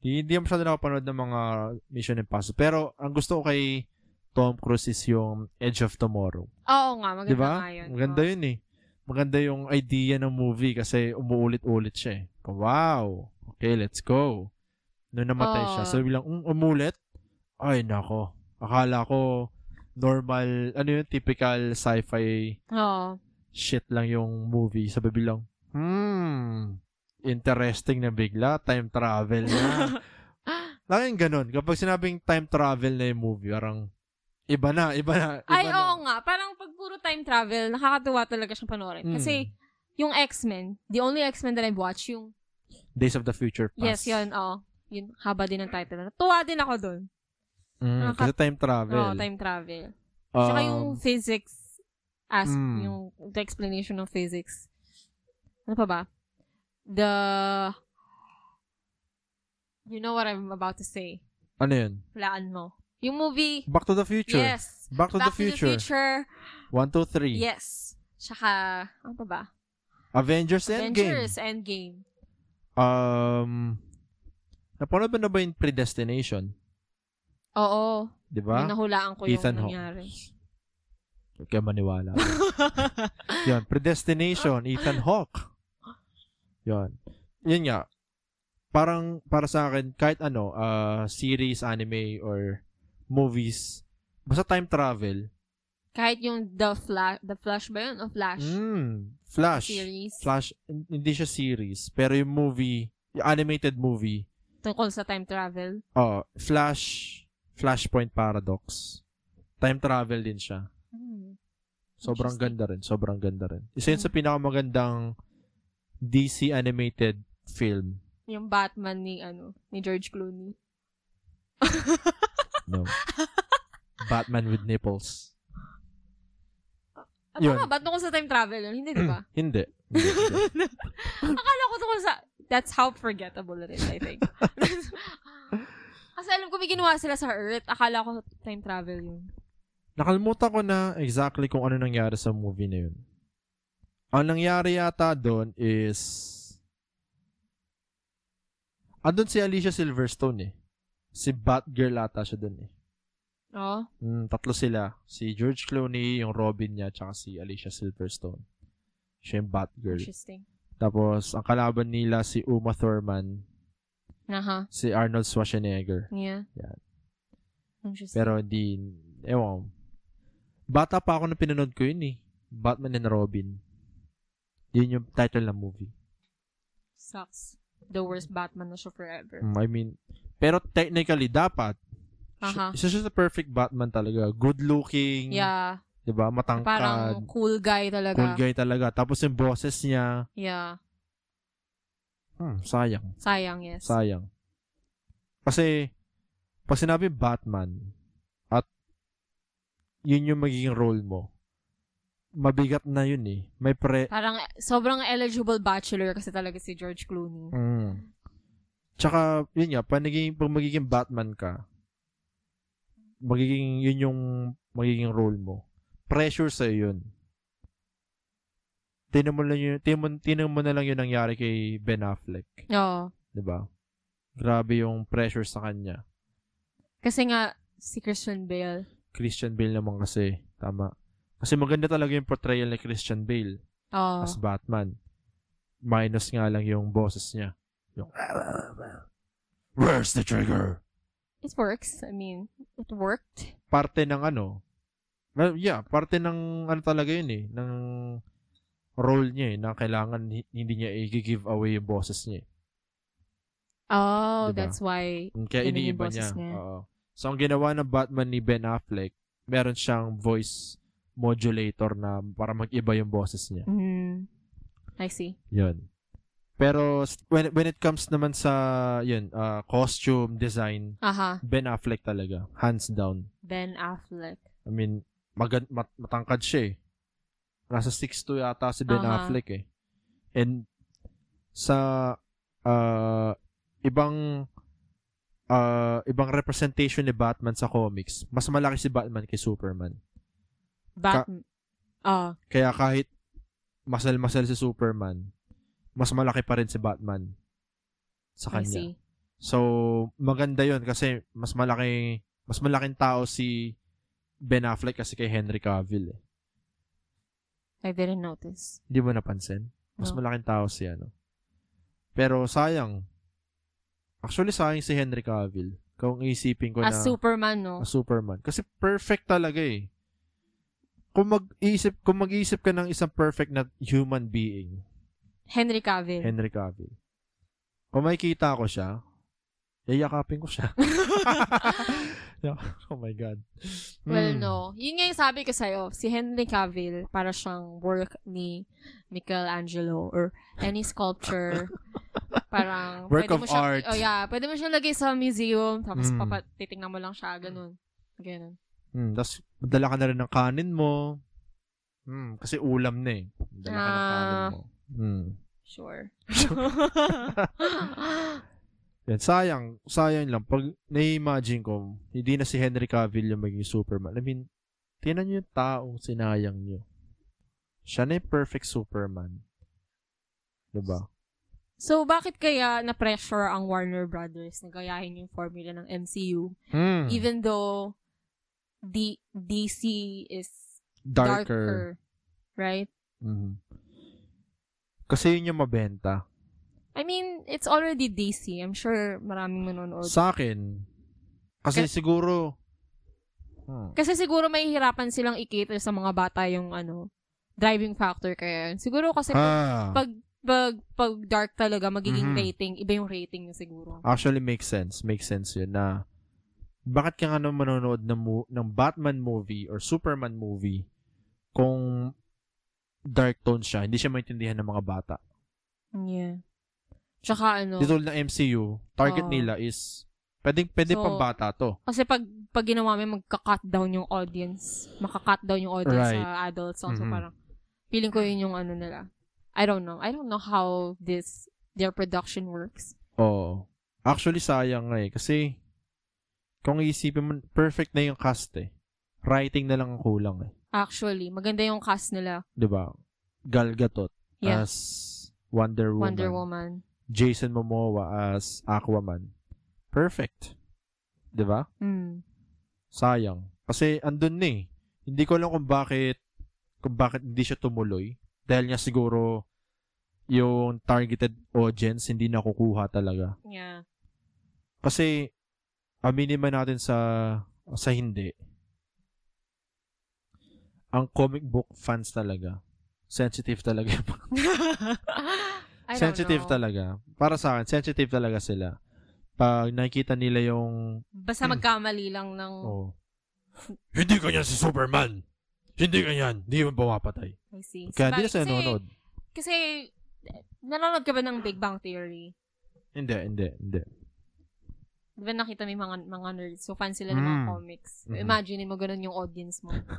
Speaker 2: Hindi, hindi ako masyado nakapanood ng mga Mission Impossible. Pero, ang gusto ko kay Tom Cruise is yung Edge of Tomorrow.
Speaker 3: Oo nga, maganda
Speaker 2: diba?
Speaker 3: nga yun.
Speaker 2: Maganda yun eh. Maganda yung idea ng movie kasi umuulit-ulit siya eh. Wow! Okay, let's go. Noon namatay
Speaker 3: Oo.
Speaker 2: siya. So, bilang, um, umulit? ay nako, akala ko normal, ano yun, typical sci-fi
Speaker 3: Oo.
Speaker 2: shit lang yung movie. Sabi bilang, hmm, interesting na bigla, time travel na. Laging ganun. Kapag sinabing time travel na yung movie, parang iba na, iba na, iba
Speaker 3: Ay,
Speaker 2: na.
Speaker 3: oo nga. Parang pag puro time travel, nakakatuwa talaga siyang panoorin.
Speaker 2: Hmm.
Speaker 3: Kasi, yung X-Men, the only X-Men that I've watched, yung,
Speaker 2: Days of the Future
Speaker 3: yes,
Speaker 2: Past.
Speaker 3: yun, oo. Yun, haba din ang title. Tuwa din ako dun.
Speaker 2: Mm,
Speaker 3: Nakaka-
Speaker 2: kasi time travel.
Speaker 3: Oo, time travel.
Speaker 2: Um,
Speaker 3: Tsaka yung physics as
Speaker 2: Mm.
Speaker 3: yung the explanation of physics. Ano pa ba? The You know what I'm about to say.
Speaker 2: Um, Ano yun?
Speaker 3: Hulaan mo. Yung movie
Speaker 2: Back to the Future.
Speaker 3: Yes.
Speaker 2: Back to the Future.
Speaker 3: Future.
Speaker 2: One, two, three.
Speaker 3: Yes. Tsaka ano pa ba?
Speaker 2: Avengers Endgame.
Speaker 3: Avengers Endgame.
Speaker 2: Um, napanood ba na ba yung Predestination?
Speaker 3: Oo.
Speaker 2: Di
Speaker 3: Yung
Speaker 2: ba?
Speaker 3: nahulaan ko
Speaker 2: Ethan Hawke.
Speaker 3: yung nangyari.
Speaker 2: Huwag kayo maniwala. Yun, Predestination, Ethan Hawke. Yun. Yun nga. Parang, para sa akin, kahit ano, ah, series, anime, or movies, basta time travel,
Speaker 3: Kahit yung The Flash, The Flash ba yun? O Flash?
Speaker 2: mm, Flash.
Speaker 3: Series.
Speaker 2: Flash, hindi siya series, pero yung movie, yung animated movie,
Speaker 3: Tungkol sa time travel.
Speaker 2: oh, Flash, Flashpoint Paradox. Time travel din siya.
Speaker 3: Hmm.
Speaker 2: Sobrang
Speaker 3: Interesting.
Speaker 2: ganda rin. Sobrang ganda rin. Isa yun sa pinakamagandang DC animated film.
Speaker 3: Yung Batman ni ano, ni George Clooney.
Speaker 2: No. Batman with nipples.
Speaker 3: Ano
Speaker 2: Yun. Mm.
Speaker 3: nga Ah, ba? Tungkol sa time travel yun? Hindi, di ba?
Speaker 2: Hindi. Hindi, hindi.
Speaker 3: Akala ko tungkol sa... That's how forgettable it is, I think. Kasi alam ko may ginawa sila sa Earth. Akala ko time travel yun.
Speaker 2: Nakalimutan ko na exactly kung ano nangyari sa movie na yun. Ang nangyari yata doon is... Andun si Alicia Silverstone eh. Si Batgirl ata siya doon eh.
Speaker 3: Oo?
Speaker 2: Mm, tatlo sila. Si George Clooney, yung Robin niya, tsaka si Alicia Silverstone. Siya yung Batgirl.
Speaker 3: Interesting.
Speaker 2: Tapos, ang kalaban nila si Uma Thurman,
Speaker 3: Aha.
Speaker 2: si Arnold Schwarzenegger.
Speaker 3: Yeah.
Speaker 2: Yan.
Speaker 3: Interesting.
Speaker 2: Pero di, ewan. ko. Bata pa ako na pinanood ko yun eh. Batman and Robin. Yun yung title ng movie.
Speaker 3: Sucks. The worst Batman na siya forever.
Speaker 2: Mm, I mean, pero technically, dapat. siya-
Speaker 3: Aha.
Speaker 2: Isa siya sa perfect Batman talaga. Good looking.
Speaker 3: Yeah.
Speaker 2: 'di ba Matangkad.
Speaker 3: Parang cool guy
Speaker 2: cool
Speaker 3: talaga.
Speaker 2: guy talaga. Tapos yung boses niya,
Speaker 3: Yeah.
Speaker 2: hmm, sayang.
Speaker 3: Sayang, yes.
Speaker 2: Sayang. Kasi, pag sinabi Batman, at yun yung magiging role mo, mabigat na yun eh. May pre...
Speaker 3: Parang sobrang eligible bachelor kasi talaga si George Clooney.
Speaker 2: Mm. Tsaka, yun nga, pag, naging, pag magiging Batman ka, magiging, yun yung magiging role mo. Pressure sa'yo yun. Tinan mo, lang yun, tinan, mo- tinan mo na lang yun nangyari kay Ben Affleck.
Speaker 3: Oo.
Speaker 2: di ba? Grabe yung pressure sa kanya.
Speaker 3: Kasi nga, si Christian Bale.
Speaker 2: Christian Bale naman kasi. Tama. Kasi maganda talaga yung portrayal ni Christian Bale
Speaker 3: Oo.
Speaker 2: as Batman. Minus nga lang yung boses niya. Yung, "Ah, Where's the trigger?
Speaker 3: It works. I mean, it worked.
Speaker 2: Parte ng ano. Well, yeah, parte ng ano talaga yun eh. Ng role niya eh. Na kailangan hi- hindi niya i-give away yung boses niya eh.
Speaker 3: Oh,
Speaker 2: Diba?
Speaker 3: that's why.
Speaker 2: Kaya
Speaker 3: Ganun yung
Speaker 2: iniiba
Speaker 3: boses
Speaker 2: niya.
Speaker 3: niya.
Speaker 2: Oo. So, ang ginawa ng Batman ni Ben Affleck, meron siyang voice modulator na para mag-iba yung boses niya.
Speaker 3: Mm, I see.
Speaker 2: Yun. Pero s- when when it comes naman sa yun, ah, costume design,
Speaker 3: Aha,
Speaker 2: Ben Affleck talaga, hands down.
Speaker 3: Ben Affleck.
Speaker 2: I mean, magan mat- matangkad siya eh. Nasa 6'2 yata si Ben
Speaker 3: Aha.
Speaker 2: Affleck eh. And sa ah, ibang ah, ibang representation ni Batman sa comics, mas malaki si Batman kay Superman.
Speaker 3: Bat- Ah,
Speaker 2: Kaya kahit masal-masal si Superman, mas malaki pa rin si Batman sa
Speaker 3: I
Speaker 2: kanya.
Speaker 3: see.
Speaker 2: So, maganda yun kasi mas malaki mas malaking tao si Ben Affleck kasi kay Henry Cavill eh.
Speaker 3: I didn't notice.
Speaker 2: Hindi mo napansin? Mas
Speaker 3: No.
Speaker 2: malaking tao si ano. Pero sayang. Actually, sayang si Henry Cavill. Kung isipin ko na
Speaker 3: As Superman, no?
Speaker 2: a Superman. Kasi perfect talaga eh. Kung mag-isip, kung mag-isip ka ng isang perfect na human being,
Speaker 3: Henry Cavill.
Speaker 2: Henry Cavill. Kung makikita ko siya, yayakapin ko siya. oh my God.
Speaker 3: Well,
Speaker 2: Hmm.
Speaker 3: no. Yun nga yung sabi ko sa'yo, si Henry Cavill, para siyang work ni Michelangelo or any sculpture. parang,
Speaker 2: Work
Speaker 3: pwede
Speaker 2: of
Speaker 3: mo siyang,
Speaker 2: art.
Speaker 3: Oh yeah, pwede mo siyang lagay sa museum, tapos
Speaker 2: Mm.
Speaker 3: papat titingnan mo lang siya, ganun. Ganun.
Speaker 2: Hmm, Tapos, dala ka na rin ng kanin mo. Hmm, kasi ulam na eh. Dala ka ng kanin
Speaker 3: Ah.
Speaker 2: mo. Hmm.
Speaker 3: Sure.
Speaker 2: Yan, sayang. Sayang lang. Pag na-imagine ko, hindi na si Henry Cavill yung maging Superman. I mean, tinan niyo yung taong sinayang niyo. Siya na yung perfect Superman. Diba?
Speaker 3: so, bakit kaya na-pressure ang Warner Brothers na gayahin yung formula ng MCU?
Speaker 2: Hmm.
Speaker 3: Even though D- DC is
Speaker 2: darker.
Speaker 3: darker. Right?
Speaker 2: Mhm. Kasi yun yung mabenta.
Speaker 3: I mean, it's already DC. I'm sure maraming manonood.
Speaker 2: Sa akin, kasi siguro, hmm,
Speaker 3: Kasi siguro may hirapan silang i-cater sa mga bata yung ano, driving factor kaya. yun. Siguro kasi pag,
Speaker 2: ah,
Speaker 3: pag, pag, pag dark talaga, magiging
Speaker 2: Mhm.
Speaker 3: rating. Iba yung rating niya siguro.
Speaker 2: actually makes sense. Makes sense yun na bakit ka nga naman manonood ng, mo- ng Batman movie or Superman movie kung dark tone siya, hindi siya maintindihan ng mga bata.
Speaker 3: Yeah. Tsaka ano,
Speaker 2: Dito ng MCU, target
Speaker 3: Oo.
Speaker 2: nila is pwedeng pwede
Speaker 3: So,
Speaker 2: pang bata to.
Speaker 3: kasi pag, pag ginawa may magka-cut down yung audience. Maka-cut down yung
Speaker 2: Right.
Speaker 3: audience sa adults. Also
Speaker 2: Mhm.
Speaker 3: parang, feeling ko yun yung ano nila. I don't know. I don't know how this, their production works.
Speaker 2: Oo. Actually, sayang nga eh. Kasi, kung iisipin mo, perfect na yung cast eh. Writing na lang ang kulang eh.
Speaker 3: Actually, maganda yung cast nila.
Speaker 2: 'Di ba? Gal Gadot
Speaker 3: Yeah.
Speaker 2: as Wonder Woman.
Speaker 3: Wonder Woman.
Speaker 2: Jason Momoa as Aquaman. Perfect. 'Di ba?
Speaker 3: Mm.
Speaker 2: Sayang. Kasi andun na eh. Hindi ko alam kung bakit kung bakit hindi siya tumuloy. Dahil nga siguro yung targeted audience hindi nakukuha talaga.
Speaker 3: Yeah.
Speaker 2: Kasi, aminin man natin sa, sa hindi, ang comic book fans talaga, sensitive talaga.
Speaker 3: I don't
Speaker 2: sensitive
Speaker 3: know.
Speaker 2: talaga. Para sa akin, sensitive talaga sila. Pag nakikita nila yung,
Speaker 3: Basta magkamali lang ng...
Speaker 2: Hmm. oh, hindi ganyan si Superman! Hindi ganyan! Hindi mo pumapatay.
Speaker 3: I see.
Speaker 2: Kaya hindi
Speaker 3: Sabagay,
Speaker 2: na sila nanonood.
Speaker 3: Kasi, eh, nanonood ka ba ng Big Bang Theory?
Speaker 2: Hindi, hindi, hindi.
Speaker 3: Di ba nakita may mga, mga nerds? So, fan sila ng mga
Speaker 2: Mm.
Speaker 3: comics. So,
Speaker 2: Mhm.
Speaker 3: Imagine mo, ganun yung audience mo.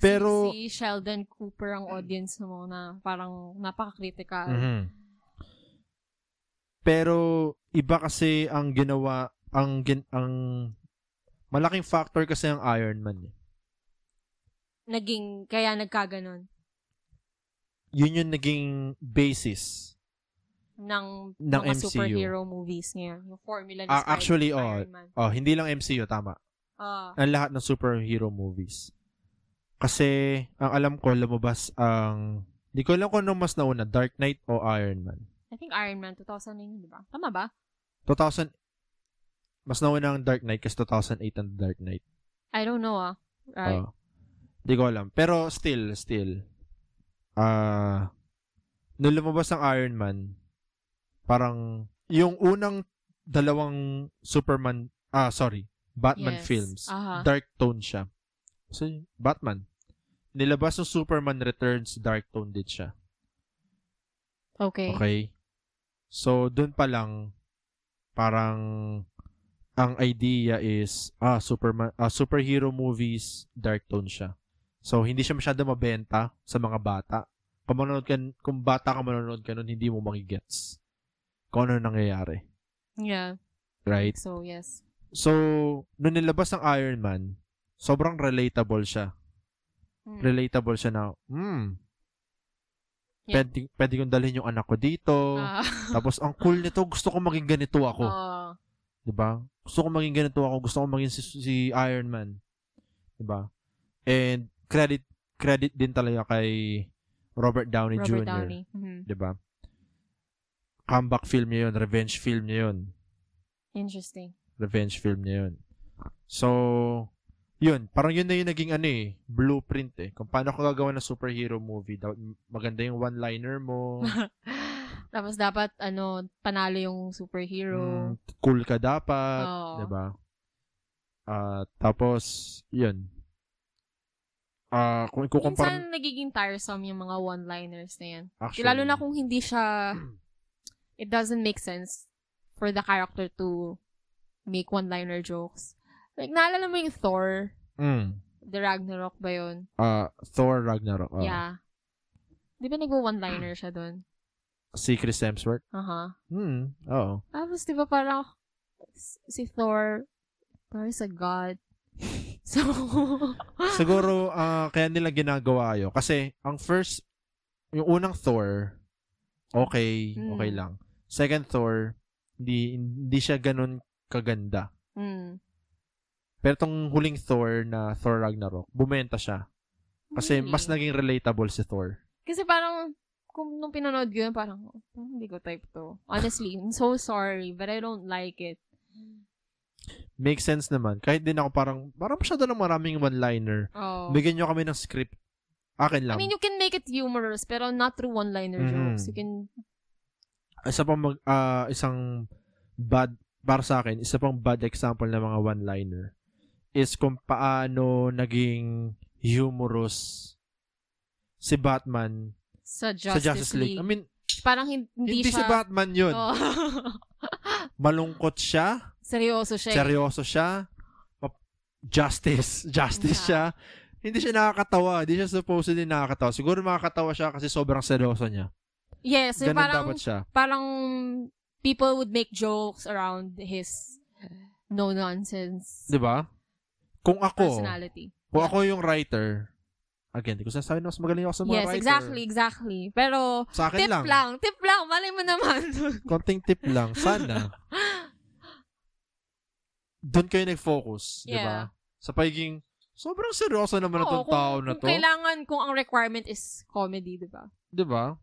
Speaker 2: Pero,
Speaker 3: si, si Sheldon Cooper ang audience mo na parang napaka-critical.
Speaker 2: Mhm. Pero iba kasi ang ginawa ang gin, ang malaking factor kasi ang Iron Man. eh.
Speaker 3: Naging, kaya nagkaganon
Speaker 2: Yun yung naging basis.
Speaker 3: ng,
Speaker 2: Ng
Speaker 3: mga
Speaker 2: MCU.
Speaker 3: superhero movies ngayon. Yung formula ni
Speaker 2: Ah,
Speaker 3: Spider-
Speaker 2: actually, oh.
Speaker 3: Iron Man.
Speaker 2: Oh, hindi lang MCU tama.
Speaker 3: Ah,
Speaker 2: Ang lahat ng superhero movies. Kasi ang alam ko lumabas ang hindi ko alam kung ano mas nauna, Dark Knight o Iron Man.
Speaker 3: I think Iron Man 2000 na yun, di ba? Tama ba?
Speaker 2: 2000 mas nauna ang Dark Knight kasi 2008 ang Dark Knight.
Speaker 3: I don't know ah. Right.
Speaker 2: Oo. Hindi Oh. ko alam. Pero still, still. Ah, nung lumabas ang Iron Man, parang yung unang dalawang Superman, ah sorry, Batman
Speaker 3: Yes.
Speaker 2: films,
Speaker 3: Aha.
Speaker 2: dark tone siya. Kasi Batman. Nilabas ng Superman Returns, dark tone din siya.
Speaker 3: okay.
Speaker 2: Okay? So, dun pa lang, parang, ang idea is, ah, Superman, ah, superhero movies, dark tone siya. So, hindi siya masyado mabenta sa mga bata. Kung, manonood ka, kung bata ka manonood ka nun, hindi mo makigets kung ano nangyayari.
Speaker 3: Yeah.
Speaker 2: Right?
Speaker 3: So, yes.
Speaker 2: So, nung nilabas ang Iron Man, sobrang relatable siya.
Speaker 3: Mm.
Speaker 2: Relatable siya na, hmm,
Speaker 3: Yeah.
Speaker 2: pwede, pwede kong dalhin yung anak ko dito.
Speaker 3: Ah,
Speaker 2: Tapos, ang cool nito, gusto ko maging ganito ako.
Speaker 3: oo.
Speaker 2: 'di ba? Gusto ko maging ganito ako, gusto ko maging si, si Iron Man. 'Di ba? And credit credit din talaga kay Robert Downey diba?
Speaker 3: Robert
Speaker 2: Jr.,
Speaker 3: Downey. Mhm.
Speaker 2: 'di ba? Comeback film niya 'yon, revenge film niya 'yon.
Speaker 3: Interesting.
Speaker 2: Revenge film niya yun. So, yun. Parang yun na yung naging ano eh, blueprint eh. Kung paano ko gagawa ng superhero movie. Dapat maganda yung one-liner mo.
Speaker 3: Tapos dapat, ano, panalo yung superhero.
Speaker 2: mm, cool ka dapat. diba?
Speaker 3: Oo.
Speaker 2: 'di ba? Ah, tapos 'yun. Ah, kung ikukumpara
Speaker 3: Minsan nagiging tiresome yung mga one-liners na yan.
Speaker 2: actually,
Speaker 3: Lalo na kung hindi siya, it doesn't make sense for the character to make one-liner jokes. Like, naalala mo yung Thor,
Speaker 2: mm,
Speaker 3: the Ragnarok ba yun?
Speaker 2: ah, Thor Ragnarok. ah.
Speaker 3: Yeah. Di ba nag-one-liner siya Uh-huh. doon?
Speaker 2: Si Chris Hemsworth.
Speaker 3: Aha.
Speaker 2: Hmm, oo.
Speaker 3: Tapos, di ba parang s- si Thor, Thor is a god. So,
Speaker 2: Siguro ah, kaya nila ginagawa 'yo kasi ang first yung unang Thor okay,
Speaker 3: Mm.
Speaker 2: okay lang. Second Thor hindi hindi siya ganun kaganda.
Speaker 3: mm.
Speaker 2: Pero tong huling Thor na Thor Ragnarok, bumenta siya. Kasi
Speaker 3: Really?
Speaker 2: mas naging relatable si Thor.
Speaker 3: Kasi parang, kung nung pinanood ko yun, parang, "Oh, hindi ko type to. Honestly, I'm so sorry, but I don't like it.
Speaker 2: Makes sense naman. Kahit din ako parang, parang masyado lang maraming one-liner.
Speaker 3: Oh.
Speaker 2: Bigyan nyo kami ng script. Akin
Speaker 3: I
Speaker 2: lang.
Speaker 3: mean, you can make it humorous, pero not through one-liner
Speaker 2: Mhm.
Speaker 3: jokes. You can,
Speaker 2: isa pang mag, ah, isang bad, para sa akin, isa pang bad example ng mga one-liner is kung paano naging humorous si Batman
Speaker 3: sa Justice,
Speaker 2: sa Justice League. I mean,
Speaker 3: parang hin- hindi,
Speaker 2: hindi, si
Speaker 3: siya,
Speaker 2: Batman yun.
Speaker 3: Oh.
Speaker 2: Malungkot siya,
Speaker 3: seryoso siya. eh.
Speaker 2: seryoso siya, map- justice, justice
Speaker 3: Yeah.
Speaker 2: siya. Hindi siya nakakatawa. Hindi siya supposedly nakakatawa. Siguro makakatawa siya kasi sobrang seryoso niya.
Speaker 3: yes, yung
Speaker 2: Ganun
Speaker 3: parang,
Speaker 2: dapat siya.
Speaker 3: parang people would make jokes around his no-nonsense
Speaker 2: 'Di ba? Kung ako,
Speaker 3: personality.
Speaker 2: kung ako yung writer, again, di ko sasabi na mas magaling ako sa mga
Speaker 3: Yes,
Speaker 2: writer.
Speaker 3: exactly, exactly. Pero,
Speaker 2: Sa akin
Speaker 3: tip lang.
Speaker 2: lang,
Speaker 3: Tip lang. Malay mo naman.
Speaker 2: Konting tip lang. Sana. Doon kayo nag-focus. 'di ba? Sa pagiging, sobrang seryoso naman
Speaker 3: Oo,
Speaker 2: itong Ano tao na to.
Speaker 3: kung kailangan, kung ang requirement is comedy, di ba?
Speaker 2: 'di ba?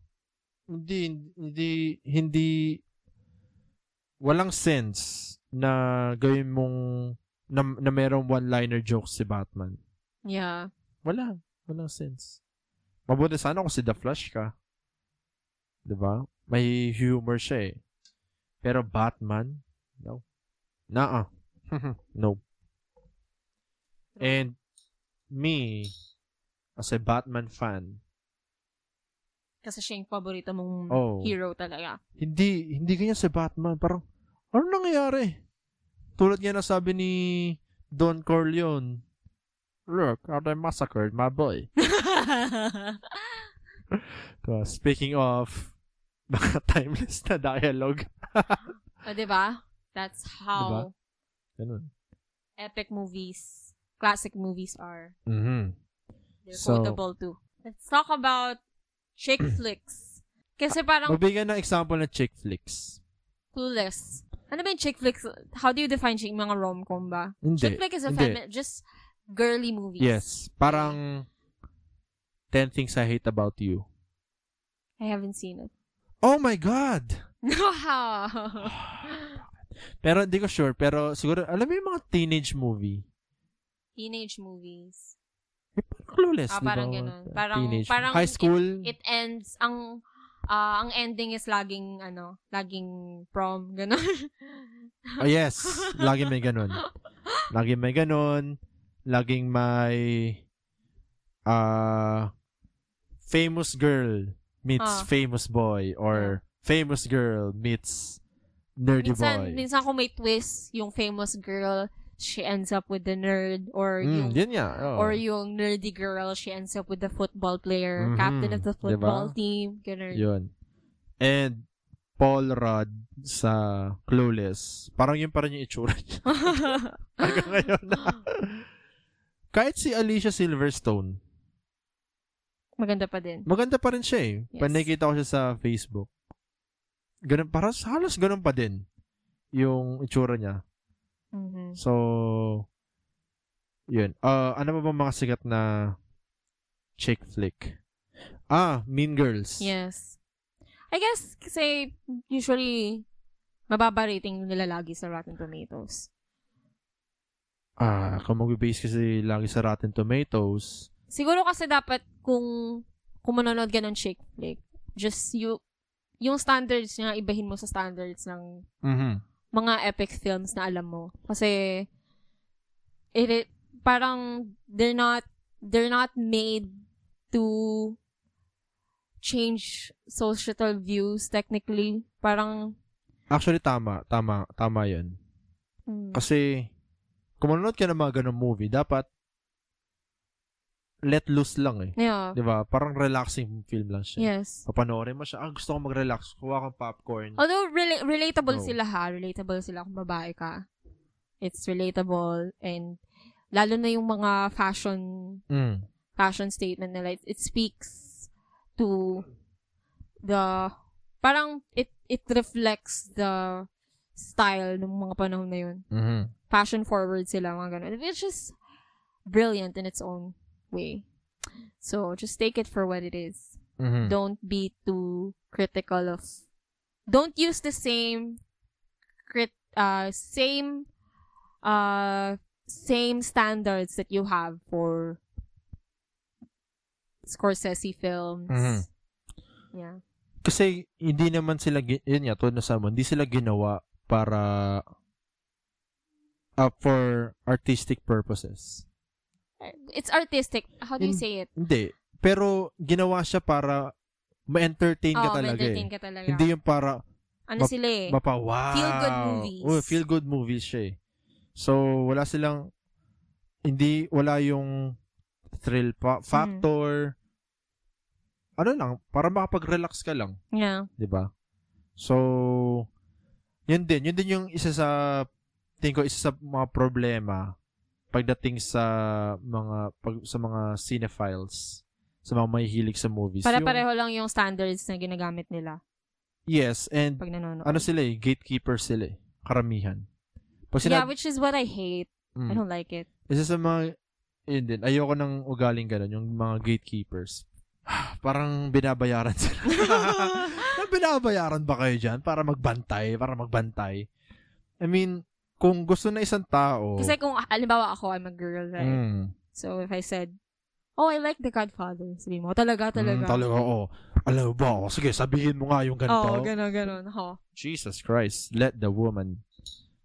Speaker 2: Hindi hindi hindi walang sense na gawin mong na, na merong one-liner jokes si Batman.
Speaker 3: Yeah.
Speaker 2: Wala, walang sense. Mabuti sana kung si The Flash ka. 'Di ba? May humor siya eh. Pero Batman, no. Naa. no. And me as a Batman fan,
Speaker 3: Kasi siya yung paborito mong
Speaker 2: Oh.
Speaker 3: hero talaga.
Speaker 2: Hindi, hindi ganyan si Batman. Parang, ano nangyayari? Tulad nga na sabi ni Don Corleone, Look, how they massacred my boy. Diba? Speaking of, mga timeless na dialogue.
Speaker 3: o, di ba? That's how
Speaker 2: Ganun.
Speaker 3: epic movies, classic movies are.
Speaker 2: mm
Speaker 3: They're
Speaker 2: So-
Speaker 3: quotable too. Let's talk about chick flicks. Kasi parang
Speaker 2: Magbigay ng example ng chick flicks.
Speaker 3: clueless. Ano ba yung chick flicks? How do you define chick? Mga rom-com ba?
Speaker 2: Hindi.
Speaker 3: Chick flick is
Speaker 2: Eh,
Speaker 3: a
Speaker 2: hindi.
Speaker 3: femi- just girly movies.
Speaker 2: Yes. Parang, 10 things I hate about you.
Speaker 3: I haven't seen it.
Speaker 2: Oh my God!
Speaker 3: No.
Speaker 2: Pero hindi ko sure. Pero siguro, alam mo yung mga teenage movie?
Speaker 3: Teenage movies.
Speaker 2: Eh, parang clueless,
Speaker 3: Ah,
Speaker 2: di ba?
Speaker 3: parang ganun. Parang-
Speaker 2: Teenage.
Speaker 3: parang
Speaker 2: High school.
Speaker 3: It ends ang ah, ang ending is laging ano, laging prom ganun.
Speaker 2: Ah, yes. Lagi may ganun. Lagi may ganun. Laging may ah famous girl meets
Speaker 3: Ah.
Speaker 2: famous boy or famous girl meets nerdy
Speaker 3: minsan
Speaker 2: boy.
Speaker 3: minsan kung may twist yung famous girl, she ends up with the nerd or yung
Speaker 2: Mm, yun nga. oo.
Speaker 3: or yung nerdy girl, she ends up with the football player,
Speaker 2: Mhm.
Speaker 3: captain of the
Speaker 2: Diba?
Speaker 3: football team, ganun.
Speaker 2: Yun. And Paul Rudd sa Clueless. Parang yun pa rin yung itsura niya. Hanggang ngayon. Kahit si Alicia Silverstone,
Speaker 3: Maganda pa din.
Speaker 2: maganda pa rin siya eh.
Speaker 3: Yes.
Speaker 2: Pag nakikita ko siya sa Facebook. Ganun, parang halos ganun pa din yung itsura niya.
Speaker 3: Mhm.
Speaker 2: So, yun. Ah, ano ba ba mga sikat na chick flick? Ah, Mean Girls.
Speaker 3: Yes. I guess kasi usually Mababa rating nila lagi sa Rotten Tomatoes.
Speaker 2: Ah, kung mag-base kasi lagi sa Rotten Tomatoes,
Speaker 3: Siguro kasi dapat kung kung manonood ka ng chick flick, just you, yung standards niya, ibahin mo sa standards ng
Speaker 2: mhm.
Speaker 3: mga epic films na alam mo. Kasi, it, it- parang, they're not, they're not made to change societal views technically. Parang,
Speaker 2: Actually, tama. Tama. Tama yun.
Speaker 3: mm,
Speaker 2: Kasi, kung manonood ka ng mga ganong movie, dapat let loose lang eh.
Speaker 3: yeah,
Speaker 2: Di ba? Parang relaxing film lang siya.
Speaker 3: yes.
Speaker 2: Papanoorin mo siya. Ah, gusto ko mag-relax. Kuha kang popcorn.
Speaker 3: Although, rela- relatable
Speaker 2: No.
Speaker 3: sila ha. Relatable sila kung babae ka. It's relatable and lalo na yung mga fashion
Speaker 2: Mm.
Speaker 3: fashion statement nila. It, it speaks to the parang it it reflects the style ng mga panahon na yun.
Speaker 2: Mhm.
Speaker 3: Fashion forward sila, mga ganun. Which is brilliant in its own way. So, just take it for what it is.
Speaker 2: Mhm.
Speaker 3: Don't be too critical of don't use the same crit uh same uh same standards that you have for Scorsese films.
Speaker 2: Mhm.
Speaker 3: Yeah.
Speaker 2: Kasi, hindi naman sila, gi- yun nga, tulad na sa mo, hindi sila ginawa para ah, for artistic purposes.
Speaker 3: It's artistic. How do you
Speaker 2: In-
Speaker 3: say it?
Speaker 2: Hindi. Pero, ginawa siya para ma-entertain ka
Speaker 3: Oo,
Speaker 2: talaga eh.
Speaker 3: entertain Oh, ka talaga.
Speaker 2: Hindi yung para
Speaker 3: ano
Speaker 2: map-
Speaker 3: sila eh?
Speaker 2: mapa wow.
Speaker 3: Feel-good movies.
Speaker 2: Oh, feel good movies siya eh. So, wala silang hindi wala yung thrill pa- factor. Ano lang, para makapag-relax ka lang,
Speaker 3: yeah.
Speaker 2: 'di ba? So, yun din, yun din yung isa sa tingin ko isa sa mga problema pagdating sa mga pag- sa mga cinephiles, sa mga mahihilig sa movies. Yung-
Speaker 3: Pare-pareho lang yung standards na ginagamit nila
Speaker 2: yes, and
Speaker 3: pag nanonood.
Speaker 2: ano sila eh, gatekeeper sila eh, karamihan. Pag
Speaker 3: yeah,
Speaker 2: sinabi,
Speaker 3: which is what I hate.
Speaker 2: Mm.
Speaker 3: I don't like it.
Speaker 2: Isa sa mga, yun din, ayoko ng ugaling ganun, yung mga gatekeepers. Parang binabayaran sila. Na binabayaran ba kayo dyan para magbantay, para magbantay? I mean, kung gusto na isang tao,
Speaker 3: Kasi kung, halimbawa ako, I'm a girl, right?
Speaker 2: mm,
Speaker 3: So, if I said, oh, I like The Godfather, sabi mo, talaga,
Speaker 2: talaga.
Speaker 3: talaga.
Speaker 2: Mm, talaga, oo. Alam mo ba, oh, sige, sabihin mo nga yung ganito.
Speaker 3: Oo, oh, gano'n, gano'n. Ho.
Speaker 2: Jesus Christ, let the woman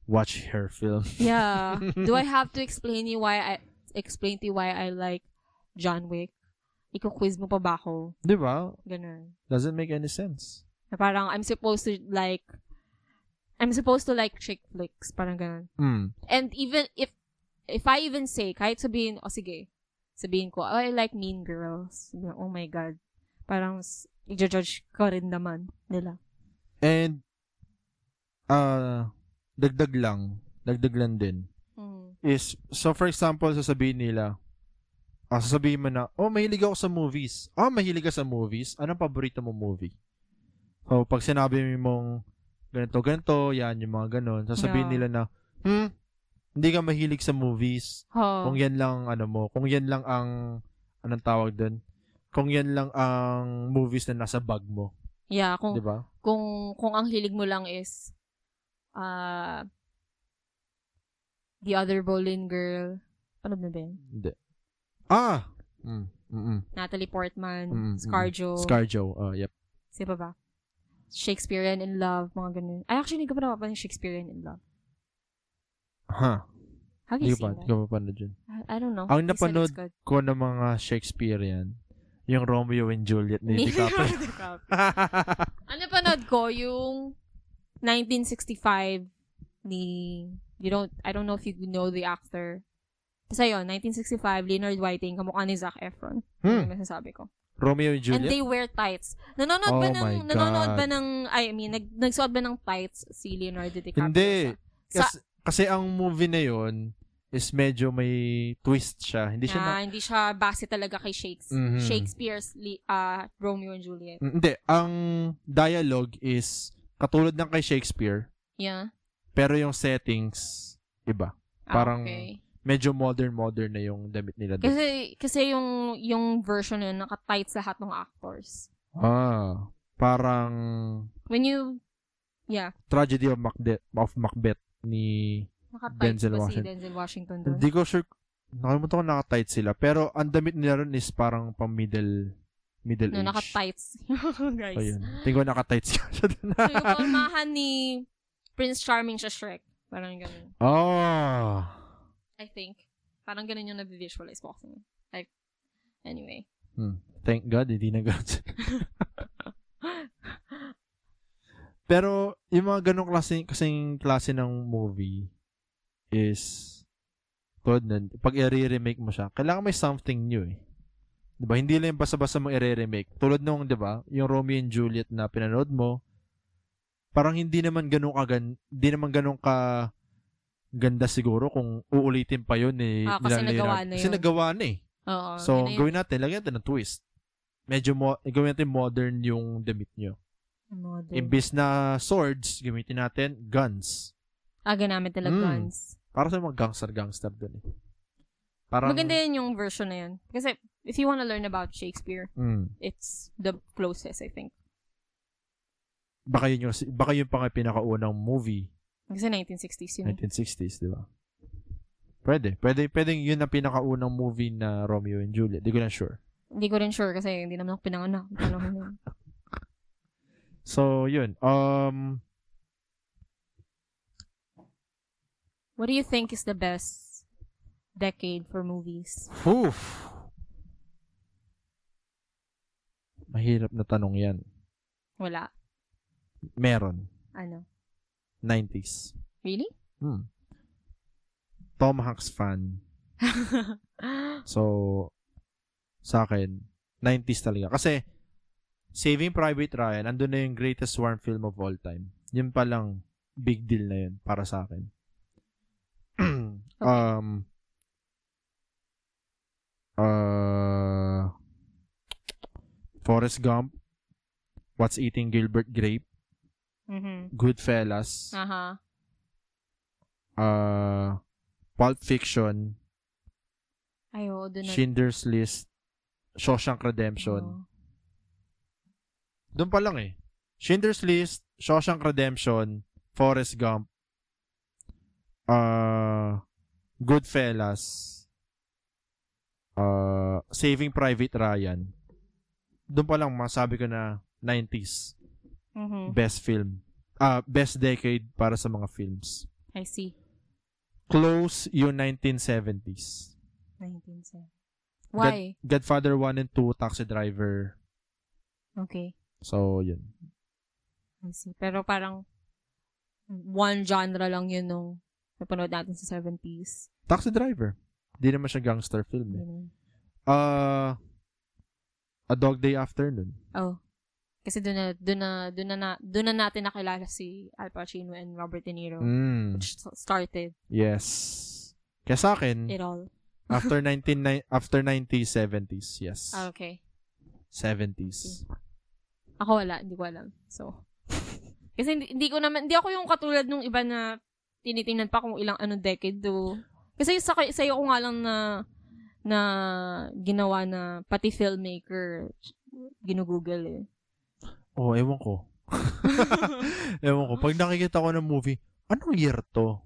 Speaker 2: watch her film.
Speaker 3: Yeah. Do I have to explain you why I, explain to you why I like John Wick? Iko-quiz mo pa ba ako?
Speaker 2: Di ba?
Speaker 3: Ganun.
Speaker 2: Doesn't make any sense.
Speaker 3: Na parang, I'm supposed to like, I'm supposed to like chick flicks. Parang ganun.
Speaker 2: Mm.
Speaker 3: And even if, if I even say, kahit sabihin, oh sige, sabihin ko, oh, I like Mean Girls. Sabi ko, Oh my God. Parang, s- i-judge ko rin naman nila.
Speaker 2: And, ah, dagdag lang, dagdag lang din,
Speaker 3: Mm.
Speaker 2: is, so for example, sasabihin nila, ah, sasabihin mo na, oh, mahilig ako sa movies. Ah, mahilig ka sa movies? Anong paborito mo movie? So, pag sinabi mo mong, ganito, ganito, yan, yung mga ganun, sasabihin
Speaker 3: Yeah.
Speaker 2: nila na, hmm, hindi ka mahilig sa movies.
Speaker 3: Ho.
Speaker 2: Kung yan lang, ano mo, kung yan lang ang, anong tawag doon? Kung yan lang ang movies na nasa bag mo,
Speaker 3: Yeah, kung
Speaker 2: di ba?
Speaker 3: kung kung ang hilig mo lang is uh, The Other Bowling Girl. Ano na ba yun?
Speaker 2: Hindi. Ah! Mm, mm,
Speaker 3: Natalie Portman,
Speaker 2: Mm, mm.
Speaker 3: Scarjo,
Speaker 2: Scarjo. Uh, yep.
Speaker 3: sino pa ba? Shakespearean in Love, mga ganun. Ay, actually, hindi ko pa napapan yung Shakespearean in Love.
Speaker 2: Ha.
Speaker 3: Ano Have
Speaker 2: Hindi
Speaker 3: you
Speaker 2: ko pa.
Speaker 3: seen
Speaker 2: Hindi
Speaker 3: that?
Speaker 2: ko pa panood yun.
Speaker 3: I, I don't know.
Speaker 2: Ang
Speaker 3: You said it's
Speaker 2: napanood
Speaker 3: good.
Speaker 2: Ko ng mga Shakespearean, yung Romeo and Juliet ni
Speaker 3: Ni
Speaker 2: DiCaprio.
Speaker 3: DiCaprio. Ang Ano napanood ko, yung 1965 ni, you don't, I don't know if you know the actor. Basta yun, 1965, Leonard Whiting, kamukha ni Zac Efron.
Speaker 2: Hmm.
Speaker 3: Yun yung masasabi ko.
Speaker 2: Romeo and
Speaker 3: And
Speaker 2: Juliet?
Speaker 3: they wear tights. Nanonood ba
Speaker 2: Oh
Speaker 3: ng,
Speaker 2: my
Speaker 3: nanonood
Speaker 2: God.
Speaker 3: ba ng, I mean, nag, nagsuot ba ng tights si Leonardo DiCaprio?
Speaker 2: Hindi.
Speaker 3: Sa,
Speaker 2: Kasi, kasi ang movie na yun is medyo may twist siya. Hindi siya na...
Speaker 3: ah, hindi siya base talaga kay Shakespeare.
Speaker 2: Mhm.
Speaker 3: Shakespeare's li- ah, Romeo and Juliet.
Speaker 2: Mm, Hindi. Ang dialogue is katulad ng kay Shakespeare,
Speaker 3: Yeah.
Speaker 2: pero yung settings iba.
Speaker 3: Ah,
Speaker 2: Parang-
Speaker 3: okay.
Speaker 2: Medyo modern-modern na yung damit nila. doon.
Speaker 3: Kasi, kasi yung, yung version nun, naka-tights lahat ng actors.
Speaker 2: Ah, parang
Speaker 3: when you Yeah.
Speaker 2: Tragedy of Macbeth, of Macbeth ni
Speaker 3: Naka-tights
Speaker 2: Denzel
Speaker 3: ba
Speaker 2: Washington.
Speaker 3: si Denzel Washington doon?
Speaker 2: Hindi ko sure nakalimutan ko naka-tight sila pero ang damit nila ron is parang pang middle middle age.
Speaker 3: No, naka-tights. Guys.
Speaker 2: Ayun. Tingin ko naka-tight siya doon.
Speaker 3: so, yung formahan ni Prince Charming siya Shrek. Parang ganun.
Speaker 2: oh.
Speaker 3: I think. Parang ganun yung nabivisualize ko kasi. Like, anyway.
Speaker 2: Hmm. Thank God, hindi na ganun. Pero, yung mga ganong klase, kasing klase ng movie is, tulad nun, pag i-remake mo siya, kailangan may something new eh. 'Di ba Hindi lang yung basta-basta mong i-remake. Tulad nung, di ba yung Romeo and Juliet na pinanood mo, parang hindi naman ganun ka, hindi naman ganun ka ganda siguro kung uulitin pa yun ni
Speaker 3: Ah, kasi
Speaker 2: nila Leonardo.
Speaker 3: nagawa na
Speaker 2: Kasi
Speaker 3: yun.
Speaker 2: nagawa na eh.
Speaker 3: Oo.
Speaker 2: So,
Speaker 3: Ah, yun na yun.
Speaker 2: gawin natin, lagyan natin ng twist. Medyo mo, gawin natin modern yung damit nyo.
Speaker 3: Model.
Speaker 2: Imbis na swords, gamitin natin guns.
Speaker 3: ah, ginamit nila
Speaker 2: Mm.
Speaker 3: guns.
Speaker 2: Para sa mga gangster-gangster dun eh. Parang,
Speaker 3: Maganda yun yung version na yun. Kasi, if you wanna learn about Shakespeare,
Speaker 2: Mm.
Speaker 3: it's the closest, I think.
Speaker 2: baka yun yung, baka yun pa nga yung pinakaunang movie,
Speaker 3: Kasi 1960s yun.
Speaker 2: 1960s, di ba? Pwede. Pwede, pwedeng yun ang pinakaunang movie na Romeo and Juliet. Di ko lang sure.
Speaker 3: Hindi ko rin sure kasi hindi naman ako pinanganak. Ano ko
Speaker 2: So, yun.
Speaker 3: yun.
Speaker 2: Um,
Speaker 3: What do you think is the best decade for movies?
Speaker 2: Oof. Mahirap na tanong yan.
Speaker 3: Wala.
Speaker 2: Meron.
Speaker 3: Ano?
Speaker 2: 90s.
Speaker 3: Really?
Speaker 2: Hmm. Tom Hanks fan.
Speaker 3: Mm-hmm.
Speaker 2: So, sa akin, 90s talaga. Kasi, Saving Private Ryan, andun na yung greatest war film of all time. Yun palang big deal na yun para sa akin. um, uh, Forrest Gump, What's Eating Gilbert Grape,
Speaker 3: mm-hmm.
Speaker 2: Goodfellas,
Speaker 3: Aha.
Speaker 2: uh, Pulp Fiction,
Speaker 3: Ay, oo, doon na.
Speaker 2: Schindler's List, Shawshank Redemption.
Speaker 3: Oo.
Speaker 2: Doon pa lang eh. Schindler's List, Shawshank Redemption, Forrest Gump, uh, Goodfellas, uh, Saving Private Ryan. Doon pa lang masabi ko na 90s
Speaker 3: Mhm.
Speaker 2: best film. Uh, best decade para sa mga films.
Speaker 3: I see.
Speaker 2: Close yung 1970s.
Speaker 3: 19 cent. Why?
Speaker 2: God- Godfather 1 and 2, Taxi Driver.
Speaker 3: Okay.
Speaker 2: So, yun.
Speaker 3: I see. Pero parang one genre lang yun nung napanood natin sa 70s.
Speaker 2: Taxi Driver. Di naman siya gangster film eh.
Speaker 3: Yun.
Speaker 2: Uh, A Dog Day Afternoon.
Speaker 3: Oh. Kasi doon na, doon na, doon na, na- doon na natin nakilala si Al Pacino and Robert De Niro.
Speaker 2: Mm,
Speaker 3: Which s- started
Speaker 2: yes. Kaya sa akin,
Speaker 3: it all.
Speaker 2: after 19, after 90s, 70s. Yes.
Speaker 3: Ah, okay.
Speaker 2: 70s.
Speaker 3: Ako wala, hindi ko alam. So, kasi hindi, hindi ko naman, hindi ako yung katulad nung iba na tinitingnan pa kung ilang ano decade do. Kasi sa, sa iyo ko nga lang na, na ginawa na pati filmmaker, ginugoogle eh.
Speaker 2: Oh, ewan ko. ewan ko. Pag nakikita ko ng movie, anong year to?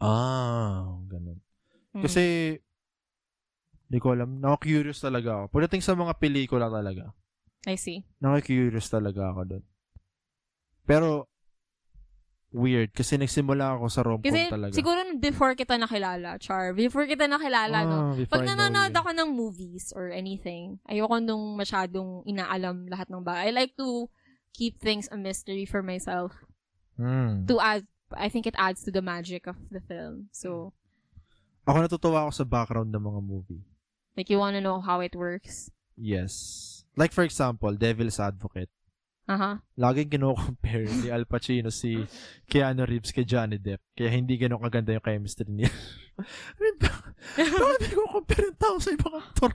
Speaker 2: Ah, ganun.
Speaker 3: Mm.
Speaker 2: Kasi, hindi ko alam. Naka-curious talaga ako. Pagdating sa mga pelikula talaga,
Speaker 3: I see.
Speaker 2: naka-curious talaga ako doon. Pero, weird. Kasi nagsimula ako sa rom-com
Speaker 3: Kasi
Speaker 2: talaga.
Speaker 3: siguro before kita nakilala, Char. Before kita nakilala, no?
Speaker 2: Ah, before
Speaker 3: Pag
Speaker 2: I know
Speaker 3: nanonood
Speaker 2: you.
Speaker 3: ako ng movies or anything, ayoko nung masyadong inaalam lahat ng ba. I like to keep things a mystery for myself.
Speaker 2: Hmm.
Speaker 3: to add I think it adds to the magic of the film. So
Speaker 2: Ako natutuwa ako sa background ng mga movie.
Speaker 3: like you wanna know how it works.
Speaker 2: Yes. Like for example, Devil's Advocate.
Speaker 3: Uh-huh.
Speaker 2: Laging kino-compare ni Al Pacino si Keanu Reeves kay Johnny Depp. Kaya hindi ganun kaganda yung chemistry niya. I mean, bak- bakit hindi ko compare yung tao sa ibang aktor?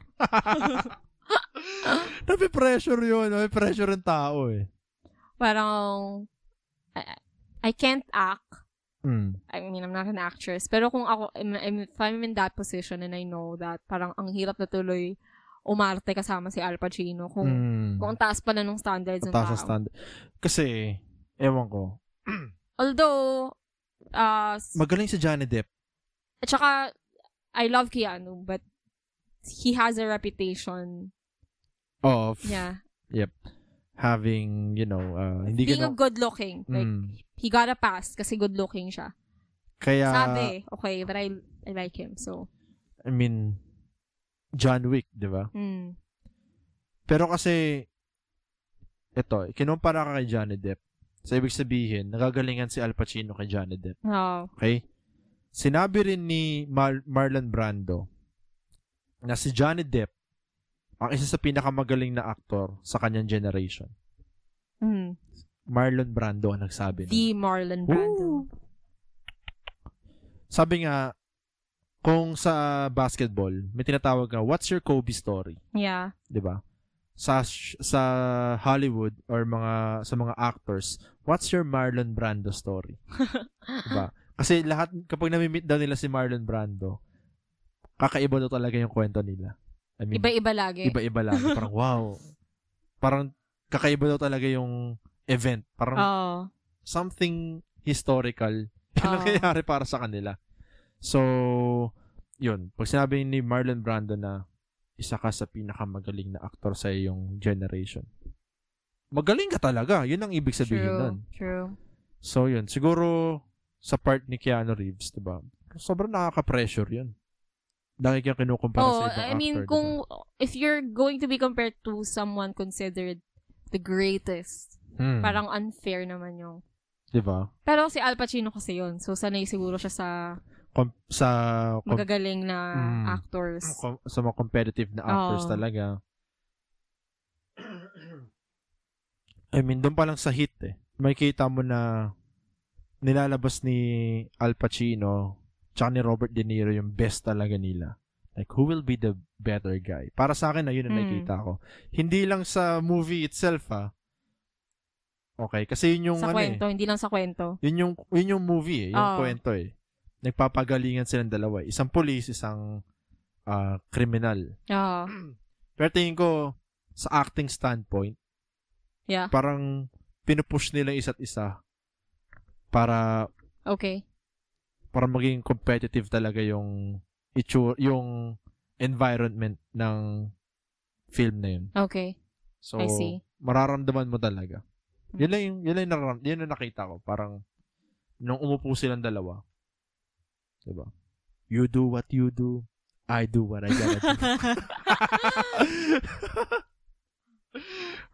Speaker 2: Nape-pressure yun. Nape-pressure yung tao eh.
Speaker 3: Parang I, I can't act.
Speaker 2: Mm.
Speaker 3: I mean, I'm not an actress. Pero kung ako, I'm- I'm- if I'm in that position and I know that parang ang hirap na tuloy umarte kasama si Al Pacino kung,
Speaker 2: Mm.
Speaker 3: kung Hmm. ang taas pala nung standards ng
Speaker 2: Taas ang
Speaker 3: tao.
Speaker 2: standard. Kasi, Ewan ko.
Speaker 3: Although, uh, s-
Speaker 2: Magaling si Johnny Depp.
Speaker 3: at saka, I love Keanu, but he has a reputation.
Speaker 2: Of
Speaker 3: Yeah.
Speaker 2: having, you know, uh, hindi
Speaker 3: Being
Speaker 2: ka
Speaker 3: a good looking. Like,
Speaker 2: Mm.
Speaker 3: he got a pass kasi good looking siya.
Speaker 2: Kaya,
Speaker 3: Sabi, okay, but I, I like him. So,
Speaker 2: I mean, John Wick, di ba?
Speaker 3: mm,
Speaker 2: Pero kasi, ito, kinumpara ka kay Johnny Depp. So, ibig sabihin, nagagalingan si Al Pacino kay Johnny Depp.
Speaker 3: oh,
Speaker 2: Okay? Sinabi rin ni Mar- Marlon Brando na si Johnny Depp ang isa sa pinakamagaling na aktor sa kanyang generation.
Speaker 3: mm,
Speaker 2: Marlon Brando ang nagsabi. nun.
Speaker 3: the Marlon Brando.
Speaker 2: Sabi nga, kung sa basketball, may tinatawag nga, what's your Kobe story?
Speaker 3: Yeah.
Speaker 2: 'di ba? Sa sh- sa Hollywood or mga sa mga actors, what's your Marlon Brando story? 'Di ba? Kasi lahat kapag nami-meet daw nila si Marlon Brando, kakaiba daw talaga yung kwento nila. I mean,
Speaker 3: Iba-iba eh. lagi.
Speaker 2: iba-iba lang. Parang wow. Parang kakaiba daw talaga yung event. Parang
Speaker 3: Oh.
Speaker 2: something historical na
Speaker 3: Oo.
Speaker 2: nangyayari para sa kanila. So, yun. Pag sinabi ni Marlon Brando na isa ka sa pinakamagaling na aktor sa iyong generation, magaling ka talaga. Yun ang ibig sabihin
Speaker 3: True.
Speaker 2: nun.
Speaker 3: True.
Speaker 2: So, yun. Siguro, sa part ni Keanu Reeves, di ba? Sobrang nakaka-pressure yun. Lagi kang kinukumpara
Speaker 3: Oh,
Speaker 2: sa ibang
Speaker 3: I mean,
Speaker 2: actor. diba?
Speaker 3: kung if you're going to be compared to someone considered the greatest,
Speaker 2: diba? Hmm. Diba?
Speaker 3: parang unfair naman yung.
Speaker 2: Di ba?
Speaker 3: Pero si Al Pacino kasi yun. So, sanay siguro siya sa
Speaker 2: Com- sa, com-
Speaker 3: magagaling na
Speaker 2: Mm.
Speaker 3: actors.
Speaker 2: com- sa mga competitive na actors
Speaker 3: Oo.
Speaker 2: talaga. I mean, doon pa lang sa hit eh. May kita mo na nilalabas ni Al Pacino tsaka ni Robert De Niro yung best talaga nila. Like, who will be the better guy? Para sa akin, ayun ang
Speaker 3: Mm.
Speaker 2: nakikita ko. Hindi lang sa movie itself, ha? Okay, kasi yun yung
Speaker 3: sa
Speaker 2: ano eh.
Speaker 3: kwento, hindi lang sa kwento.
Speaker 2: Yun yung, yun yung movie eh, yung
Speaker 3: Oo.
Speaker 2: kwento eh. Nagpapagalingan silang dalawa. eh. Isang police, isang ah, kriminal.
Speaker 3: Oo.
Speaker 2: Pero tingin ko, sa acting standpoint,
Speaker 3: Yeah.
Speaker 2: parang pinupush nila yung isa't isa para
Speaker 3: Okay.
Speaker 2: para maging competitive talaga yung itsura, yung environment ng film na yun.
Speaker 3: Okay.
Speaker 2: So,
Speaker 3: I see.
Speaker 2: mararamdaman mo talaga. Yun lang yung, yun lang yung, naram, yun ang nakita ko. Parang, nung umupo silang dalawa, diba? You do what you do, I do what I gotta do.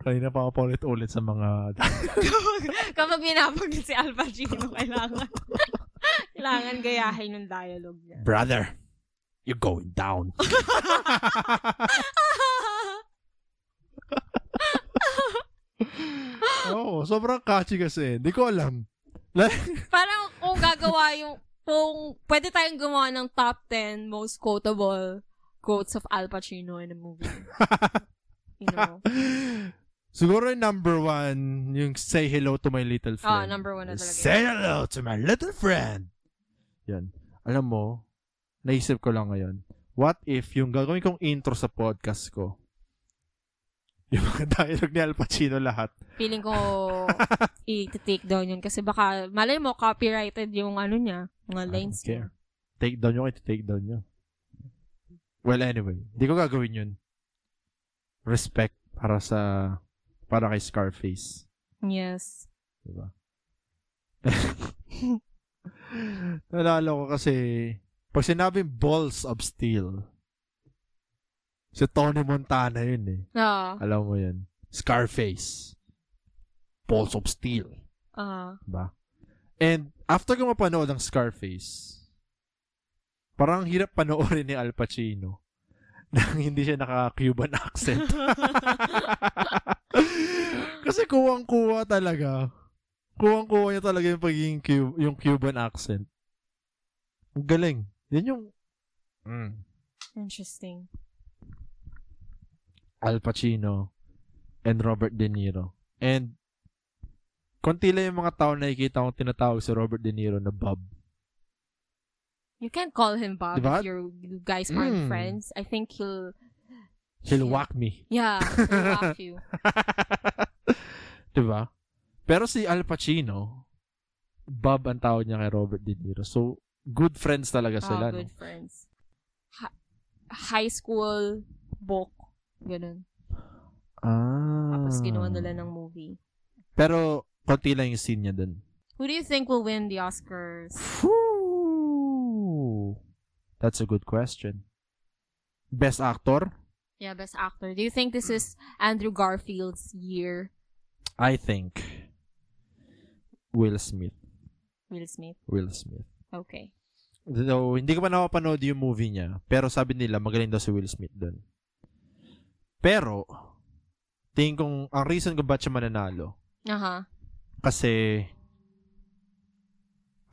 Speaker 2: Kanina pa ako ulit-ulit sa mga...
Speaker 3: Kapag binabagin si Al Pacino, kailangan, kailangan gayahin yung dialogue niya.
Speaker 2: Brother, you're going down. Oo, oh, sobrang catchy kasi. Hindi ko alam.
Speaker 3: Parang kung gagawa yung, kung pwede tayong gumawa ng top 10 most quotable quotes of Al Pacino in a movie. you know?
Speaker 2: Siguro yung number one, yung say hello to my little
Speaker 3: Ah,
Speaker 2: friend.
Speaker 3: number one na talaga.
Speaker 2: Say hello to my little friend. Yan. Alam mo, naisip ko lang ngayon, what if yung gagawin kong intro sa podcast ko, yung mga dialogue ni Al Pacino lahat.
Speaker 3: Feeling ko i-take down yun kasi baka, malay mo, copyrighted yung ano niya, mga
Speaker 2: I
Speaker 3: lines
Speaker 2: don't care.
Speaker 3: niya.
Speaker 2: Take down yung ito, take down yun. Well, anyway, hindi ko gagawin yun. Respect para sa, para kay Scarface.
Speaker 3: Yes.
Speaker 2: Diba? Nalala ko kasi, pag sinabing balls of steel, si Tony Montana yun eh.
Speaker 3: Ah,
Speaker 2: Alam mo yun. Scarface. Balls of steel.
Speaker 3: ah,
Speaker 2: Diba? And after ko mapanood ang Scarface, parang hirap panoorin ni Al Pacino nang hindi siya naka-Cuban accent. Kasi kuwang-kuwa talaga. Kuwang-kuwa niya talaga yung pagiging Cu- yung Cuban accent. Ang galing. Yun yung mm,
Speaker 3: interesting.
Speaker 2: Al Pacino and Robert De Niro. And konti lang yung mga tao na nakikita kong tinatawag si Robert De Niro na Bob.
Speaker 3: You can't call him Bob
Speaker 2: Diba?
Speaker 3: if you're, you guys aren't
Speaker 2: Mm.
Speaker 3: friends. I think he'll,
Speaker 2: He'll
Speaker 3: Yeah.
Speaker 2: whack me.
Speaker 3: yeah, he'll laugh you.
Speaker 2: diba? Pero si Al Pacino, Bob ang tawag niya kay Robert De Niro. So, good friends talaga sila.
Speaker 3: Ah,
Speaker 2: no?
Speaker 3: good friends. Hi- high school book. Ganun.
Speaker 2: Ah.
Speaker 3: Tapos ginawa nila ng movie.
Speaker 2: Pero, konti lang yung scene niya dun.
Speaker 3: Who do you think will win the Oscars?
Speaker 2: Phew. That's a good question. Best actor?
Speaker 3: Yeah, best actor. Do you think this is Andrew Garfield's year?
Speaker 2: I think Will Smith.
Speaker 3: Will Smith.
Speaker 2: Will Smith.
Speaker 3: Okay.
Speaker 2: Though, hindi ko pa nakapanood yung movie niya. Pero sabi nila, magaling daw si Will Smith doon. Pero, tingin kong, ang reason kung ba't siya mananalo,
Speaker 3: Aha.
Speaker 2: kasi,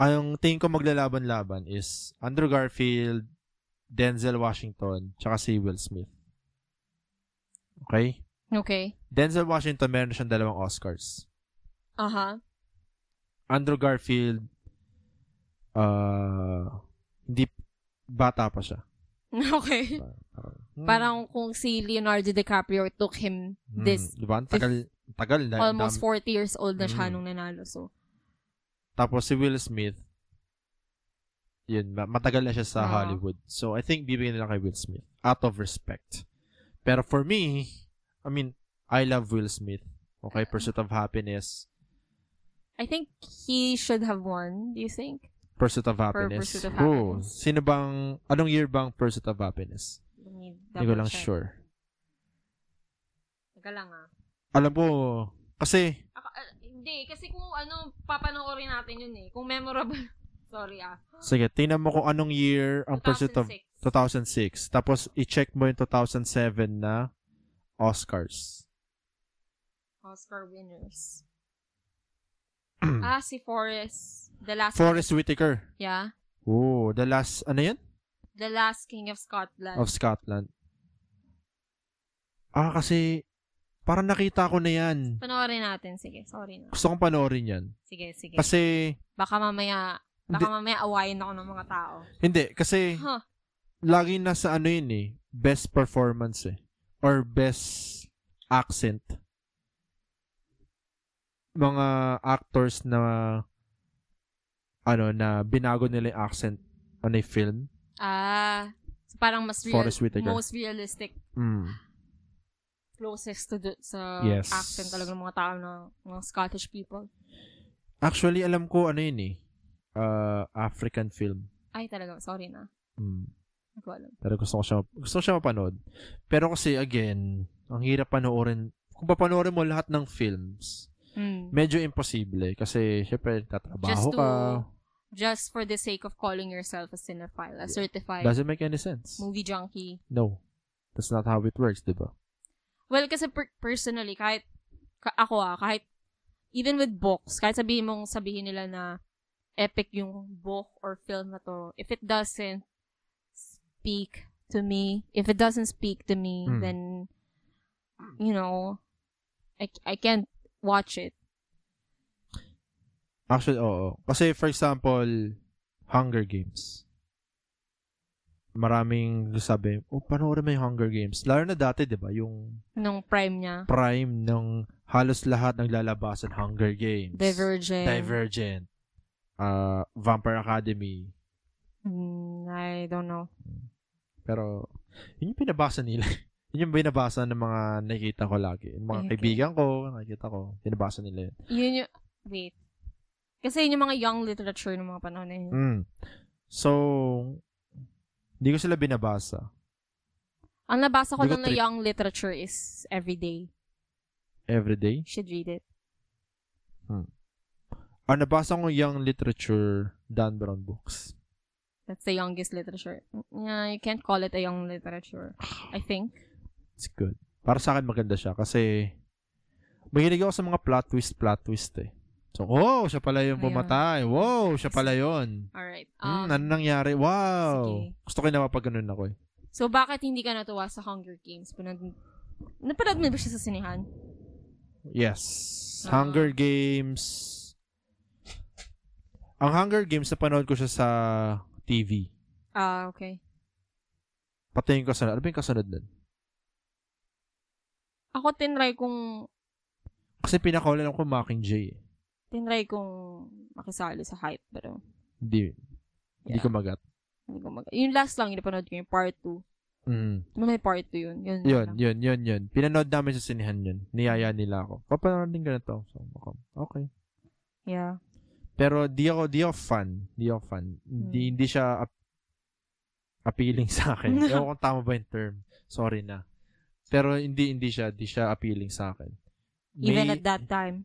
Speaker 2: ang tingin ko maglalaban-laban is Andrew Garfield, Denzel Washington, tsaka si Will Smith. Okay?
Speaker 3: Okay.
Speaker 2: Denzel Washington, meron siyang dalawang Oscars.
Speaker 3: Aha.
Speaker 2: Andrew Garfield, ah, hindi, bata pa siya.
Speaker 3: Okay. Parang kung si Leonardo DiCaprio took him
Speaker 2: Mm,
Speaker 3: this
Speaker 2: Diba? Ang tagal, ang tagal na.
Speaker 3: almost
Speaker 2: dam-
Speaker 3: 40 years old na siya
Speaker 2: Mm.
Speaker 3: nung nanalo. So,
Speaker 2: Tapos si Will Smith, yun, ma- matagal na siya sa
Speaker 3: Ah.
Speaker 2: Hollywood. So, I think bibigyan nila kay Will Smith out of respect. Pero for me, I mean, I love Will Smith. Okay, Pursuit of Happiness.
Speaker 3: I think he should have won. Do you think?
Speaker 2: Pursuit of Happiness.
Speaker 3: Pursuit of
Speaker 2: Oh,
Speaker 3: Happiness.
Speaker 2: sino bang, anong year bang Pursuit of Happiness?
Speaker 3: Let me
Speaker 2: Hindi ko lang
Speaker 3: double-check.
Speaker 2: sure.
Speaker 3: Teka lang ah.
Speaker 2: Alam ko, kasi,
Speaker 3: Ako- ah, hindi, kasi kung ano, papanoorin natin yun eh. Kung memorable. Sorry ah.
Speaker 2: sige, tingnan mo kung anong year ang Pursuit of 2006.
Speaker 3: 2006.
Speaker 2: Tapos, i-check mo yung 2007 na Oscars.
Speaker 3: Oscar winners. ah, si Forrest. The Last
Speaker 2: Forrest Whitaker.
Speaker 3: Yeah.
Speaker 2: Oh, the last, ano yun?
Speaker 3: The Last King of Scotland.
Speaker 2: Of Scotland. Ah, kasi, parang nakita ko na yan.
Speaker 3: Panoorin natin. Sige, sorry na.
Speaker 2: Gusto kong panoorin yan.
Speaker 3: Sige, sige.
Speaker 2: Kasi,
Speaker 3: baka mamaya, baka
Speaker 2: Hindi.
Speaker 3: mamaya awayin ako ng mga tao.
Speaker 2: hindi, kasi,
Speaker 3: Huh.
Speaker 2: lagi nasa ano yun eh, best performance eh. Or best accent. Mga actors na, ano, na binago nila yung accent on a film.
Speaker 3: Ah, so parang mas real,
Speaker 2: Forrest Whitaker.
Speaker 3: most realistic
Speaker 2: Mm.
Speaker 3: closest to the, sa
Speaker 2: Yes.
Speaker 3: accent talaga ng mga tao ng, ng Scottish people.
Speaker 2: Actually, alam ko, ano yun eh, uh, African film.
Speaker 3: Ay, talaga. Sorry na.
Speaker 2: Mm.
Speaker 3: Hindi ko alam.
Speaker 2: Pero gusto ko siya, gusto ko siya mapanood. Pero kasi again, ang hirap panoorin. Kung papanoorin mo lahat ng films,
Speaker 3: Hmm.
Speaker 2: medyo imposible kasi syempre tatrabaho
Speaker 3: Just to-
Speaker 2: ka.
Speaker 3: Just for the sake of calling yourself a cinephile, a certified
Speaker 2: Doesn't make any sense.
Speaker 3: movie junkie.
Speaker 2: No. That's not how it works, 'di ba?
Speaker 3: Well, kasi per- personally, kahit ka- ako ah, kahit even with books, kahit sabihin mong sabihin nila na epic yung book or film na to, if it doesn't speak to me, if it doesn't speak to me,
Speaker 2: Mm.
Speaker 3: then, you know, I, I can't watch it.
Speaker 2: Actually, oo. Kasi for example, Hunger Games. Maraming sabi, oh, panoorin mo yung Hunger Games. Lalo na dati, di ba? Yung
Speaker 3: Nung prime niya,
Speaker 2: prime ng halos lahat naglalabasan Hunger Games.
Speaker 3: Divergent.
Speaker 2: Divergent. Uh, Vampire Academy.
Speaker 3: Mm, I don't know.
Speaker 2: Pero, yun yung pinabasa nila. yun yung binabasa ng mga nakikita ko lagi. Yung mga
Speaker 3: Okay.
Speaker 2: kaibigan ko, nakikita ko, binabasa nila yun.
Speaker 3: Yun yung, wait. Kasi yun yung mga young literature ng mga panahon na yun.
Speaker 2: Mm. So, hindi ko sila binabasa.
Speaker 3: Ang nabasa
Speaker 2: Hindi
Speaker 3: ko
Speaker 2: ko
Speaker 3: lang na
Speaker 2: trip.
Speaker 3: young literature is everyday.
Speaker 2: Everyday.
Speaker 3: You should read it.
Speaker 2: Ah, nabasa ko yung literature Dan Brown books.
Speaker 3: That's the youngest literature. Yeah, you can't call it a young literature. I think.
Speaker 2: It's good. Para sa akin maganda siya kasi mahilig ako sa mga plot twist, plot twist eh. So, oh, siya pala yung
Speaker 3: Ayun.
Speaker 2: pumatay. Wow, siya pala yun.
Speaker 3: Alright.
Speaker 2: Hmm,
Speaker 3: Um,
Speaker 2: ano nangyari? Wow.
Speaker 3: sige.
Speaker 2: Gusto ko yung napapaganon ako eh.
Speaker 3: so, bakit hindi ka natuwa sa Hunger Games? Pinag- Napanood mo ba siya sa sinihan?
Speaker 2: Yes.
Speaker 3: Ah.
Speaker 2: Hunger Games. Ang Hunger Games, napanood ko siya sa TV.
Speaker 3: Ah, okay.
Speaker 2: Pati ano yung kasunod. Ano ba yung kasunod nun?
Speaker 3: Ako tinry kung
Speaker 2: Kasi pinakawala lang ko Mockingjay. eh.
Speaker 3: Tinry kong makisali sa hype, pero
Speaker 2: Hindi. Hindi
Speaker 3: Yeah.
Speaker 2: ko magat.
Speaker 3: hindi ko mag... Yung last lang, yung napanood ko yung part 2.
Speaker 2: Mm.
Speaker 3: May part 2 yun. Yun,
Speaker 2: Yun,
Speaker 3: lang.
Speaker 2: yun, yun, yun. Pinanood namin sa sinihan yun. Niyaya nila ako. Papanood din ka na to. So, ako, okay.
Speaker 3: Yeah.
Speaker 2: Pero di ako, di ako fan. Di ako fan. Hindi,
Speaker 3: Hmm.
Speaker 2: hindi siya ap- appealing sa akin. Ewan ko kung tama ba yung term. Sorry na. Pero hindi, hindi siya, hindi siya appealing sa akin.
Speaker 3: Even
Speaker 2: May-
Speaker 3: at that time.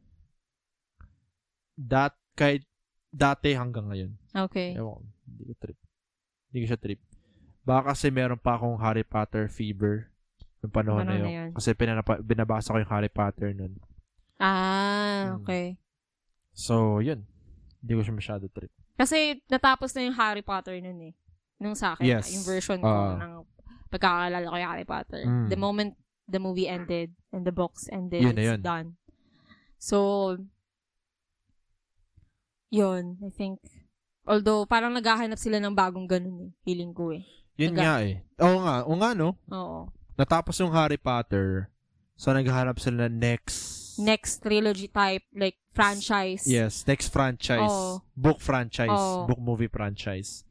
Speaker 2: that, kahit dati hanggang ngayon.
Speaker 3: Okay.
Speaker 2: Ewan ko. Hindi ko trip. Hindi ko siya trip. Baka kasi meron pa akong Harry Potter fever nung panahon na
Speaker 3: Panahon
Speaker 2: yun.
Speaker 3: na yun.
Speaker 2: Kasi pinanapa- binabasa ko yung Harry Potter nun.
Speaker 3: Ah,
Speaker 2: Hmm.
Speaker 3: okay.
Speaker 2: So, yun. Hindi ko siya masyado trip.
Speaker 3: Kasi natapos na yung Harry Potter nun eh. Nung sa akin,
Speaker 2: Yes.
Speaker 3: yung version ko
Speaker 2: Ah.
Speaker 3: ng pagkakaalala ko yung Harry Potter.
Speaker 2: Mm.
Speaker 3: The moment the movie ended and the books ended,
Speaker 2: Yun na
Speaker 3: it's
Speaker 2: yun.
Speaker 3: done. So, yun, I think. Although, parang naghahanap sila ng bagong ganun eh. Feeling ko eh.
Speaker 2: Yun
Speaker 3: Taga-
Speaker 2: nga eh. Oo nga. Oo nga, no?
Speaker 3: Oo.
Speaker 2: Natapos yung Harry Potter. So, naghahanap sila ng next...
Speaker 3: Next trilogy type, like franchise.
Speaker 2: Yes, next franchise.
Speaker 3: Oo.
Speaker 2: Book franchise.
Speaker 3: Oo.
Speaker 2: Book movie franchise.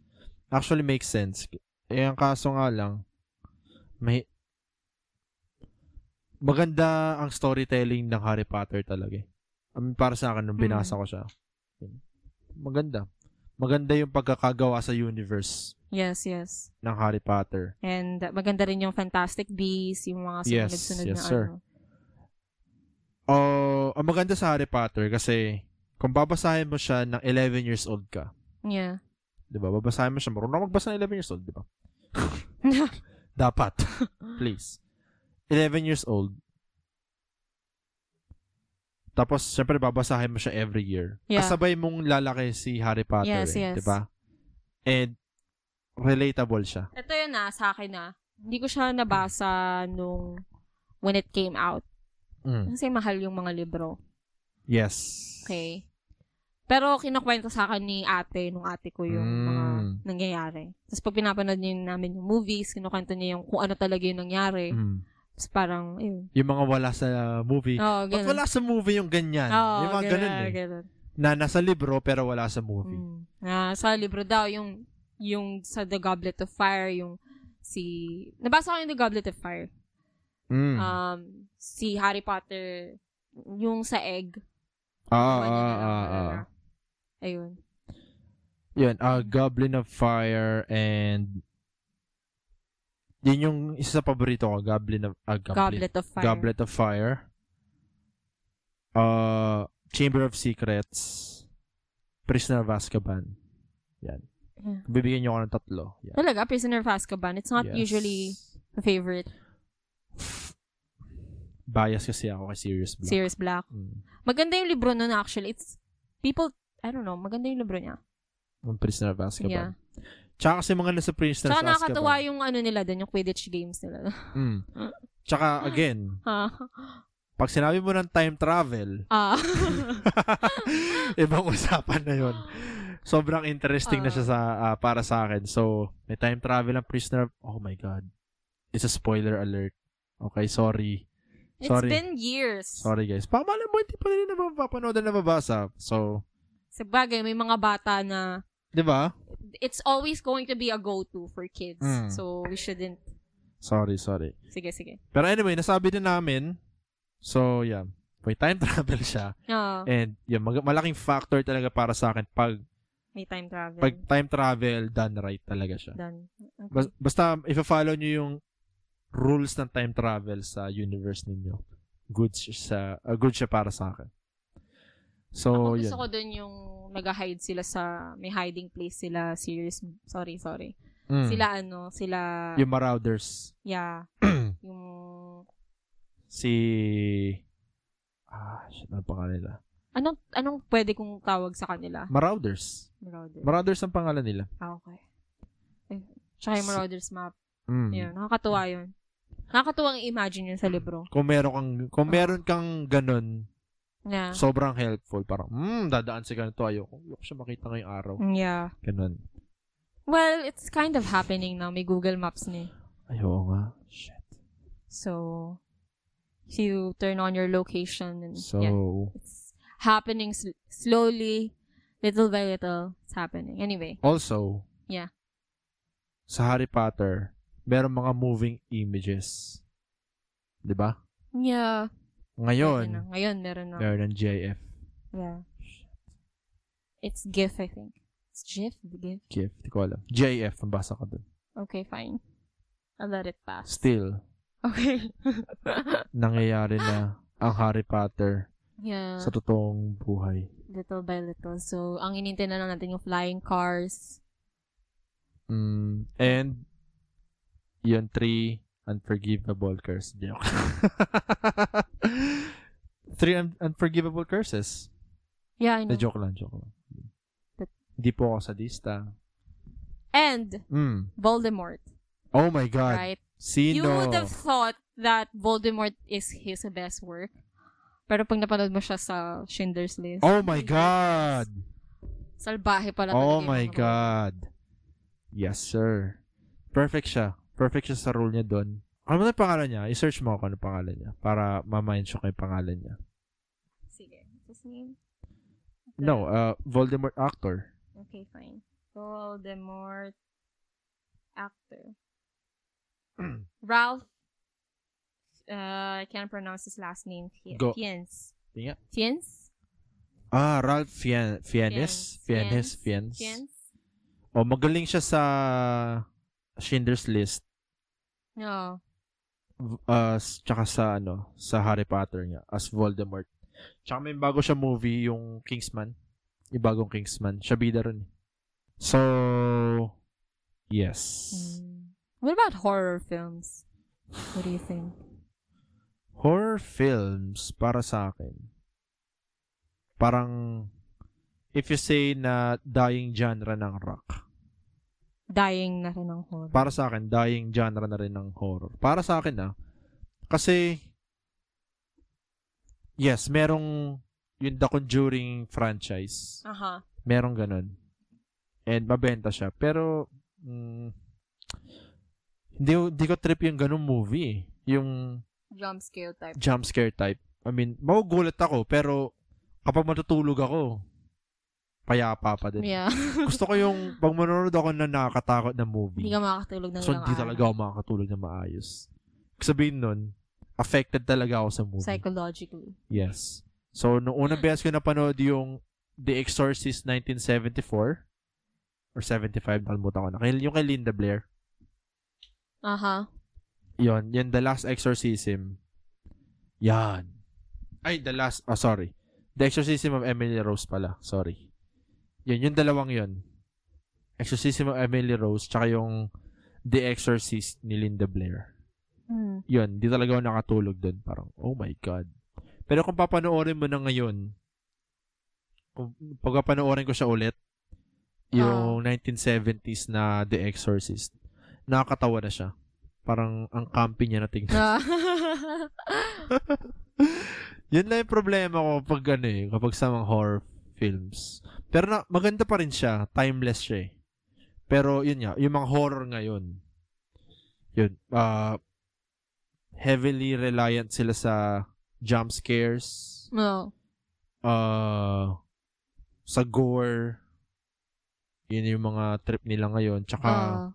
Speaker 2: Actually, makes sense. Eh, ang kaso nga lang, may... Maganda ang storytelling ng Harry Potter talaga eh. Um, para sa akin, nung
Speaker 3: Mm.
Speaker 2: binasa ko siya. Maganda. Maganda yung pagkakagawa sa universe
Speaker 3: Yes, yes.
Speaker 2: ng Harry Potter.
Speaker 3: And uh, maganda rin yung Fantastic Beasts, yung mga
Speaker 2: Yes,
Speaker 3: sumunod-sunod
Speaker 2: yes,
Speaker 3: na
Speaker 2: sir.
Speaker 3: ano.
Speaker 2: Oh, ang maganda sa Harry Potter kasi kung babasahin mo siya ng 11 years old ka,
Speaker 3: Yeah.
Speaker 2: 'di ba? Babasahin mo siya, marunong ka magbasa ng 11 years old, 'di ba? Dapat. Please. 11 years old. Tapos, syempre, babasahin mo siya every year.
Speaker 3: Yeah.
Speaker 2: Kasabay mong lalaki si Harry Potter,
Speaker 3: Yes,
Speaker 2: eh,
Speaker 3: yes.
Speaker 2: 'di ba? And relatable siya.
Speaker 3: Ito yun na, sa akin na. Hindi ko siya nabasa nung when it came out.
Speaker 2: Mm.
Speaker 3: Kasi mahal yung mga libro.
Speaker 2: Yes.
Speaker 3: Okay. Pero kinukwento sa akin ni ate, nung ate ko yung mga
Speaker 2: Mm.
Speaker 3: nangyayari. Tapos pag pinapanood niya yung namin yung movies, kinukwento niya yung kung ano talaga yung nangyari.
Speaker 2: Mm.
Speaker 3: Tapos parang, ayun.
Speaker 2: Yung mga wala sa movie.
Speaker 3: Oo, oh,
Speaker 2: Ba't
Speaker 3: ganun.
Speaker 2: wala sa movie yung ganyan?
Speaker 3: Oo,
Speaker 2: yung mga ganun, eh.
Speaker 3: ganun.
Speaker 2: Na nasa libro pero wala sa movie.
Speaker 3: Mm. Ah, sa libro daw, yung, yung sa The Goblet of Fire, yung si... Nabasa ko yung The Goblet of Fire.
Speaker 2: Mm.
Speaker 3: Um, si Harry Potter, yung sa egg.
Speaker 2: ah,
Speaker 3: Gawa niya
Speaker 2: ah,
Speaker 3: na lang
Speaker 2: ah,
Speaker 3: talaga.
Speaker 2: ah.
Speaker 3: Ayun.
Speaker 2: Yun, uh, Goblin of Fire and yun yung isa sa paborito ko, Goblin of ah, Goblin,
Speaker 3: Goblet of Fire.
Speaker 2: Goblet of Fire. Uh, Chamber of Secrets. Prisoner of Azkaban. Yan.
Speaker 3: Yeah.
Speaker 2: Bibigyan niyo ako ng tatlo. Yan.
Speaker 3: Talaga, Prisoner of Azkaban. It's not
Speaker 2: Yes.
Speaker 3: usually a favorite.
Speaker 2: Bias kasi ako kay Sirius Black.
Speaker 3: Sirius Black.
Speaker 2: Mm.
Speaker 3: Maganda yung libro nun actually. It's, people, I don't know, maganda yung libro niya.
Speaker 2: Yung Prisoner of Azkaban.
Speaker 3: Yeah.
Speaker 2: Tsaka kasi mga nasa Diba? Prisoner
Speaker 3: Tsaka
Speaker 2: of Azkaban.
Speaker 3: nakakatawa yung ano nila dun, yung Quidditch games nila.
Speaker 2: Mm. Tsaka again,
Speaker 3: Ah.
Speaker 2: pag sinabi mo ng time travel,
Speaker 3: Ah.
Speaker 2: Ibang usapan na yon. Sobrang interesting na siya sa ah, para sa akin. So, may time travel ang prisoner. of- Oh my god. It's a spoiler alert. Okay, sorry.
Speaker 3: It's
Speaker 2: Sorry.
Speaker 3: been years.
Speaker 2: Sorry guys. Pamala mo, hindi pa rin napapanood na nababasa. So,
Speaker 3: Sa bagay, may mga bata na
Speaker 2: di ba?
Speaker 3: it's always going to be a go-to for kids.
Speaker 2: Mm.
Speaker 3: So, we shouldn't.
Speaker 2: Sorry, sorry.
Speaker 3: Sige, sige.
Speaker 2: Pero anyway, nasabi na namin. So, yeah. May time travel siya.
Speaker 3: Ah,
Speaker 2: And, yeah, mag- malaking factor talaga para sa akin pag,
Speaker 3: may time travel.
Speaker 2: pag time travel, done right talaga siya.
Speaker 3: Done. Okay.
Speaker 2: Bas- basta, ifa-follow nyo yung rules ng time travel sa universe ninyo. Good siya, sa, ah, good siya para sa akin. So,
Speaker 3: Ako
Speaker 2: yun.
Speaker 3: gusto ko dun yung nag-hide sila sa, may hiding place sila, series, sorry, sorry.
Speaker 2: Mm.
Speaker 3: Sila ano, sila,
Speaker 2: Yung Marauders.
Speaker 3: yeah, yung,
Speaker 2: Si... Ah, shit, ano pangalan nila?
Speaker 3: anong, anong pwede kong tawag sa kanila?
Speaker 2: Marauders.
Speaker 3: Marauders.
Speaker 2: Marauders ang pangalan nila.
Speaker 3: ah, okay. Eh, Tsaka yung
Speaker 2: Si-
Speaker 3: Marauders map.
Speaker 2: Mm.
Speaker 3: Yun, nakakatuwa yun. Nakakatuwa i-imagine yun sa libro.
Speaker 2: Kung meron kang, kung meron kang ganun,
Speaker 3: Yeah.
Speaker 2: sobrang helpful. Parang, hmm, dadaan si ganito. Ayoko. Ayoko siya makita ngayong araw.
Speaker 3: Yeah.
Speaker 2: Ganun.
Speaker 3: Well, it's kind of happening now. May Google Maps ni.
Speaker 2: Ayoko nga. Shit.
Speaker 3: So, you turn on your location and
Speaker 2: So,
Speaker 3: yeah, it's happening sl- slowly, little by little. It's happening. Anyway,
Speaker 2: also,
Speaker 3: Yeah.
Speaker 2: Sa Harry Potter, meron mga moving images. 'Di ba?
Speaker 3: yeah. meron Na.
Speaker 2: Ngayon,
Speaker 3: Ngayon, meron na.
Speaker 2: meron ng JF
Speaker 3: Yeah. It's GIF, I think. It's GIF? GIF?
Speaker 2: GIF, di ko alam. JF, ang basa ko dun.
Speaker 3: Okay, fine. I'll let it pass.
Speaker 2: Still,
Speaker 3: Okay.
Speaker 2: nangyayari na
Speaker 3: Ah!
Speaker 2: ang Harry Potter
Speaker 3: yeah.
Speaker 2: sa totoong buhay.
Speaker 3: little by little. So, ang inintay na lang natin yung flying cars.
Speaker 2: Mm, and, yun, three unforgivable curses. Joke. three un- unforgivable curses.
Speaker 3: Yeah, I
Speaker 2: Na
Speaker 3: know.
Speaker 2: Eh, joke lang, joke lang.
Speaker 3: Mm. But-
Speaker 2: Hindi po ako sadista.
Speaker 3: And
Speaker 2: Mm.
Speaker 3: Voldemort,
Speaker 2: Oh my God.
Speaker 3: right?
Speaker 2: Sino?
Speaker 3: You would have thought that Voldemort is his best work. Pero pag napanood mo siya sa Schindler's List,
Speaker 2: Oh my God.
Speaker 3: salbahe pala
Speaker 2: Oh
Speaker 3: talaga yung
Speaker 2: my
Speaker 3: mga-
Speaker 2: God. Yes, sir. Perfect siya. Perfect siya sa role niya doon. Ano na pangalan niya? I-search mo ako ano pangalan niya para ma-mind siya kay pangalan niya.
Speaker 3: Sige. What's his name?
Speaker 2: No, uh, Voldemort actor.
Speaker 3: Okay, fine. Voldemort actor. Ralph uh, I can't pronounce his last name. Fie-
Speaker 2: Go.
Speaker 3: Fiennes.
Speaker 2: Tinga.
Speaker 3: Fiennes?
Speaker 2: Ah, Ralph Fien Fiennes. Fiennes.
Speaker 3: Fiennes.
Speaker 2: Fiennes.
Speaker 3: Fiennes?
Speaker 2: Oh, magaling siya sa Schindler's List.
Speaker 3: No.
Speaker 2: v- uh, s- tsaka sa ano, sa Harry Potter niya as Voldemort. Tsaka may bago siya movie, yung Kingsman. Yung bagong Kingsman. Siya bida ron. eh. So, yes.
Speaker 3: Mm. What about horror films? What do you think?
Speaker 2: Horror films, para sa akin, parang, if you say na dying genre ng rock,
Speaker 3: Dying na rin ng horror.
Speaker 2: para sa akin, dying genre na rin ng horror. Para sa akin, ah. Kasi, yes, merong yung The Conjuring franchise.
Speaker 3: Aha.
Speaker 2: Merong ganun. And mabenta siya. Pero, mm, hindi, hindi ko trip yung ganung movie. eh. Yung
Speaker 3: Jump scare type.
Speaker 2: jump scare type. I mean, magugulat ako, pero kapag matutulog ako, payapa pa din.
Speaker 3: Yeah.
Speaker 2: Gusto ko yung, pag manonood ako na nakakatakot na movie,
Speaker 3: Hindi ka makakatulog ng
Speaker 2: so
Speaker 3: ilang
Speaker 2: hindi
Speaker 3: araw.
Speaker 2: talaga ako makakatulog na maayos. Sabihin nun, affected talaga ako sa movie.
Speaker 3: Psychologically.
Speaker 2: Yes. So, noong unang beses ko napanood yung The Exorcist 1974 or 75, nakalimutan ko na. Kay- Yung kay Linda Blair.
Speaker 3: Aha.
Speaker 2: Yun. Yan, The Last Exorcism. Yan. Ay, The Last, oh, sorry. The Exorcism of Emily Rose pala. Sorry. Yun, yung dalawang yun. Exorcism of Emily Rose tsaka yung The Exorcist ni Linda Blair.
Speaker 3: Hmm.
Speaker 2: yun, di talaga ako nakatulog doon. Parang, oh my God. Pero kung papanoorin mo na ngayon, kung pagpapanoorin ko siya ulit, yung 1970s na The Exorcist, nakakatawa na siya. Parang ang campy niya na tingnan.
Speaker 3: Ah.
Speaker 2: yun lang yung problema ko pag ano eh, kapag sa mga horror films. Pero na, maganda pa rin siya. Timeless siya eh. Pero yun nga, yung mga horror ngayon, yun, ah, heavily reliant sila sa jump scares,
Speaker 3: no.
Speaker 2: ah, sa gore, yun yung mga trip nila ngayon, tsaka,
Speaker 3: Ah.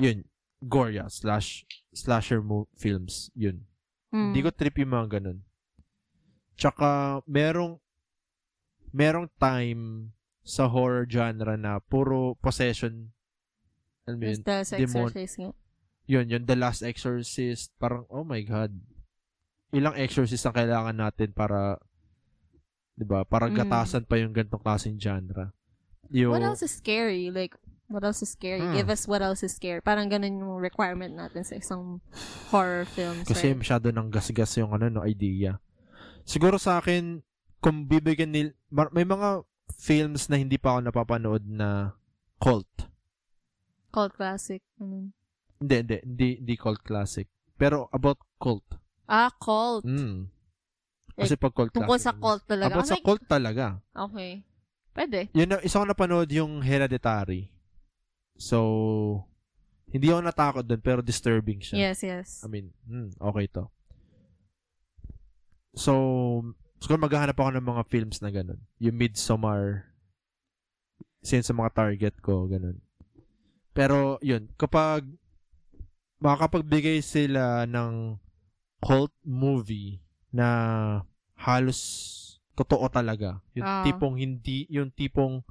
Speaker 2: yun, gore, yeah, slash, slasher mo- films, yun.
Speaker 3: Hmm.
Speaker 2: Hindi ko trip yung mga ganun. Tsaka, merong, merong time sa horror genre na puro possession. Alam mo yun?
Speaker 3: Basta sa
Speaker 2: demon-
Speaker 3: exercise nga.
Speaker 2: Yun, yun, The Last Exorcist. Parang, oh my God. Ilang exorcist ang kailangan natin para, di ba, para
Speaker 3: Mm.
Speaker 2: gatasan pa yung ganitong klaseng genre. Yung,
Speaker 3: What else is scary? Like, what else is scary?
Speaker 2: Hmm.
Speaker 3: Give us what else is scary. Parang ganun yung requirement natin sa isang horror film.
Speaker 2: Kasi
Speaker 3: right?
Speaker 2: masyado nang gasgas yung ano, no, idea. Siguro sa akin, kung bibigyan nil... mar- may mga films na hindi pa ako napapanood na cult.
Speaker 3: Cult classic. Hmm. Ganun.
Speaker 2: Hindi, hindi, hindi, hindi cult classic. Pero about cult.
Speaker 3: Ah, cult.
Speaker 2: Mm. Kasi pag cult
Speaker 3: Tungkol
Speaker 2: classic.
Speaker 3: sa cult talaga.
Speaker 2: About
Speaker 3: Ah,
Speaker 2: sa
Speaker 3: may-
Speaker 2: cult talaga.
Speaker 3: Okay. Pwede.
Speaker 2: Yun, na- isa ko napanood yung Hereditary. So, Hindi ako natakot doon, pero disturbing siya.
Speaker 3: Yes, yes.
Speaker 2: I mean, hmm, okay to. So, siguro maghahanap ako ng mga films na ganun. Yung Midsommar, since sa mga target ko, ganun. Pero, yun, kapag makakapagbigay sila ng cult movie na halos totoo talaga. Yung
Speaker 3: Ah.
Speaker 2: tipong hindi, yung tipong,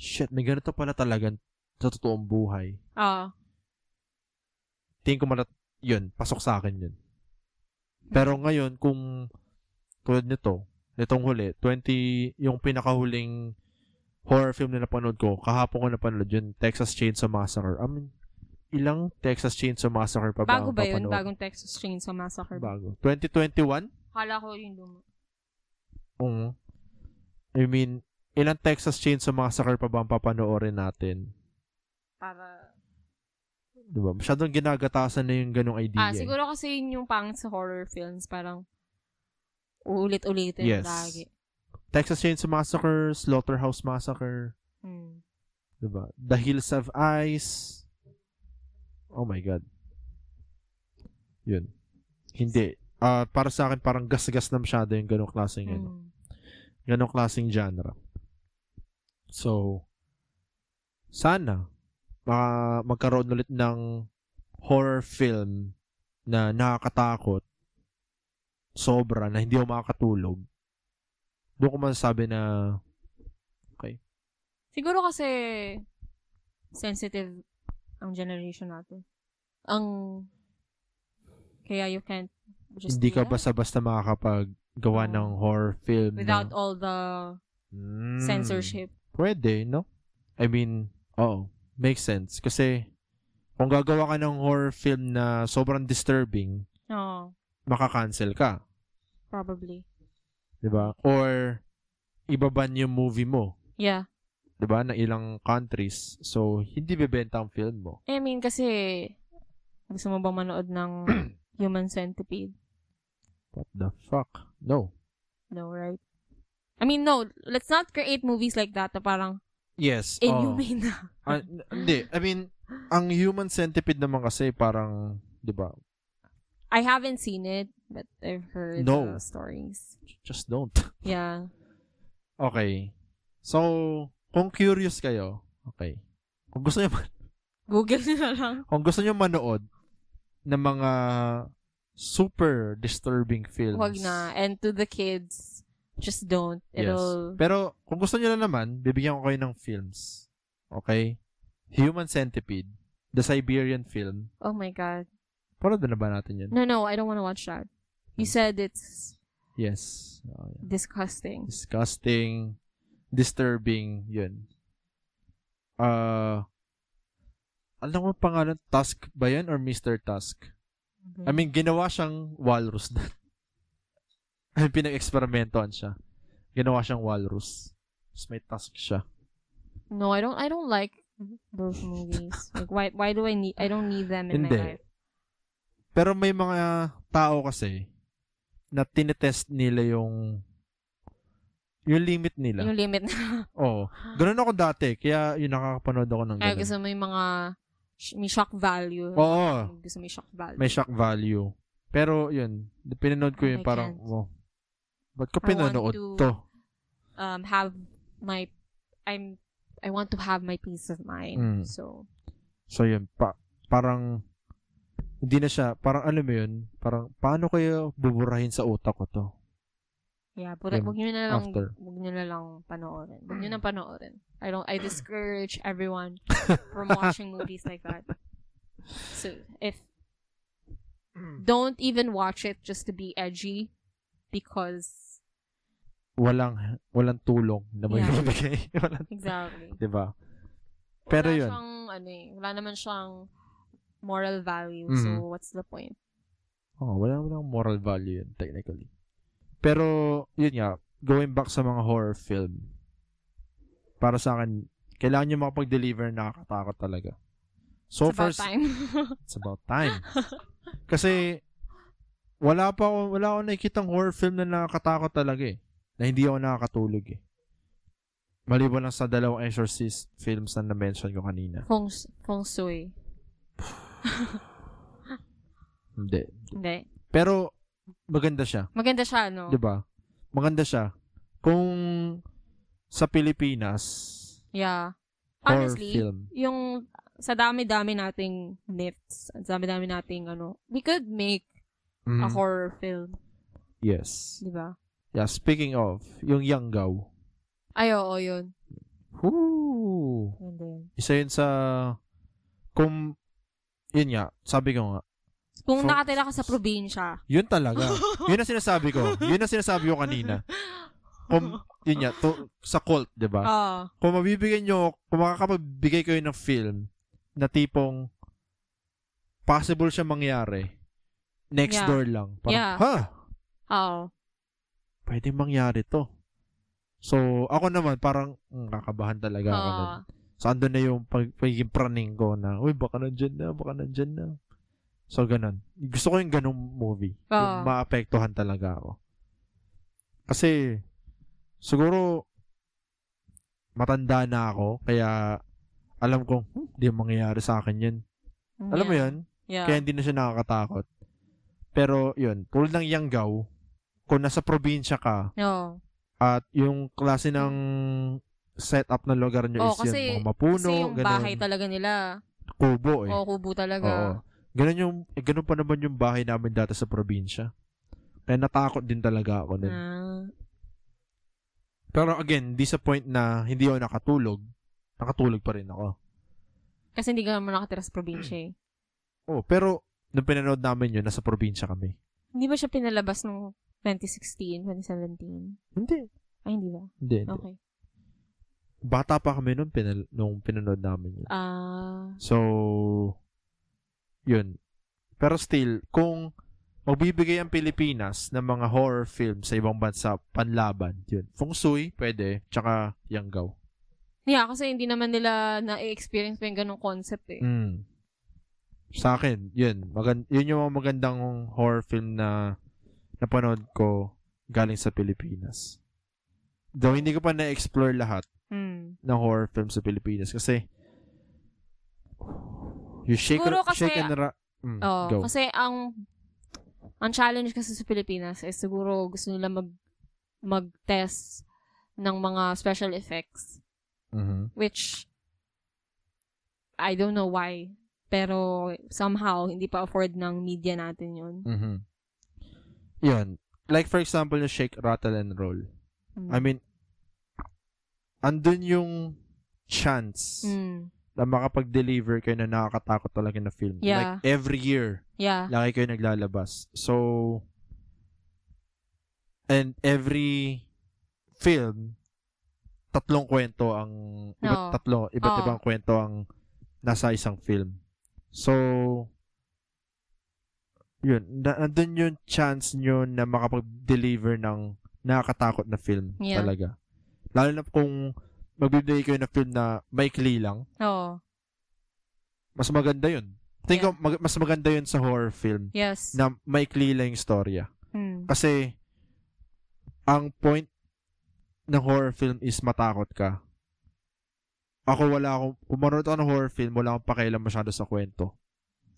Speaker 2: shit, may ganito pala talaga sa totoong buhay
Speaker 3: Oo.
Speaker 2: tingin ko malat, yun, pasok sa akin yun. Pero ngayon, kung tulad nito, nitong huli, 20, yung pinakahuling horror film na napanood ko, kahapon ko napanood yun, Texas Chainsaw Massacre. I mean, ilang Texas Chainsaw Massacre pa ba
Speaker 3: Bago
Speaker 2: ang
Speaker 3: ba yun?
Speaker 2: papanood?
Speaker 3: Bagong Texas Chainsaw Massacre. ba?
Speaker 2: Bago. 2021?
Speaker 3: Kala ko yung luma.
Speaker 2: Oo. I mean, ilang Texas Chainsaw Massacre pa ba ang papanoorin natin?
Speaker 3: Para...
Speaker 2: Diba? Masyadong ginagatasan na yung ganong idea.
Speaker 3: Ah,
Speaker 2: eh.
Speaker 3: siguro kasi yun yung pang sa horror films. Parang uulit-ulitin
Speaker 2: Yes.
Speaker 3: lagi.
Speaker 2: Texas Chainsaw Massacre, Slaughterhouse Massacre,
Speaker 3: Hmm.
Speaker 2: Diba? The Hills of Ice. Oh my God. Yun. Hindi. Ah, para sa akin, parang gasgas na masyado yung ganong klaseng, ano,
Speaker 3: Hmm.
Speaker 2: ganong klaseng genre. So, sana maka- magkaroon ulit ng horror film na nakakatakot sobra na hindi ako makakatulog. Doon ko masasabi na
Speaker 3: Siguro kasi sensitive ang generation natin. Ang kaya you can't just
Speaker 2: hindi
Speaker 3: do
Speaker 2: ka
Speaker 3: that
Speaker 2: basta-basta makakapaggawa
Speaker 3: Oo.
Speaker 2: ng horror film. na,
Speaker 3: without all the
Speaker 2: Mm.
Speaker 3: censorship.
Speaker 2: Pwede, no? I mean, oo. Makes sense. Kasi, kung gagawa ka ng horror film na sobrang disturbing,
Speaker 3: No,
Speaker 2: makakancel ka.
Speaker 3: probably.
Speaker 2: 'di ba Or, ibaban yung movie mo.
Speaker 3: Yeah.
Speaker 2: 'di ba Na ilang countries. So, hindi bebenta ang film mo.
Speaker 3: Eh, I mean, kasi gusto mo bang manood ng Human Centipede?
Speaker 2: What the fuck? No.
Speaker 3: No, right? I mean, no. Let's not create movies like that na parang
Speaker 2: Yes. oo.
Speaker 3: inhumane na.
Speaker 2: Ah, n- hindi. I mean, ang human centipede naman kasi parang, 'di ba
Speaker 3: I haven't seen it, but I've heard
Speaker 2: No.
Speaker 3: the stories.
Speaker 2: Just don't.
Speaker 3: Yeah.
Speaker 2: Okay. So, kung curious kayo, okay. Kung gusto niyo
Speaker 3: Google nyo na lang.
Speaker 2: kung gusto niyo manood ng mga super disturbing films.
Speaker 3: Huwag na. And to the kids, just don't. It'll,
Speaker 2: Yes. Pero kung gusto niyo na naman, bibigyan ko kayo ng films. Okay? Human Centipede, The Siberian Film.
Speaker 3: oh my God.
Speaker 2: Parang na ba natin 'yun?
Speaker 3: No, no, I don't want to watch that. You
Speaker 2: Mm.
Speaker 3: said it's
Speaker 2: Yes. Oh, yeah.
Speaker 3: disgusting.
Speaker 2: Disgusting, disturbing, 'yun. Ah alam ko ang pangalan, Tusk ba 'yan or Mr. Tusk?
Speaker 3: Mm-hmm.
Speaker 2: I mean, ginawa siyang walrus na. I mean, pinag-experimentoan siya. Ginawa siyang walrus. Tapos may task siya.
Speaker 3: no, I don't, I don't like those movies. like, why, why do I need, I don't need them in
Speaker 2: Hindi.
Speaker 3: my life.
Speaker 2: Pero may mga tao kasi na tinetest nila yung yung limit nila.
Speaker 3: Yung limit na.
Speaker 2: Oo. Ganun ako dati. Kaya yun, nakakapanood ako ng
Speaker 3: Ay,
Speaker 2: ganun.
Speaker 3: gusto mo yung mga, sh- may shock value.
Speaker 2: Oo.
Speaker 3: Gusto mo yung shock value.
Speaker 2: Oh. May shock value. Pero yun, pinanood ko yun
Speaker 3: I
Speaker 2: parang,
Speaker 3: can't.
Speaker 2: oh, ba't ko
Speaker 3: I want
Speaker 2: pinanood
Speaker 3: to-
Speaker 2: to?
Speaker 3: um, have my, I'm, I want to have my peace of mind.
Speaker 2: Mm.
Speaker 3: So,
Speaker 2: So yun, pa- parang hindi na siya, parang alam mo yun, parang paano kayo buburahin sa utak ko to?
Speaker 3: Yeah, but
Speaker 2: Then,
Speaker 3: wag nyo na lang,
Speaker 2: after. Mm.
Speaker 3: wag nyo na lang panoorin. Wag nyo na panoorin. I don't, I discourage everyone from watching movies like that. So, if, don't even watch it just to be edgy because,
Speaker 2: Walang, walang tulong na may
Speaker 3: Yeah.
Speaker 2: bibigay. walang,
Speaker 3: exactly.
Speaker 2: di ba? Pero
Speaker 3: wala
Speaker 2: yun,
Speaker 3: Siyang, ano eh, wala naman siyang moral value. So,
Speaker 2: Mhm.
Speaker 3: what's the point?
Speaker 2: oh, wala walang moral value yun, technically. Pero, yun nga, going back sa mga horror film, para sa akin, kailangan nyo makapag-deliver na nakakatakot talaga. So
Speaker 3: It's about
Speaker 2: far,
Speaker 3: time.
Speaker 2: It's about time. Kasi, wala pa ako, wala akong nakikitang horror film na nakakatakot talaga eh. Na hindi ako nakakatulog eh. Maliban lang sa dalawang Exorcist films na na-mention ko kanina.
Speaker 3: feng, feng shui.
Speaker 2: Hindi.
Speaker 3: Hindi.
Speaker 2: Pero maganda siya,
Speaker 3: Maganda siya, no?
Speaker 2: 'di ba? Maganda siya. Kung sa Pilipinas
Speaker 3: Yeah.
Speaker 2: horror
Speaker 3: Honestly,
Speaker 2: film.
Speaker 3: yung sa dami-dami nating myths, sa dami-dami nating ano, we could make
Speaker 2: Mhm.
Speaker 3: a horror film,
Speaker 2: Yes.
Speaker 3: di ba?
Speaker 2: Yeah, speaking of, yung Yanggaw.
Speaker 3: Ay, oo, yun.
Speaker 2: Woo!
Speaker 3: Ganda yun.
Speaker 2: Isa yun sa... Kung... Yun nga, sabi ko nga.
Speaker 3: Kung
Speaker 2: For-
Speaker 3: nakatira ka sa probinsya,
Speaker 2: Yun talaga. yun ang sinasabi ko. Yun ang sinasabi ko kanina. Kung, yun nga, to, sa cult, di ba?
Speaker 3: oo.
Speaker 2: Kung mabibigyan nyo, kung makakapagbigay kayo ng film na tipong possible siya mangyari, next
Speaker 3: Yeah.
Speaker 2: door lang. Parang,
Speaker 3: Yeah.
Speaker 2: ha?
Speaker 3: Oo.
Speaker 2: Pwede mangyari to. So, ako naman, parang mm, kakabahan talaga ako nun.
Speaker 3: Oo.
Speaker 2: So, andun na yung pag, pagiging praning ko na, uy, baka nandyan na, baka nandyan na. So, ganun. Gusto ko yung ganung movie. Yung
Speaker 3: Oo.
Speaker 2: maapektuhan talaga ako. Kasi, siguro, matanda na ako, kaya, alam kong, "Hmm, hindi mangyayari sa akin yun. Alam mo yun?
Speaker 3: Yeah.
Speaker 2: Kaya hindi na siya nakakatakot. Pero, yun, tulad ng Yanggaw, kung nasa probinsya ka,
Speaker 3: Oo.
Speaker 2: at yung klase ng setup ng lugar nyo
Speaker 3: Oo,
Speaker 2: is
Speaker 3: kasi-
Speaker 2: yun, mga mapuno,
Speaker 3: Kasi yung
Speaker 2: ganun,
Speaker 3: bahay talaga nila,
Speaker 2: kubo eh.
Speaker 3: oo, kubo
Speaker 2: Oo.
Speaker 3: talaga.
Speaker 2: Ganun, yung, eh, ganun pa naman yung bahay namin dati sa probinsya. Kaya natakot din talaga ako nun.
Speaker 3: Ah.
Speaker 2: Pero again, di sa point na hindi ako nakatulog, nakatulog pa rin ako.
Speaker 3: Kasi hindi ka naman nakatira sa probinsya eh.
Speaker 2: Oh, pero nung pinanood namin yun, nasa probinsya kami.
Speaker 3: Hindi ba siya pinalabas noong 2016, 2017?
Speaker 2: Hindi.
Speaker 3: Ay, hindi ba?
Speaker 2: Hindi. hindi.
Speaker 3: Okay.
Speaker 2: Bata pa kami nung, pinal- nung pinanood namin yun.
Speaker 3: Ah,
Speaker 2: So, yun. Pero still, kung magbibigay ang Pilipinas ng mga horror film sa ibang bansa, panlaban, yun. Feng Shui, pwede. Tsaka Yanggaw.
Speaker 3: yeah, kasi hindi naman nila na-experience pa yung ganong concept eh.
Speaker 2: Mm. Sa akin, yun. Magan- yun yung mga magandang horror film na napanood ko galing sa Pilipinas. Though hindi ko pa na-explore lahat
Speaker 3: Hmm.
Speaker 2: ng horror film sa Pilipinas kasi you shake,
Speaker 3: Siguro kasi-
Speaker 2: shake and ra- Mm,
Speaker 3: Oo,
Speaker 2: go.
Speaker 3: kasi ang ang challenge kasi sa Pilipinas is siguro gusto nila mag mag-test ng mga special effects.
Speaker 2: Mhm.
Speaker 3: which I don't know why pero somehow hindi pa afford ng media natin yun.
Speaker 2: mm Yun. Like for example, yung shake, rattle, and roll.
Speaker 3: Mm.
Speaker 2: I mean, andun yung chance
Speaker 3: Mm.
Speaker 2: na makapag-deliver kayo na nakakatakot talaga na film.
Speaker 3: Yeah.
Speaker 2: Like every year,
Speaker 3: Yeah.
Speaker 2: lagi kayo naglalabas. So, and every film, tatlong kwento ang, iba't
Speaker 3: Oo.
Speaker 2: tatlo, iba't
Speaker 3: Oo.
Speaker 2: ibang kwento ang nasa isang film. So, yun, na, nandun yung chance nyo na makapag-deliver ng nakakatakot na film
Speaker 3: Yeah.
Speaker 2: talaga. Lalo na kung magbibigay kayo ng film na maikli lang,
Speaker 3: Oo.
Speaker 2: mas maganda yun. Think
Speaker 3: Yeah.
Speaker 2: of, mag- mas maganda yun sa horror film
Speaker 3: Yes.
Speaker 2: na maikli lang yung storya.
Speaker 3: Mm.
Speaker 2: Kasi, ang point ng horror film is matakot ka. Ako wala akong, kung manood ako ng horror film, wala akong pakialam masyado sa kwento.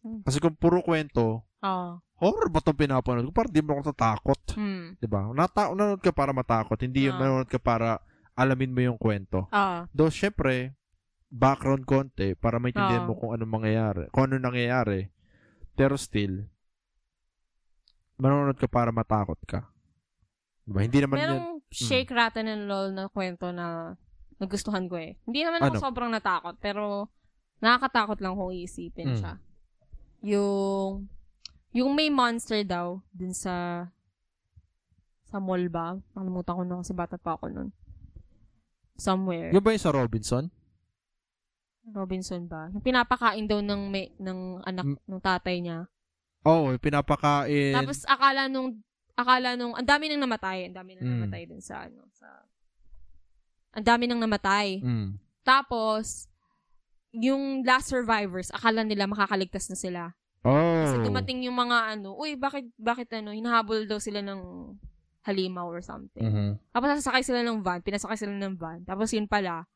Speaker 3: Hmm.
Speaker 2: Kasi kung puro kwento,
Speaker 3: Oo.
Speaker 2: horror ba itong pinapanood ko? Parang di mo ako tatakot.
Speaker 3: Mm.
Speaker 2: Diba? Nata- nanonood ka para matakot, hindi yung
Speaker 3: Ah.
Speaker 2: nanonood ka para alamin mo yung kwento.
Speaker 3: Oo.
Speaker 2: Though, syempre, background konti para maintindihan
Speaker 3: Oo.
Speaker 2: mo kung anong mangyayari, kung ano nangyayari. Pero still, manonood ka para matakot ka. Diba? Hindi naman yun.
Speaker 3: Merong
Speaker 2: Mm.
Speaker 3: shake, rattle, and roll na kwento na nagustuhan ko eh. Hindi naman ako
Speaker 2: Ano?
Speaker 3: sobrang natakot, pero nakakatakot lang kung
Speaker 2: Mm.
Speaker 3: iisipin siya. Yung, yung may monster daw dun sa, sa mall ba? Nakalimutan ko na kasi bata pa ako nun. Somewhere.
Speaker 2: Yung ba yung sa Robinson?
Speaker 3: Robinson ba? Yung pinapakain daw ng, may, ng anak,
Speaker 2: Mm.
Speaker 3: ng tatay niya.
Speaker 2: Oo, oh, pinapakain.
Speaker 3: Tapos akala nung akala nung ang dami nang namatay, ang dami nang
Speaker 2: Mm.
Speaker 3: namatay dun sa ano sa ang dami nang namatay.
Speaker 2: Mm.
Speaker 3: Tapos yung last survivors, akala nila makakaligtas na sila.
Speaker 2: Oh.
Speaker 3: Kasi dumating yung mga ano, uy, bakit bakit ano, hinahabol daw sila ng halimaw or something.
Speaker 2: Mhm.
Speaker 3: Tapos nasasakay sila ng van, pinasakay sila ng van. Tapos yun pala,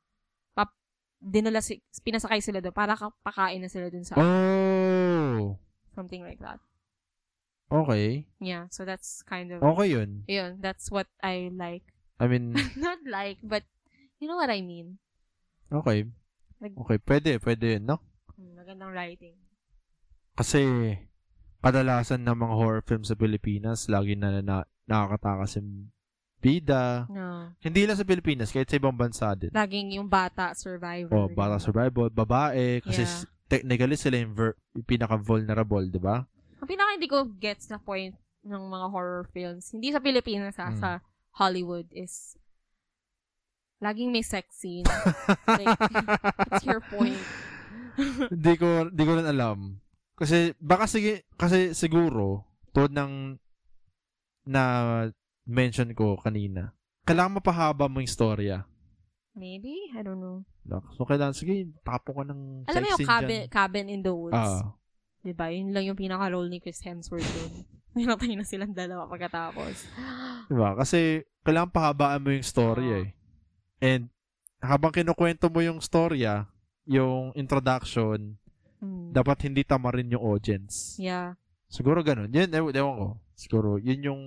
Speaker 3: pap- dinala si, pinasakay sila doon para ka- pakain na sila doon sa
Speaker 2: Hmm. Oh!
Speaker 3: something like that.
Speaker 2: Okay.
Speaker 3: Yeah, so that's kind of
Speaker 2: Okay yun.
Speaker 3: yun, that's what I like.
Speaker 2: I mean,
Speaker 3: Not like, but you know what I mean.
Speaker 2: okay.
Speaker 3: Nag-
Speaker 2: Okay, pwede, pwede yun, no?
Speaker 3: Mm, Magandang writing.
Speaker 2: Kasi, kadalasan ng mga horror films sa Pilipinas, lagi na, na nakakatakas yung bida.
Speaker 3: No.
Speaker 2: Hindi lang sa Pilipinas, kahit sa ibang bansa din.
Speaker 3: Laging yung bata survivor.
Speaker 2: O, Oh, bata survival, babae, kasi
Speaker 3: Yeah.
Speaker 2: s- technically sila yung, ver- yung pinaka-vulnerable, di ba?
Speaker 3: Ang pinaka hindi ko gets na point ng mga horror films, hindi sa Pilipinas ha,
Speaker 2: Mm.
Speaker 3: sa Hollywood is laging may sex scene. like, what's your point?
Speaker 2: Hindi ko, di ko rin alam. Kasi, baka sige, kasi siguro, tulad ng na mention ko kanina, kailangan mapahaba mo yung storya.
Speaker 3: Maybe? I don't know.
Speaker 2: No? So, kailangan, sige, tapo ka ng
Speaker 3: Alam mo
Speaker 2: sex
Speaker 3: yung
Speaker 2: scene
Speaker 3: cabin,
Speaker 2: dyan.
Speaker 3: cabin in the Woods?
Speaker 2: Ah.
Speaker 3: Diba? Yun lang yung pinaka-role ni Chris Hemsworth dun. Nilatay na silang dalawa pagkatapos.
Speaker 2: Diba? Kasi, kailangan pahabaan mo yung story
Speaker 3: Oo.
Speaker 2: eh. And, habang kinukwento mo yung storya, yung introduction,
Speaker 3: Hmm.
Speaker 2: dapat hindi tama rin yung audience.
Speaker 3: Yeah.
Speaker 2: Siguro ganun. Yun, ew- ewan ko. Siguro, yun yung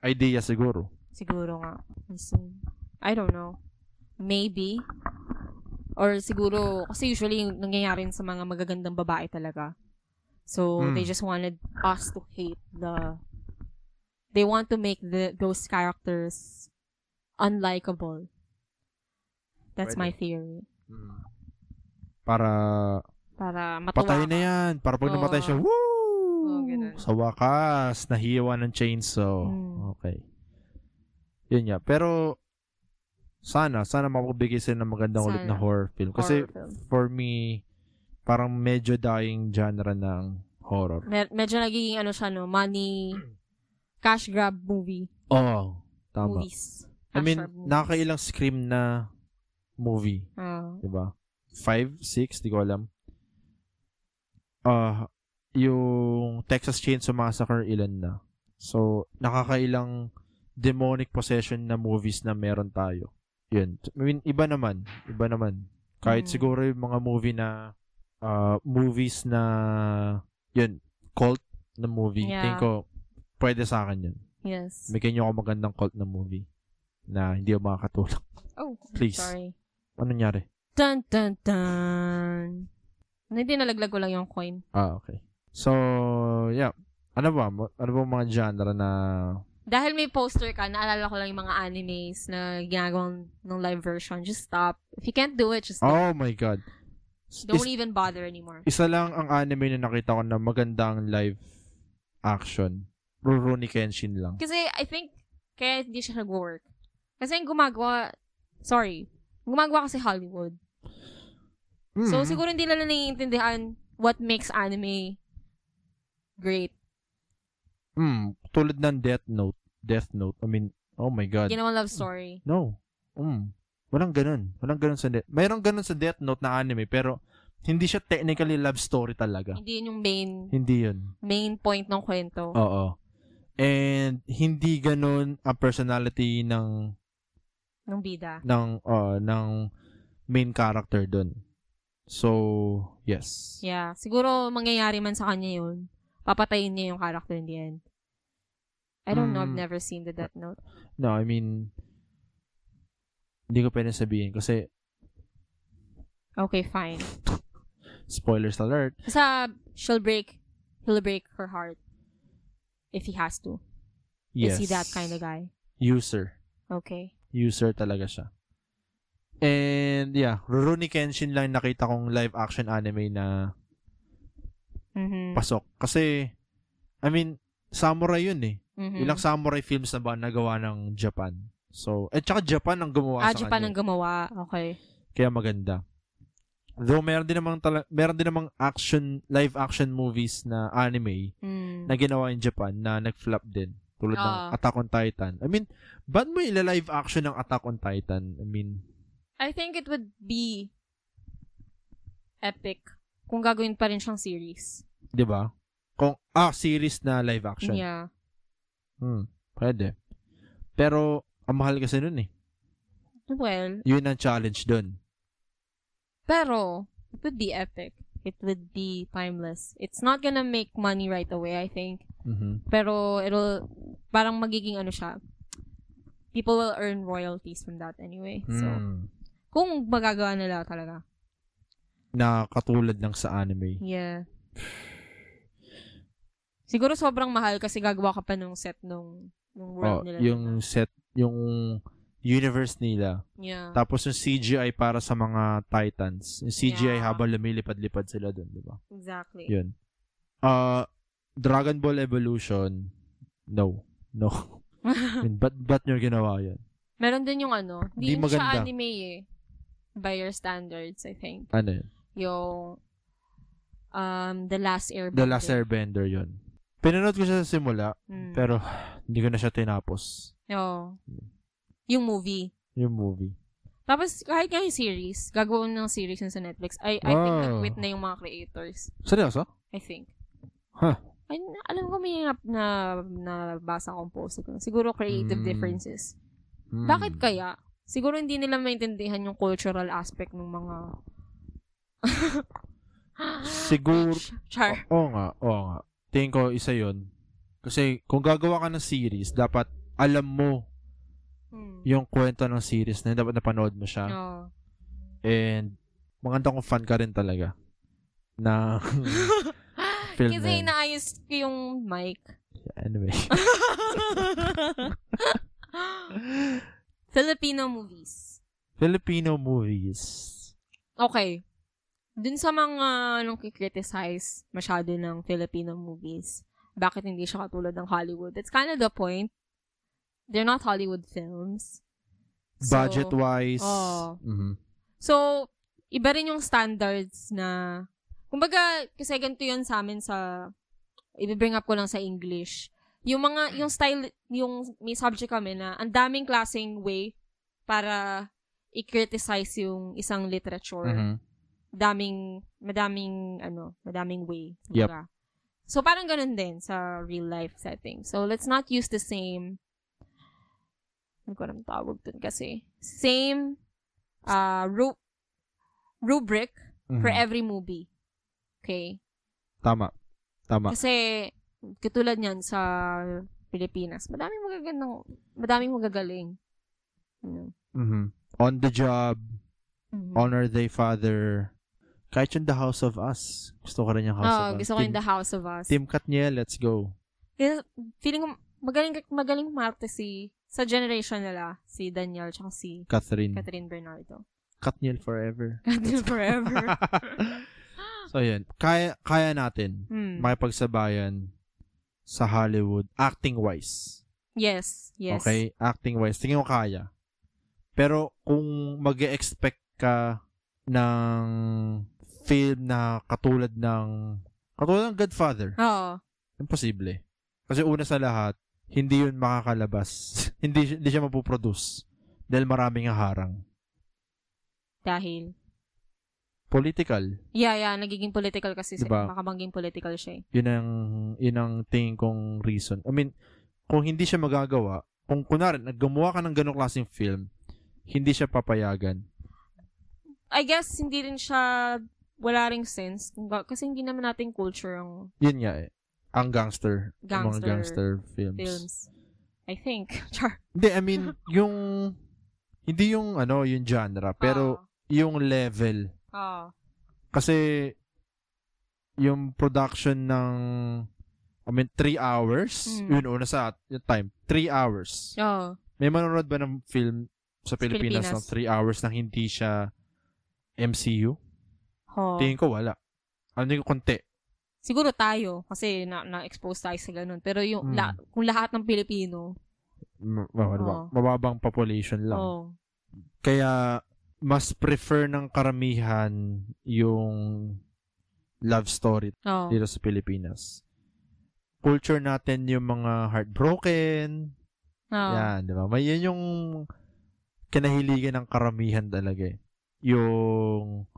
Speaker 2: idea siguro.
Speaker 3: Siguro nga. I see. I don't know. Maybe. Or siguro, kasi usually yung nangyayari sa mga magagandang babae talaga. So,
Speaker 2: Hmm.
Speaker 3: they just wanted us to hate the... They want to make the those characters unlikable. That's
Speaker 2: Pwede.
Speaker 3: my theory.
Speaker 2: Para,
Speaker 3: Para matuwa
Speaker 2: patay na
Speaker 3: ka.
Speaker 2: yan. Para pag
Speaker 3: Oo.
Speaker 2: namatay siya, woo!
Speaker 3: Oo, ganun.
Speaker 2: Sa wakas, nahiwa ng chainsaw.
Speaker 3: Mm.
Speaker 2: Okay. Yun nga. Pero, sana, sana makapagbigay sila ng magandang ulit
Speaker 3: Sana.
Speaker 2: na horror film. Kasi,
Speaker 3: Horror film.
Speaker 2: for me, parang medyo dying genre ng horror.
Speaker 3: Med- medyo nagiging ano siya, no? Money, cash grab movie.
Speaker 2: Oo. tama.
Speaker 3: Movies.
Speaker 2: I
Speaker 3: Cash
Speaker 2: mean,
Speaker 3: grab movies.
Speaker 2: nakakailang scream na movie,
Speaker 3: Ah.
Speaker 2: di ba? Five, six, di ko alam. Ah, yung Texas Chainsaw Massacre, ilan na? So, nakakailang demonic possession na movies na meron tayo. Yun. I mean, iba naman. Iba naman. Kahit
Speaker 3: Mm.
Speaker 2: siguro yung mga movie na ah, movies na yun, cult na movie.
Speaker 3: Yeah.
Speaker 2: Tingin ko, pwede sa akin yun.
Speaker 3: yes.
Speaker 2: Bigyan niyo ako magandang cult na movie na hindi ako makakatulog.
Speaker 3: Oh,
Speaker 2: Please.
Speaker 3: sorry.
Speaker 2: Ano nangyari?
Speaker 3: Dun, dun, dun. Hindi, nalaglag ko lang yung coin.
Speaker 2: Ah, okay. So, yeah. Ano ba? Mo- Ano ba mga genre na...
Speaker 3: Dahil may poster ka, naalala ko lang yung mga animes na ginagawang ng live version. Just stop. If you can't do it, just stop.
Speaker 2: Oh my God. S-
Speaker 3: Don't
Speaker 2: Oh, is-
Speaker 3: even bother anymore.
Speaker 2: isa lang ang anime na nakita ko na magandang live action. Rurouni Kenshin lang.
Speaker 3: Kasi I think, kaya hindi siya nag-work. Kasi yung gumagawa, sorry, gumagawa kasi Hollywood. So,
Speaker 2: Mm.
Speaker 3: siguro hindi nila naiintindihan what makes anime great.
Speaker 2: Mm, tulad ng Death Note. Death Note. I mean, oh my God.
Speaker 3: Ginawang love story.
Speaker 2: No. Mm. Walang ganun. Walang ganun sa Death... Mayroong ganun sa Death Note na anime, pero hindi siya technically love story talaga.
Speaker 3: Hindi yun yung main
Speaker 2: Hindi yun.
Speaker 3: main point ng kwento.
Speaker 2: Oo. And hindi ganun ang personality ng Oh.
Speaker 3: ng bida.
Speaker 2: ng uh, ng main character doon. So, yes.
Speaker 3: Yeah. Siguro, mangyayari man sa kanya yun. Papatayin niya yung character in the end. I don't know. I've
Speaker 2: Mm.
Speaker 3: never seen the Death Note.
Speaker 2: No, I mean hindi ko pwede sabihin kasi
Speaker 3: Okay, fine.
Speaker 2: spoilers alert.
Speaker 3: Sa, she'll break, he'll break her heart. If he has to.
Speaker 2: Yes.
Speaker 3: Is he that kind of guy?
Speaker 2: User.
Speaker 3: Okay.
Speaker 2: User talaga siya. And yeah, Rurouni Kenshin lang nakita kong live action anime na
Speaker 3: Mm-hmm.
Speaker 2: pasok. Kasi, I mean, samurai yun eh.
Speaker 3: Mm-hmm.
Speaker 2: Ilang
Speaker 3: Mm.
Speaker 2: samurai films na ba nagawa ng Japan? So, at saka Japan ang gumawa
Speaker 3: Ah,
Speaker 2: sa
Speaker 3: Japan ang
Speaker 2: kanya.
Speaker 3: gumawa. Okay.
Speaker 2: Kaya maganda. Though meron din namang tala- meron din namang action live action movies na anime
Speaker 3: Mm.
Speaker 2: na ginawa in Japan na nag-flop din. Tulad ng
Speaker 3: Oo.
Speaker 2: Attack on Titan. I mean, ba't mo ila-live action ng Attack on Titan? I mean,
Speaker 3: I think it would be epic kung gagawin pa rin siyang series.
Speaker 2: 'di ba? Kung ah series na live action.
Speaker 3: Yeah.
Speaker 2: Hmm, pwede. Pero ang mahal kasi nun eh.
Speaker 3: Well,
Speaker 2: Yun ang challenge dun.
Speaker 3: Pero, it would be epic. It would be timeless. It's not gonna make money right away, I think.
Speaker 2: Mhm.
Speaker 3: Pero, it'll, parang magiging ano siya. People will earn royalties from that anyway. So,
Speaker 2: Mm.
Speaker 3: kung magagawa nila talaga.
Speaker 2: Na katulad ng sa anime.
Speaker 3: Yeah. Siguro sobrang mahal kasi gagawa ka pa nung set nung, nung
Speaker 2: Oh,
Speaker 3: world nila.
Speaker 2: yung set, yung universe nila.
Speaker 3: yeah.
Speaker 2: Tapos yung CGI para sa mga Titans. Yung CGI
Speaker 3: Yeah.
Speaker 2: habang lumilipad-lipad sila dun, di ba?
Speaker 3: Exactly.
Speaker 2: Yun. Uh, Dragon Ball Evolution, no. No. Yun, ba't, ba't nyo ginawa yun?
Speaker 3: Meron din yung ano,
Speaker 2: Di
Speaker 3: hindi yun
Speaker 2: maganda.
Speaker 3: siya anime eh. By your standards, I think.
Speaker 2: Ano yun?
Speaker 3: Yung um, The Last Airbender.
Speaker 2: The Last Airbender yun. Pinanood ko siya sa simula,
Speaker 3: Mm.
Speaker 2: pero hindi ko na siya tinapos.
Speaker 3: Oo. Yung movie.
Speaker 2: Yung movie.
Speaker 3: Tapos, kahit nga yung series, gagawin ng series yun sa Netflix. I, I think
Speaker 2: Wow.
Speaker 3: nag-quit na yung mga creators.
Speaker 2: Seryoso?
Speaker 3: I think.
Speaker 2: Huh.
Speaker 3: Ay, alam ko may na, na, nabasa kong post ko. Siguro creative
Speaker 2: Mm.
Speaker 3: differences.
Speaker 2: Hmm.
Speaker 3: Bakit kaya? Siguro hindi nila maintindihan yung cultural aspect ng mga... Ah.
Speaker 2: Siguro,
Speaker 3: Char.
Speaker 2: Oo nga, oo nga. Tingin ko isa yon Kasi kung gagawa ka ng series, dapat alam mo Oh.
Speaker 3: Mm.
Speaker 2: yung kwento ng series na yun. dapat napanood mo siya.
Speaker 3: Oo.
Speaker 2: And maganda kung fan ka rin talaga na film
Speaker 3: Kasi
Speaker 2: na yun.
Speaker 3: inaayos ko yung mic.
Speaker 2: Anyway.
Speaker 3: Filipino movies.
Speaker 2: Filipino movies.
Speaker 3: Okay. Dun sa mga nung kikriticize masyado ng Filipino movies, bakit hindi siya katulad ng Hollywood? That's kind of the point. They're not Hollywood films. So- oh.
Speaker 2: Budget-wise.
Speaker 3: Oo.
Speaker 2: Mhm.
Speaker 3: So, iba rin yung standards na, kumbaga, kasi ganito yun sa amin sa, i-bring up ko lang sa English. Yung mga, yung style, yung may subject kami na, ang daming klaseng way para i-criticize yung isang literature.
Speaker 2: Mhm.
Speaker 3: Daming, madaming, ano, madaming way.
Speaker 2: Yep.
Speaker 3: Kumbaga. So, parang ganun din sa real life setting. So, let's not use the same, hindi ko alam tawag dun kasi, same uh, ru- rubric
Speaker 2: Mhm.
Speaker 3: for every movie. Okay?
Speaker 2: Tama. Tama.
Speaker 3: Kasi, katulad niyan sa Pilipinas, madaming magagandang, madaming magagaling. Ano?
Speaker 2: Mhm. On the job,
Speaker 3: Mhm.
Speaker 2: Honor Thy Father, kahit yung The House of Us. Gusto ko rin yung House
Speaker 3: Oo,
Speaker 2: of Us.
Speaker 3: Oh, gusto ko
Speaker 2: Team-
Speaker 3: yung The House of Us.
Speaker 2: Team Katniel, let's go.
Speaker 3: Kasi feeling ko, magaling, magaling marte si, sa generation nila, si Daniel tsaka si
Speaker 2: Catherine.
Speaker 3: Catherine Bernardo.
Speaker 2: Katniel forever.
Speaker 3: Until forever.
Speaker 2: so, yun. Kaya, kaya natin
Speaker 3: Hmm.
Speaker 2: makipagsabayan sa Hollywood acting-wise.
Speaker 3: Yes, yes.
Speaker 2: Okay? Acting-wise. Tingin ko kaya. Pero kung mag expect ka ng film na katulad ng katulad ng Godfather,
Speaker 3: Oo.
Speaker 2: imposible. Kasi una sa lahat, hindi yun makakalabas. hindi, siya- hindi siya mapoproduce. Dahil maraming haharang.
Speaker 3: Dahil.
Speaker 2: Political.
Speaker 3: Yeah, yeah. Nagiging political kasi siya.
Speaker 2: Diba?
Speaker 3: Makabangging political siya eh.
Speaker 2: Yun ang, yun ang tingin kong reason. I mean, kung hindi siya magagawa, kung kunwari, naggumawa ka ng ganong klaseng film, hindi siya papayagan.
Speaker 3: I guess, hindi rin siya, wala ring sense. Kung ba- Kasi hindi naman natin culture ang
Speaker 2: Yun nga eh. Ang gangster. Ang mga
Speaker 3: Gangster
Speaker 2: gangster films.
Speaker 3: films. I think. Char.
Speaker 2: Hindi, I mean, yung, hindi yung, ano, yung genre,
Speaker 3: Ah.
Speaker 2: pero yung level.
Speaker 3: Oo.
Speaker 2: Kasi, yung production ng, I mean, three hours,
Speaker 3: Mm.
Speaker 2: yun una sa at- yung time, three hours.
Speaker 3: Oo. Ah. Oo.
Speaker 2: May manonood ba ng film sa Pilipinas,
Speaker 3: Pilipinas.
Speaker 2: ng three hours na hindi siya MCU?
Speaker 3: Oo.
Speaker 2: Tingin ko wala. Ano yung konti?
Speaker 3: Siguro tayo, kasi na- na-expose tayo sa ganun. Pero yung,
Speaker 2: Mm.
Speaker 3: la- kung lahat ng Pilipino,
Speaker 2: Ma- ma- ano ba?
Speaker 3: Oo.
Speaker 2: Mababang population lang.
Speaker 3: oh,
Speaker 2: Kaya, mas prefer ng karamihan yung love story
Speaker 3: oh,
Speaker 2: dito sa Pilipinas. Culture natin yung mga heartbroken,
Speaker 3: Oh.
Speaker 2: Yan, di ba? May yun yung kinahiligan ng karamihan talaga eh. Yung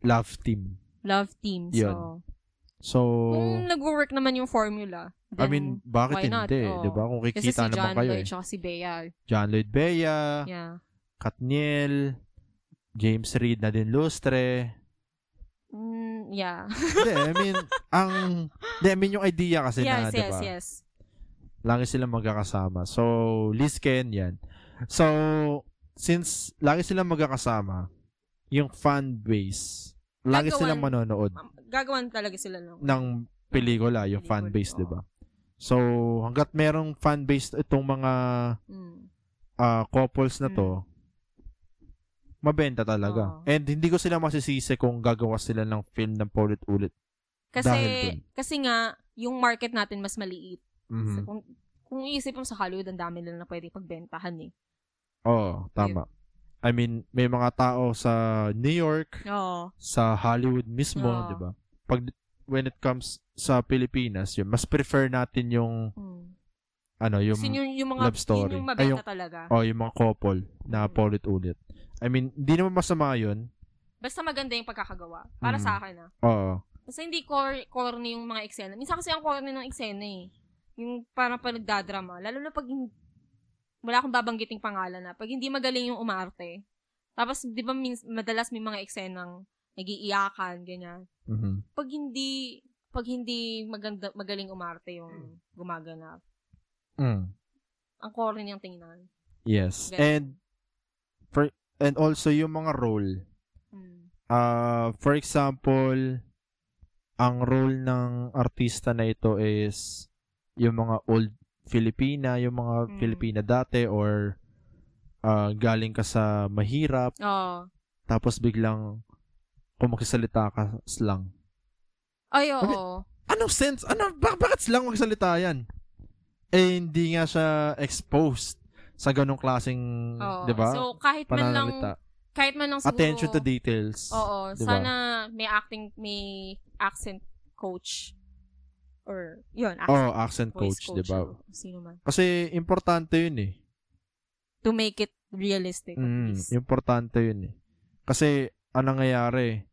Speaker 2: love team.
Speaker 3: love teams.
Speaker 2: Yun.
Speaker 3: oo.
Speaker 2: So,
Speaker 3: Kung nag-work naman yung formula,
Speaker 2: I
Speaker 3: then
Speaker 2: mean, bakit
Speaker 3: why not?
Speaker 2: hindi?
Speaker 3: Oo.
Speaker 2: Di ba? Kung
Speaker 3: kasi si
Speaker 2: kikita naman
Speaker 3: John
Speaker 2: kayo
Speaker 3: Lloyd
Speaker 2: eh.
Speaker 3: tsaka si Bea.
Speaker 2: John Lloyd Bea,
Speaker 3: Yeah.
Speaker 2: Katniel, James Reid na din lustre.
Speaker 3: Mm, yeah.
Speaker 2: Hindi, I mean, ang, hindi, I mean yung idea kasi na,
Speaker 3: yes,
Speaker 2: di
Speaker 3: yes,
Speaker 2: ba?
Speaker 3: yes.
Speaker 2: Lagi silang magkakasama. So, Liz Ken yan. So, since lagi silang magkakasama, yung fan base, lagi
Speaker 3: Gagawan.
Speaker 2: silang manonood
Speaker 3: Um, Gagawan talaga sila ng
Speaker 2: ng pelikula, yung fan base, di ba?
Speaker 3: Pelikula,
Speaker 2: So, hanggat merong fan base itong mga
Speaker 3: Mm.
Speaker 2: ah, couples na to, mabenta talaga.
Speaker 3: Oo.
Speaker 2: And hindi ko sila masisisi kung gagawa sila ng film ng paulit-ulit.
Speaker 3: Kasi,
Speaker 2: Dahil dun.
Speaker 3: kasi nga, yung market natin mas maliit. So,
Speaker 2: Mhm.
Speaker 3: kung, kung iisip mo sa Hollywood, ang dami nila na pwede pagbentahan eh.
Speaker 2: Oo, tama. I mean, may mga tao sa New York,
Speaker 3: Oo.
Speaker 2: sa Hollywood mismo,
Speaker 3: Oo.
Speaker 2: 'di ba? Pag when it comes sa Pilipinas, yun, mas prefer natin yung
Speaker 3: Mm.
Speaker 2: ano, yung
Speaker 3: Kasi yun, yung mga,
Speaker 2: love story.
Speaker 3: yun yung
Speaker 2: Ay,
Speaker 3: mabenta
Speaker 2: yung-
Speaker 3: talaga.
Speaker 2: oh, yung mga couple na
Speaker 3: Mm.
Speaker 2: paulit-ulit. I mean, hindi naman masama 'yun.
Speaker 3: Basta maganda yung pagkakagawa. Para
Speaker 2: Mm.
Speaker 3: sa akin ah.
Speaker 2: Oo.
Speaker 3: Kasi hindi cor- corny yung mga eksena. Minsan kasi ang corny ng eksena eh. Yung parang pa nagdadrama. Lalo na pag hin- wala akong babanggiting pangalan na. Pag hindi magaling yung umarte. Tapos, di ba, mins- madalas may mga eksenang nagiiyakan, ganyan.
Speaker 2: Mhm.
Speaker 3: Pag hindi, pag hindi maganda, magaling umarte yung gumaganap.
Speaker 2: Mm.
Speaker 3: Ang corny niyang tingnan.
Speaker 2: Yes.
Speaker 3: Ganun.
Speaker 2: And for, and also yung mga role.
Speaker 3: Mm.
Speaker 2: Uh, for example, ang role ng artista na ito is yung mga old Filipina, yung mga
Speaker 3: Mm.
Speaker 2: Filipina dati or uh, galing ka sa mahirap
Speaker 3: Oo.
Speaker 2: tapos biglang kumakisalita ka slang.
Speaker 3: Ay, oo.
Speaker 2: Anong sense? Ano, bak- bakit slang magsalita yan? Eh, hindi nga siya exposed sa ganong klaseng,
Speaker 3: Oo.
Speaker 2: di ba?
Speaker 3: So, kahit man lang,
Speaker 2: pananalita.
Speaker 3: kahit man lang siguro,
Speaker 2: Attention to details.
Speaker 3: Oo,
Speaker 2: Diba?
Speaker 3: sana may acting, may accent coach. Or, yun, accent
Speaker 2: Oh, accent
Speaker 3: voice
Speaker 2: coach, di ba?
Speaker 3: ano, Sino man.
Speaker 2: Kasi importante 'yun eh.
Speaker 3: To make it realistic. at
Speaker 2: Mm,
Speaker 3: least.
Speaker 2: importante 'yun eh. Kasi anong nangyayari?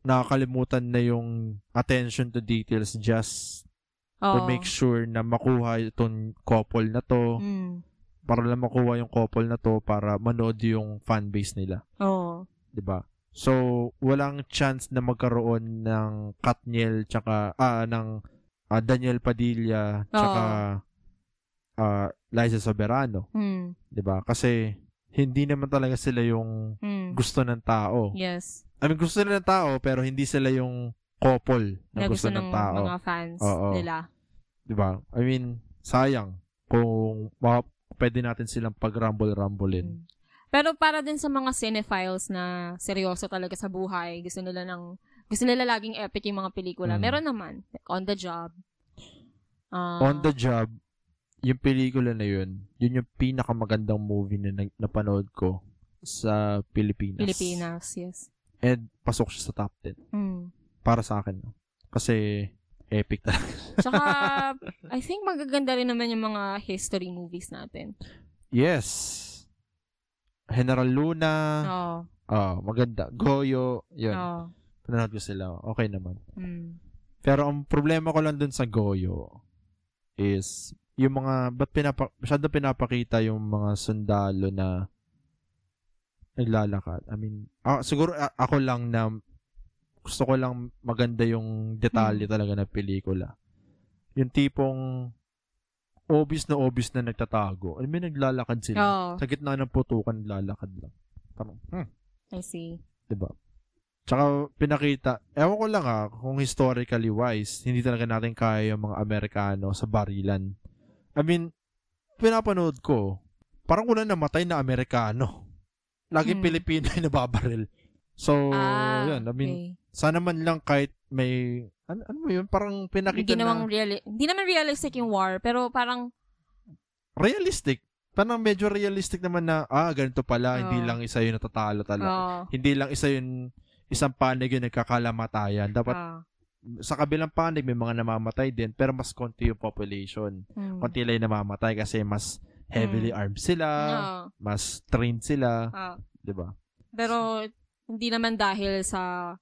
Speaker 2: Nakakalimutan na yung attention to details just to
Speaker 3: Oo.
Speaker 2: make sure na makuha itong couple na to
Speaker 3: Mm.
Speaker 2: para lang makuha yung couple na to para manood yung fan base nila,
Speaker 3: Oo.
Speaker 2: 'di ba? So, walang chance na magkaroon ng Katniel tsaka ah ng ah, Daniel Padilla tsaka ah, Liza Soberano.
Speaker 3: Mm.
Speaker 2: 'di ba? Kasi hindi naman talaga sila yung
Speaker 3: Mm.
Speaker 2: gusto ng tao.
Speaker 3: Yes.
Speaker 2: I mean, gusto nila ng tao pero hindi sila yung couple na,
Speaker 3: Na
Speaker 2: gusto, ng, tao,
Speaker 3: mga fans
Speaker 2: Oo.
Speaker 3: nila.
Speaker 2: 'di ba? I mean, sayang kung ma- pwede natin silang pag-rumble-rumblein.
Speaker 3: Mm. Pero para din sa mga cinephiles na seryoso talaga sa buhay, gusto nila ng gusto nila laging epic yung mga pelikula.
Speaker 2: Mm.
Speaker 3: Meron naman. Like, on the job. Ah,
Speaker 2: On the job, yung pelikula na yun, yun yung pinakamagandang movie na nag- napanood ko sa Pilipinas.
Speaker 3: Pilipinas, yes.
Speaker 2: And pasok siya sa top 10
Speaker 3: Mm.
Speaker 2: para sa akin. no? Kasi epic talaga.
Speaker 3: Tsaka, I think magaganda rin naman yung mga history movies natin.
Speaker 2: Yes. General Luna.
Speaker 3: Oo.
Speaker 2: Ah, maganda. Goyo,
Speaker 3: Oo.
Speaker 2: yun. Pinanood ko sila. Okay naman.
Speaker 3: Mm.
Speaker 2: Pero ang problema ko lang dun sa Goyo is yung mga, ba't pinapa, masyado pinapakita yung mga sundalo na naglalakad. I mean, ah, siguro a- ako lang na gusto ko lang maganda yung detalye talaga ng pelikula. Yung tipong obvious na obvious na nagtatago. I mean, naglalakad sila.
Speaker 3: Oo.
Speaker 2: Sa gitna ng putukan, naglalakad lang. Parang, hmm,
Speaker 3: I see.
Speaker 2: Diba? Tsaka pinakita, ewan ko lang ha, kung historically wise, hindi talaga natin kaya yung mga Amerikano sa barilan. I mean, pinapanood ko, parang wala namatay na Amerikano. Lagi
Speaker 3: Hmm.
Speaker 2: Pilipino yung nababaril. So,
Speaker 3: ah,
Speaker 2: yun. I mean,
Speaker 3: okay.
Speaker 2: sana man lang kahit may, ano, ano yun, parang
Speaker 3: Hindi,
Speaker 2: pinakita na
Speaker 3: namang reali- hindi naman realistic yung war, pero parang,
Speaker 2: realistic. Parang medyo realistic naman na, ah, ganito pala, hindi
Speaker 3: Oo.
Speaker 2: lang isa yung natatalo talaga.
Speaker 3: oo.
Speaker 2: Hindi lang isa yung isang panig yung nagkakalamatayan. Dapat
Speaker 3: oo.
Speaker 2: sa kabilang panig may mga namamatay din pero mas konti yung population.
Speaker 3: Mm.
Speaker 2: Konti lang yung namamatay kasi mas heavily
Speaker 3: Mm. Ah.
Speaker 2: armed sila,
Speaker 3: Oo.
Speaker 2: mas trained sila,
Speaker 3: Oo.
Speaker 2: 'di ba?
Speaker 3: Pero, hindi naman dahil sa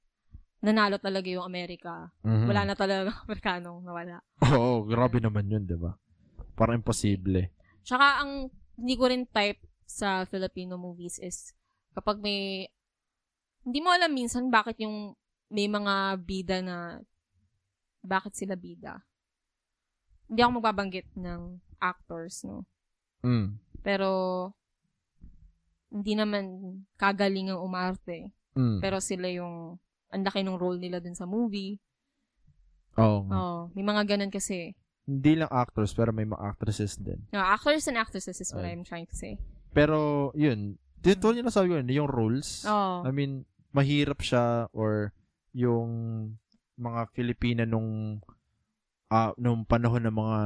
Speaker 3: nanalo talaga yung Amerika.
Speaker 2: Mm-hmm.
Speaker 3: Wala
Speaker 2: Hmm.
Speaker 3: na talaga ang Amerikanong nawala.
Speaker 2: Oo, grabe naman 'yun, 'di ba? Parang imposible.
Speaker 3: Tsaka, ang hindi ko rin type sa Filipino movies is kapag may hindi mo alam minsan bakit yung may mga bida na bakit sila bida. Hindi ako magbabanggit ng actors, no?
Speaker 2: Mm.
Speaker 3: Pero, hindi naman kagalingang umarte.
Speaker 2: Mm.
Speaker 3: Pero sila yung, ang laki ng role nila dun sa movie.
Speaker 2: Oo nga.
Speaker 3: Oo, may mga ganun kasi.
Speaker 2: Hindi lang actors, pero may mga actresses din.
Speaker 3: No, actors and actresses is what
Speaker 2: Ay.
Speaker 3: I'm trying to say.
Speaker 2: Pero, yun. Dito yun na sabi ko, yun, yung roles.
Speaker 3: Oo.
Speaker 2: I mean, mahirap siya or yung mga Filipina nung ah, nung panahon ng mga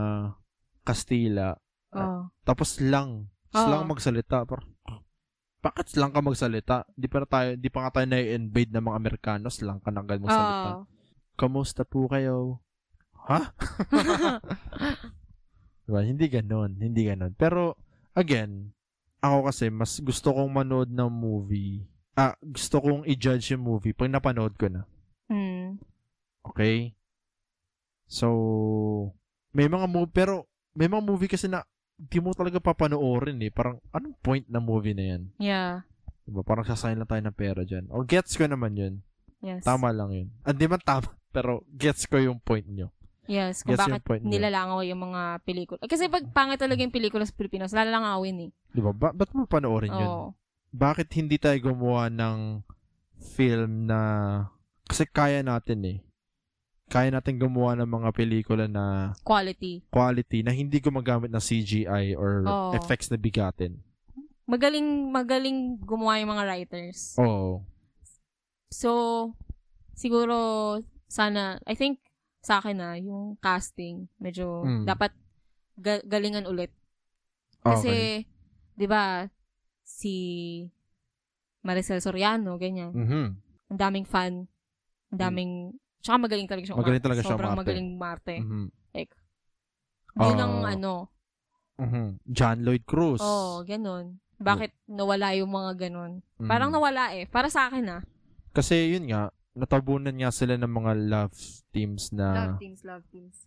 Speaker 2: Kastila.
Speaker 3: Oo.
Speaker 2: Tapos lang.
Speaker 3: Oo.
Speaker 2: Slang magsalita. Par- bakit slang ka magsalita? Di pa, na tayo, di pa nga tayo na-invade ng mga Amerikano. Slang ka na agad magsalita.
Speaker 3: Oo.
Speaker 2: Kamusta po kayo? Ha? diba? Hindi ganon. Hindi ganon. Pero, again, ako kasi, mas gusto kong manood ng movie. Ah, gusto kong i-judge yung movie pag napanood ko na.
Speaker 3: Mm.
Speaker 2: Okay? So, may mga movie, pero may mga movie kasi na di mo talaga papanoorin eh. Parang, anong point ng movie na yan?
Speaker 3: Yeah.
Speaker 2: Diba? Parang sasayang lang tayo ng pera dyan. O, gets ko naman yun.
Speaker 3: Yes.
Speaker 2: Tama lang yun. Hindi man tama, pero gets ko yung point nyo.
Speaker 3: Yes, kung
Speaker 2: Gets yung
Speaker 3: bakit
Speaker 2: point niya.
Speaker 3: nilalangaw yung mga pelikula. Eh, Kasi pag pangit talaga yung pelikula sa Pilipinas, lalangawin eh.
Speaker 2: Di ba? Ba- ba't mo panoorin yun?
Speaker 3: Oo.
Speaker 2: Bakit hindi tayo gumawa ng film na... Kasi kaya natin eh. Kaya natin gumawa ng mga pelikula na
Speaker 3: Quality.
Speaker 2: quality na hindi gumagamit ng CGI or
Speaker 3: Oo.
Speaker 2: effects na bigatin.
Speaker 3: Magaling, magaling gumawa yung mga writers.
Speaker 2: Oo.
Speaker 3: So, siguro, sana, I think, sa akin na, yung casting, medyo,
Speaker 2: Mm.
Speaker 3: dapat ga- galingan ulit.
Speaker 2: Ah, okay.
Speaker 3: Kasi, di ba, si Maricel Soriano, ganyan.
Speaker 2: Mhm.
Speaker 3: Ang daming fan. Ang daming, tsaka magaling talaga siya
Speaker 2: Hmm. Magaling talaga siya
Speaker 3: Sobrang
Speaker 2: umarte.
Speaker 3: magaling umarte.
Speaker 2: Mhm.
Speaker 3: Yun ang
Speaker 2: Ah.
Speaker 3: ano,
Speaker 2: Mhm. John Lloyd Cruz.
Speaker 3: oh, ganun. Bakit nawala yung mga ganun?
Speaker 2: Mhm.
Speaker 3: Parang nawala eh. Para sa akin ah.
Speaker 2: Kasi yun nga, natabunan nga sila ng mga love teams na...
Speaker 3: teams, love teams.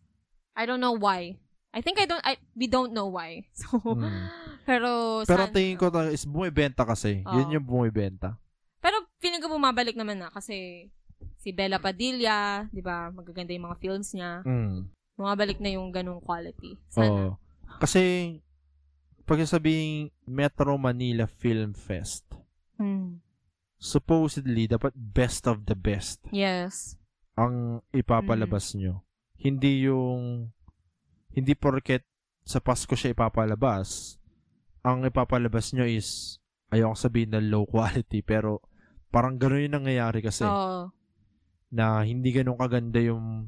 Speaker 3: I don't know why. I think I don't, I, we don't know why. So,
Speaker 2: Mm.
Speaker 3: pero,
Speaker 2: Pero
Speaker 3: san-
Speaker 2: tingin ko talaga is bumibenta kasi.
Speaker 3: Oo.
Speaker 2: Yun yung bumibenta.
Speaker 3: Pero feeling ko bumabalik naman na kasi si Bella Padilla, 'di ba? Magaganda yung mga films niya.
Speaker 2: Mm.
Speaker 3: Bumabalik na yung ganung quality. Sana.
Speaker 2: Oo. Kasi, pag sabing Metro Manila Film Fest,
Speaker 3: Hmm.
Speaker 2: supposedly, dapat best of the best
Speaker 3: Yes.
Speaker 2: ang ipapalabas
Speaker 3: Mm.
Speaker 2: nyo. Hindi yung, hindi porket sa Pasko siya ipapalabas, ang ipapalabas nyo is, ayoko sabihin na low quality, pero parang ganun yung nangyayari kasi
Speaker 3: Oo.
Speaker 2: na hindi ganun kaganda yung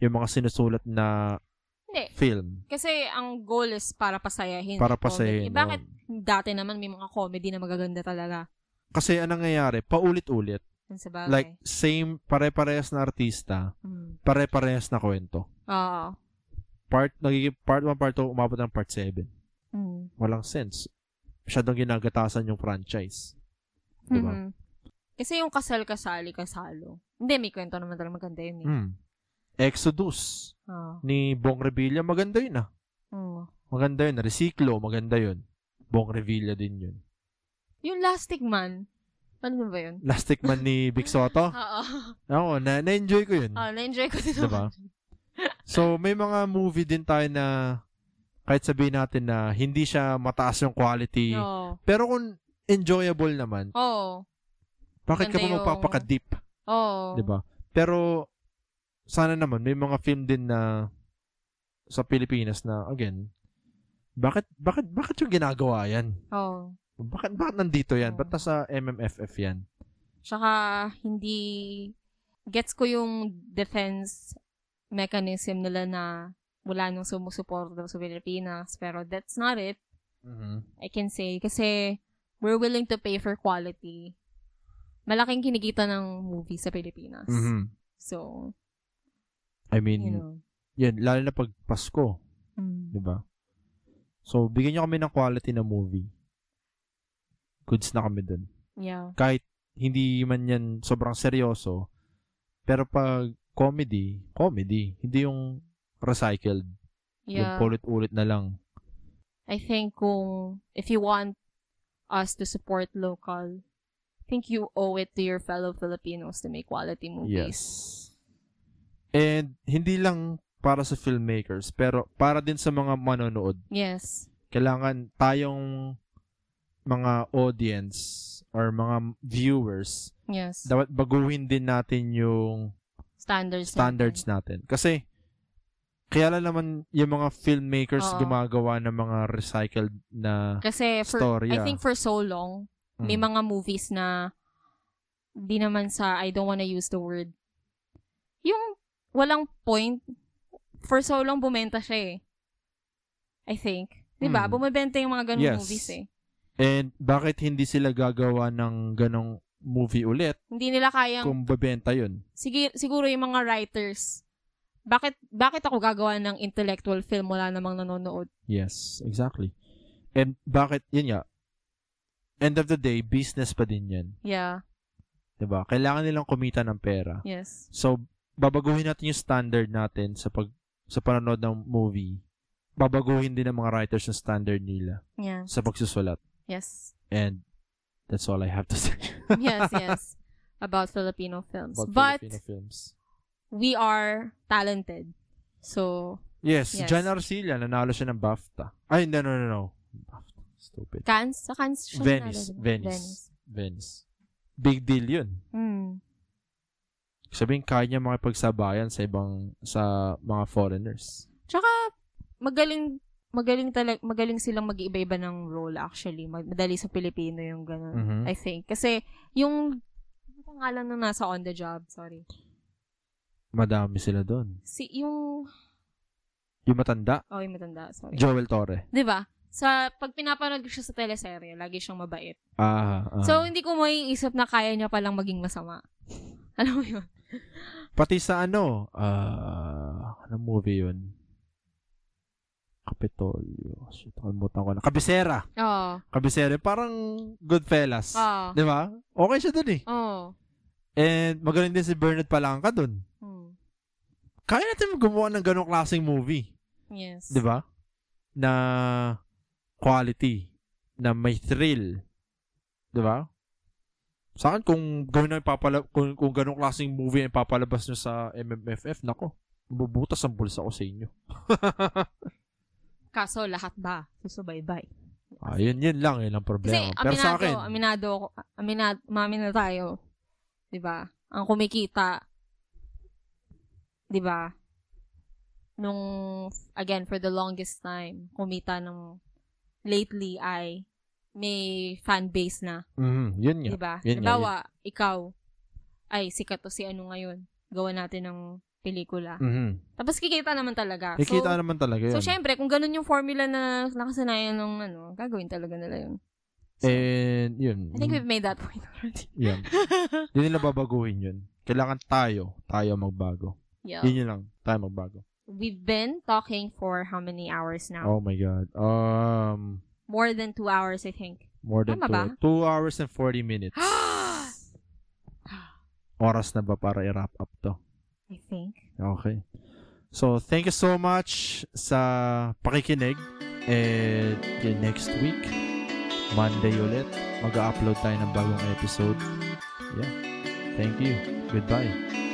Speaker 2: yung mga sinusulat na
Speaker 3: Hindi.
Speaker 2: film
Speaker 3: Kasi ang goal is para pasayahin.
Speaker 2: para
Speaker 3: yung comedy.
Speaker 2: pasayin.
Speaker 3: Eh, Bakit
Speaker 2: oo.
Speaker 3: dati naman may mga comedy na magaganda talaga?
Speaker 2: Kasi anong nangyayari, paulit-ulit,
Speaker 3: Yun Sa bagay.
Speaker 2: like same pare-parehas na artista,
Speaker 3: Hmm.
Speaker 2: pare-parehas na kwento.
Speaker 3: Oo.
Speaker 2: Part nagiging part 1, part 2, umabot ng part 7.
Speaker 3: Hmm.
Speaker 2: Walang sense. Masyadong ginagatasan yung franchise. Di ba?
Speaker 3: Mhm. Kasi yung kasal-kasali, kasalo. Hindi, may kwento naman talaga maganda yun eh.
Speaker 2: Mm. Exodus
Speaker 3: Oo.
Speaker 2: ni Bong Revilla, maganda yun ah.
Speaker 3: Oo.
Speaker 2: Maganda yun. Reciclo, maganda yun. Bong Revilla din yun.
Speaker 3: Yung Lastic Man, ano ba yun?
Speaker 2: Lastic Man ni Big Soto.
Speaker 3: Oo.
Speaker 2: Oo, na- na-enjoy ko yun.
Speaker 3: Ah, na-enjoy ko din.
Speaker 2: Ah. Diba? So, may mga movie din tayo na kahit sabihin natin na hindi siya mataas yung quality.
Speaker 3: Oo.
Speaker 2: Pero kung enjoyable naman,
Speaker 3: Oo.
Speaker 2: bakit ka
Speaker 3: Maganda
Speaker 2: pa
Speaker 3: yung-
Speaker 2: magpapaka-deep,
Speaker 3: Oo.
Speaker 2: 'di ba? Pero sana naman may mga film din na sa Pilipinas na again, bakit bakit bakit yung ginagawa 'yan?
Speaker 3: Oo.
Speaker 2: Bakit bakit nandito 'yan?
Speaker 3: Oo.
Speaker 2: Ba't nasa MMFF 'yan?
Speaker 3: Tsaka, hindi, gets ko yung defense mechanism nila na wala nung sumusuporta sa Pilipinas. Pero that's not it, I can say. Kasi, we're willing to pay for quality. Malaking kinikita ng movie sa Pilipinas.
Speaker 2: Mhm.
Speaker 3: So,
Speaker 2: I mean,
Speaker 3: you know.
Speaker 2: 'yan lalo na pag Pasko,
Speaker 3: Mm.
Speaker 2: 'di ba? So, bigyan niyo kami ng quality na movie. Goods na kami dun.
Speaker 3: Yeah.
Speaker 2: kahit hindi man yan sobrang seryoso, pero pag comedy, comedy. Hindi yung recycled. Yung
Speaker 3: Yeah.
Speaker 2: paulit-ulit na lang.
Speaker 3: I think kung if you want us to support local, think you owe it to your fellow Filipinos to make quality movies.
Speaker 2: Yes. And hindi lang para sa filmmakers, pero para din sa mga manonood.
Speaker 3: Yes.
Speaker 2: Kailangan tayong mga audience or mga viewers,
Speaker 3: Yes.
Speaker 2: dapat baguhin din natin yung
Speaker 3: standards.
Speaker 2: standards natin. Kasi, kaya lang naman yung mga filmmakers
Speaker 3: Oo.
Speaker 2: gumagawa ng mga recycled na...
Speaker 3: Kasi for,
Speaker 2: Storya.
Speaker 3: I think for so long, may
Speaker 2: Mm.
Speaker 3: mga movies na di naman sa I don't wanna use the word. Yung walang point for so long bumenta siya eh. I think. 'Di ba?
Speaker 2: Mm.
Speaker 3: Bumibenta yung mga ganung
Speaker 2: Yes.
Speaker 3: movies eh.
Speaker 2: And bakit hindi sila gagawa ng ganong movie ulit
Speaker 3: Hindi nila kayang
Speaker 2: kung babenta yun?
Speaker 3: sige, siguro yung mga writers bakit bakit ako gagawa ng intellectual film wala namang nanonood?
Speaker 2: Yes, exactly. And bakit, yun nga, end of the day, business pa din yan.
Speaker 3: Yeah.
Speaker 2: 'di ba? Kailangan nilang kumita ng pera.
Speaker 3: Yes.
Speaker 2: So, babaguhin natin yung standard natin sa pag sa panonood ng movie. Babaguhin din ng mga writers yung standard nila
Speaker 3: Yeah.
Speaker 2: sa pagsusulat.
Speaker 3: Yes.
Speaker 2: And that's all I have to say
Speaker 3: Yes, yes. About Filipino films.
Speaker 2: about
Speaker 3: But
Speaker 2: Filipino films.
Speaker 3: we are talented. So,
Speaker 2: Yes,
Speaker 3: Yes.
Speaker 2: John Arcilla, nanalo siya ng BAFTA. Ay, no, no, no, no. BAFTA. Stupid.
Speaker 3: Cannes? Sa Cannes siya
Speaker 2: Venice,
Speaker 3: nanalo,
Speaker 2: Venice,
Speaker 3: diba?
Speaker 2: Venice. Big deal yun.
Speaker 3: Mm.
Speaker 2: Sabihin, kaya niya makipagsabayan sa ibang, sa mga foreigners.
Speaker 3: Tsaka, magaling, magaling talaga, magaling silang mag-iba-iba ng role actually. Mag- Madali sa Pilipino yung ganun.
Speaker 2: Mhm.
Speaker 3: I think. Kasi, yung, ano pangalan nung nasa on the job? Sorry.
Speaker 2: Madami sila doon.
Speaker 3: Si, yung,
Speaker 2: Yung matanda,
Speaker 3: oh, yung matanda. Sorry.
Speaker 2: Joel Torre.
Speaker 3: Di ba? Sa, pag pinapanood ko siya sa teleserye, lagi siyang mabait.
Speaker 2: Ah, ah.
Speaker 3: So, hindi ko maiisip na kaya niya palang maging masama. Alam mo yun?
Speaker 2: Pati sa ano, ah, anong movie yun? Kapitolyo. Shit, nakalimutan ko na. Kabisera.
Speaker 3: Oo.
Speaker 2: Kabisera. Parang Goodfellas.
Speaker 3: Oo.
Speaker 2: Di ba? Okay siya dun eh.
Speaker 3: Oo.
Speaker 2: And magaling din si Bernard Palangka dun.
Speaker 3: Hmm.
Speaker 2: Kaya natin gumawa ng ganong klaseng movie.
Speaker 3: Yes.
Speaker 2: Di ba? Na quality. Na may thrill. Di ba? Sa akin, kung gano'n ang ipapala- kung, kung ganong klaseng movie ang papalabas nyo sa MMFF, nako, bubutas ang bulsa ko sa inyo.
Speaker 3: Kaso lahat ba? Susubaybay.
Speaker 2: Ah, yun, yun lang. Yun ang
Speaker 3: Kasi
Speaker 2: problema. Pero
Speaker 3: aminado,
Speaker 2: sa akin,
Speaker 3: aminado ako, aminado, umamin na tayo. 'Di ba? Ang kumikita 'di ba? Nung again for the longest time, kumita ng lately ay may fan base na,
Speaker 2: mhm, yun nga.
Speaker 3: 'di ba?
Speaker 2: Yun nga,
Speaker 3: Halimbawa, ikaw ay sikat to si ano ngayon. Gawa natin ng pelikula.
Speaker 2: Mhm.
Speaker 3: Tapos kikita naman talaga.
Speaker 2: Nakikita
Speaker 3: so,
Speaker 2: naman talaga yun.
Speaker 3: So, syempre, kung ganun yung formula na nakasanayan ng ano, gagawin talaga nila yun.
Speaker 2: And, yun.
Speaker 3: I think we've made that point already.
Speaker 2: Yun. Hindi nila babaguhin yun. Kailangan tayo, tayo magbago.
Speaker 3: yeah.
Speaker 2: Yun yun lang, tayo magbago.
Speaker 3: We've been talking for how many hours now?
Speaker 2: Oh my God. Um,
Speaker 3: More than two hours, I think.
Speaker 2: more than
Speaker 3: Tama
Speaker 2: two,
Speaker 3: ba?
Speaker 2: two hours and 40 minutes. Oras na ba para i-wrap up to?
Speaker 3: I think.
Speaker 2: Okay. So, thank you so much sa pakikinig. And till next week, Monday ulit, mag-upload tayo ng bagong episode. Yeah. Thank you. Goodbye.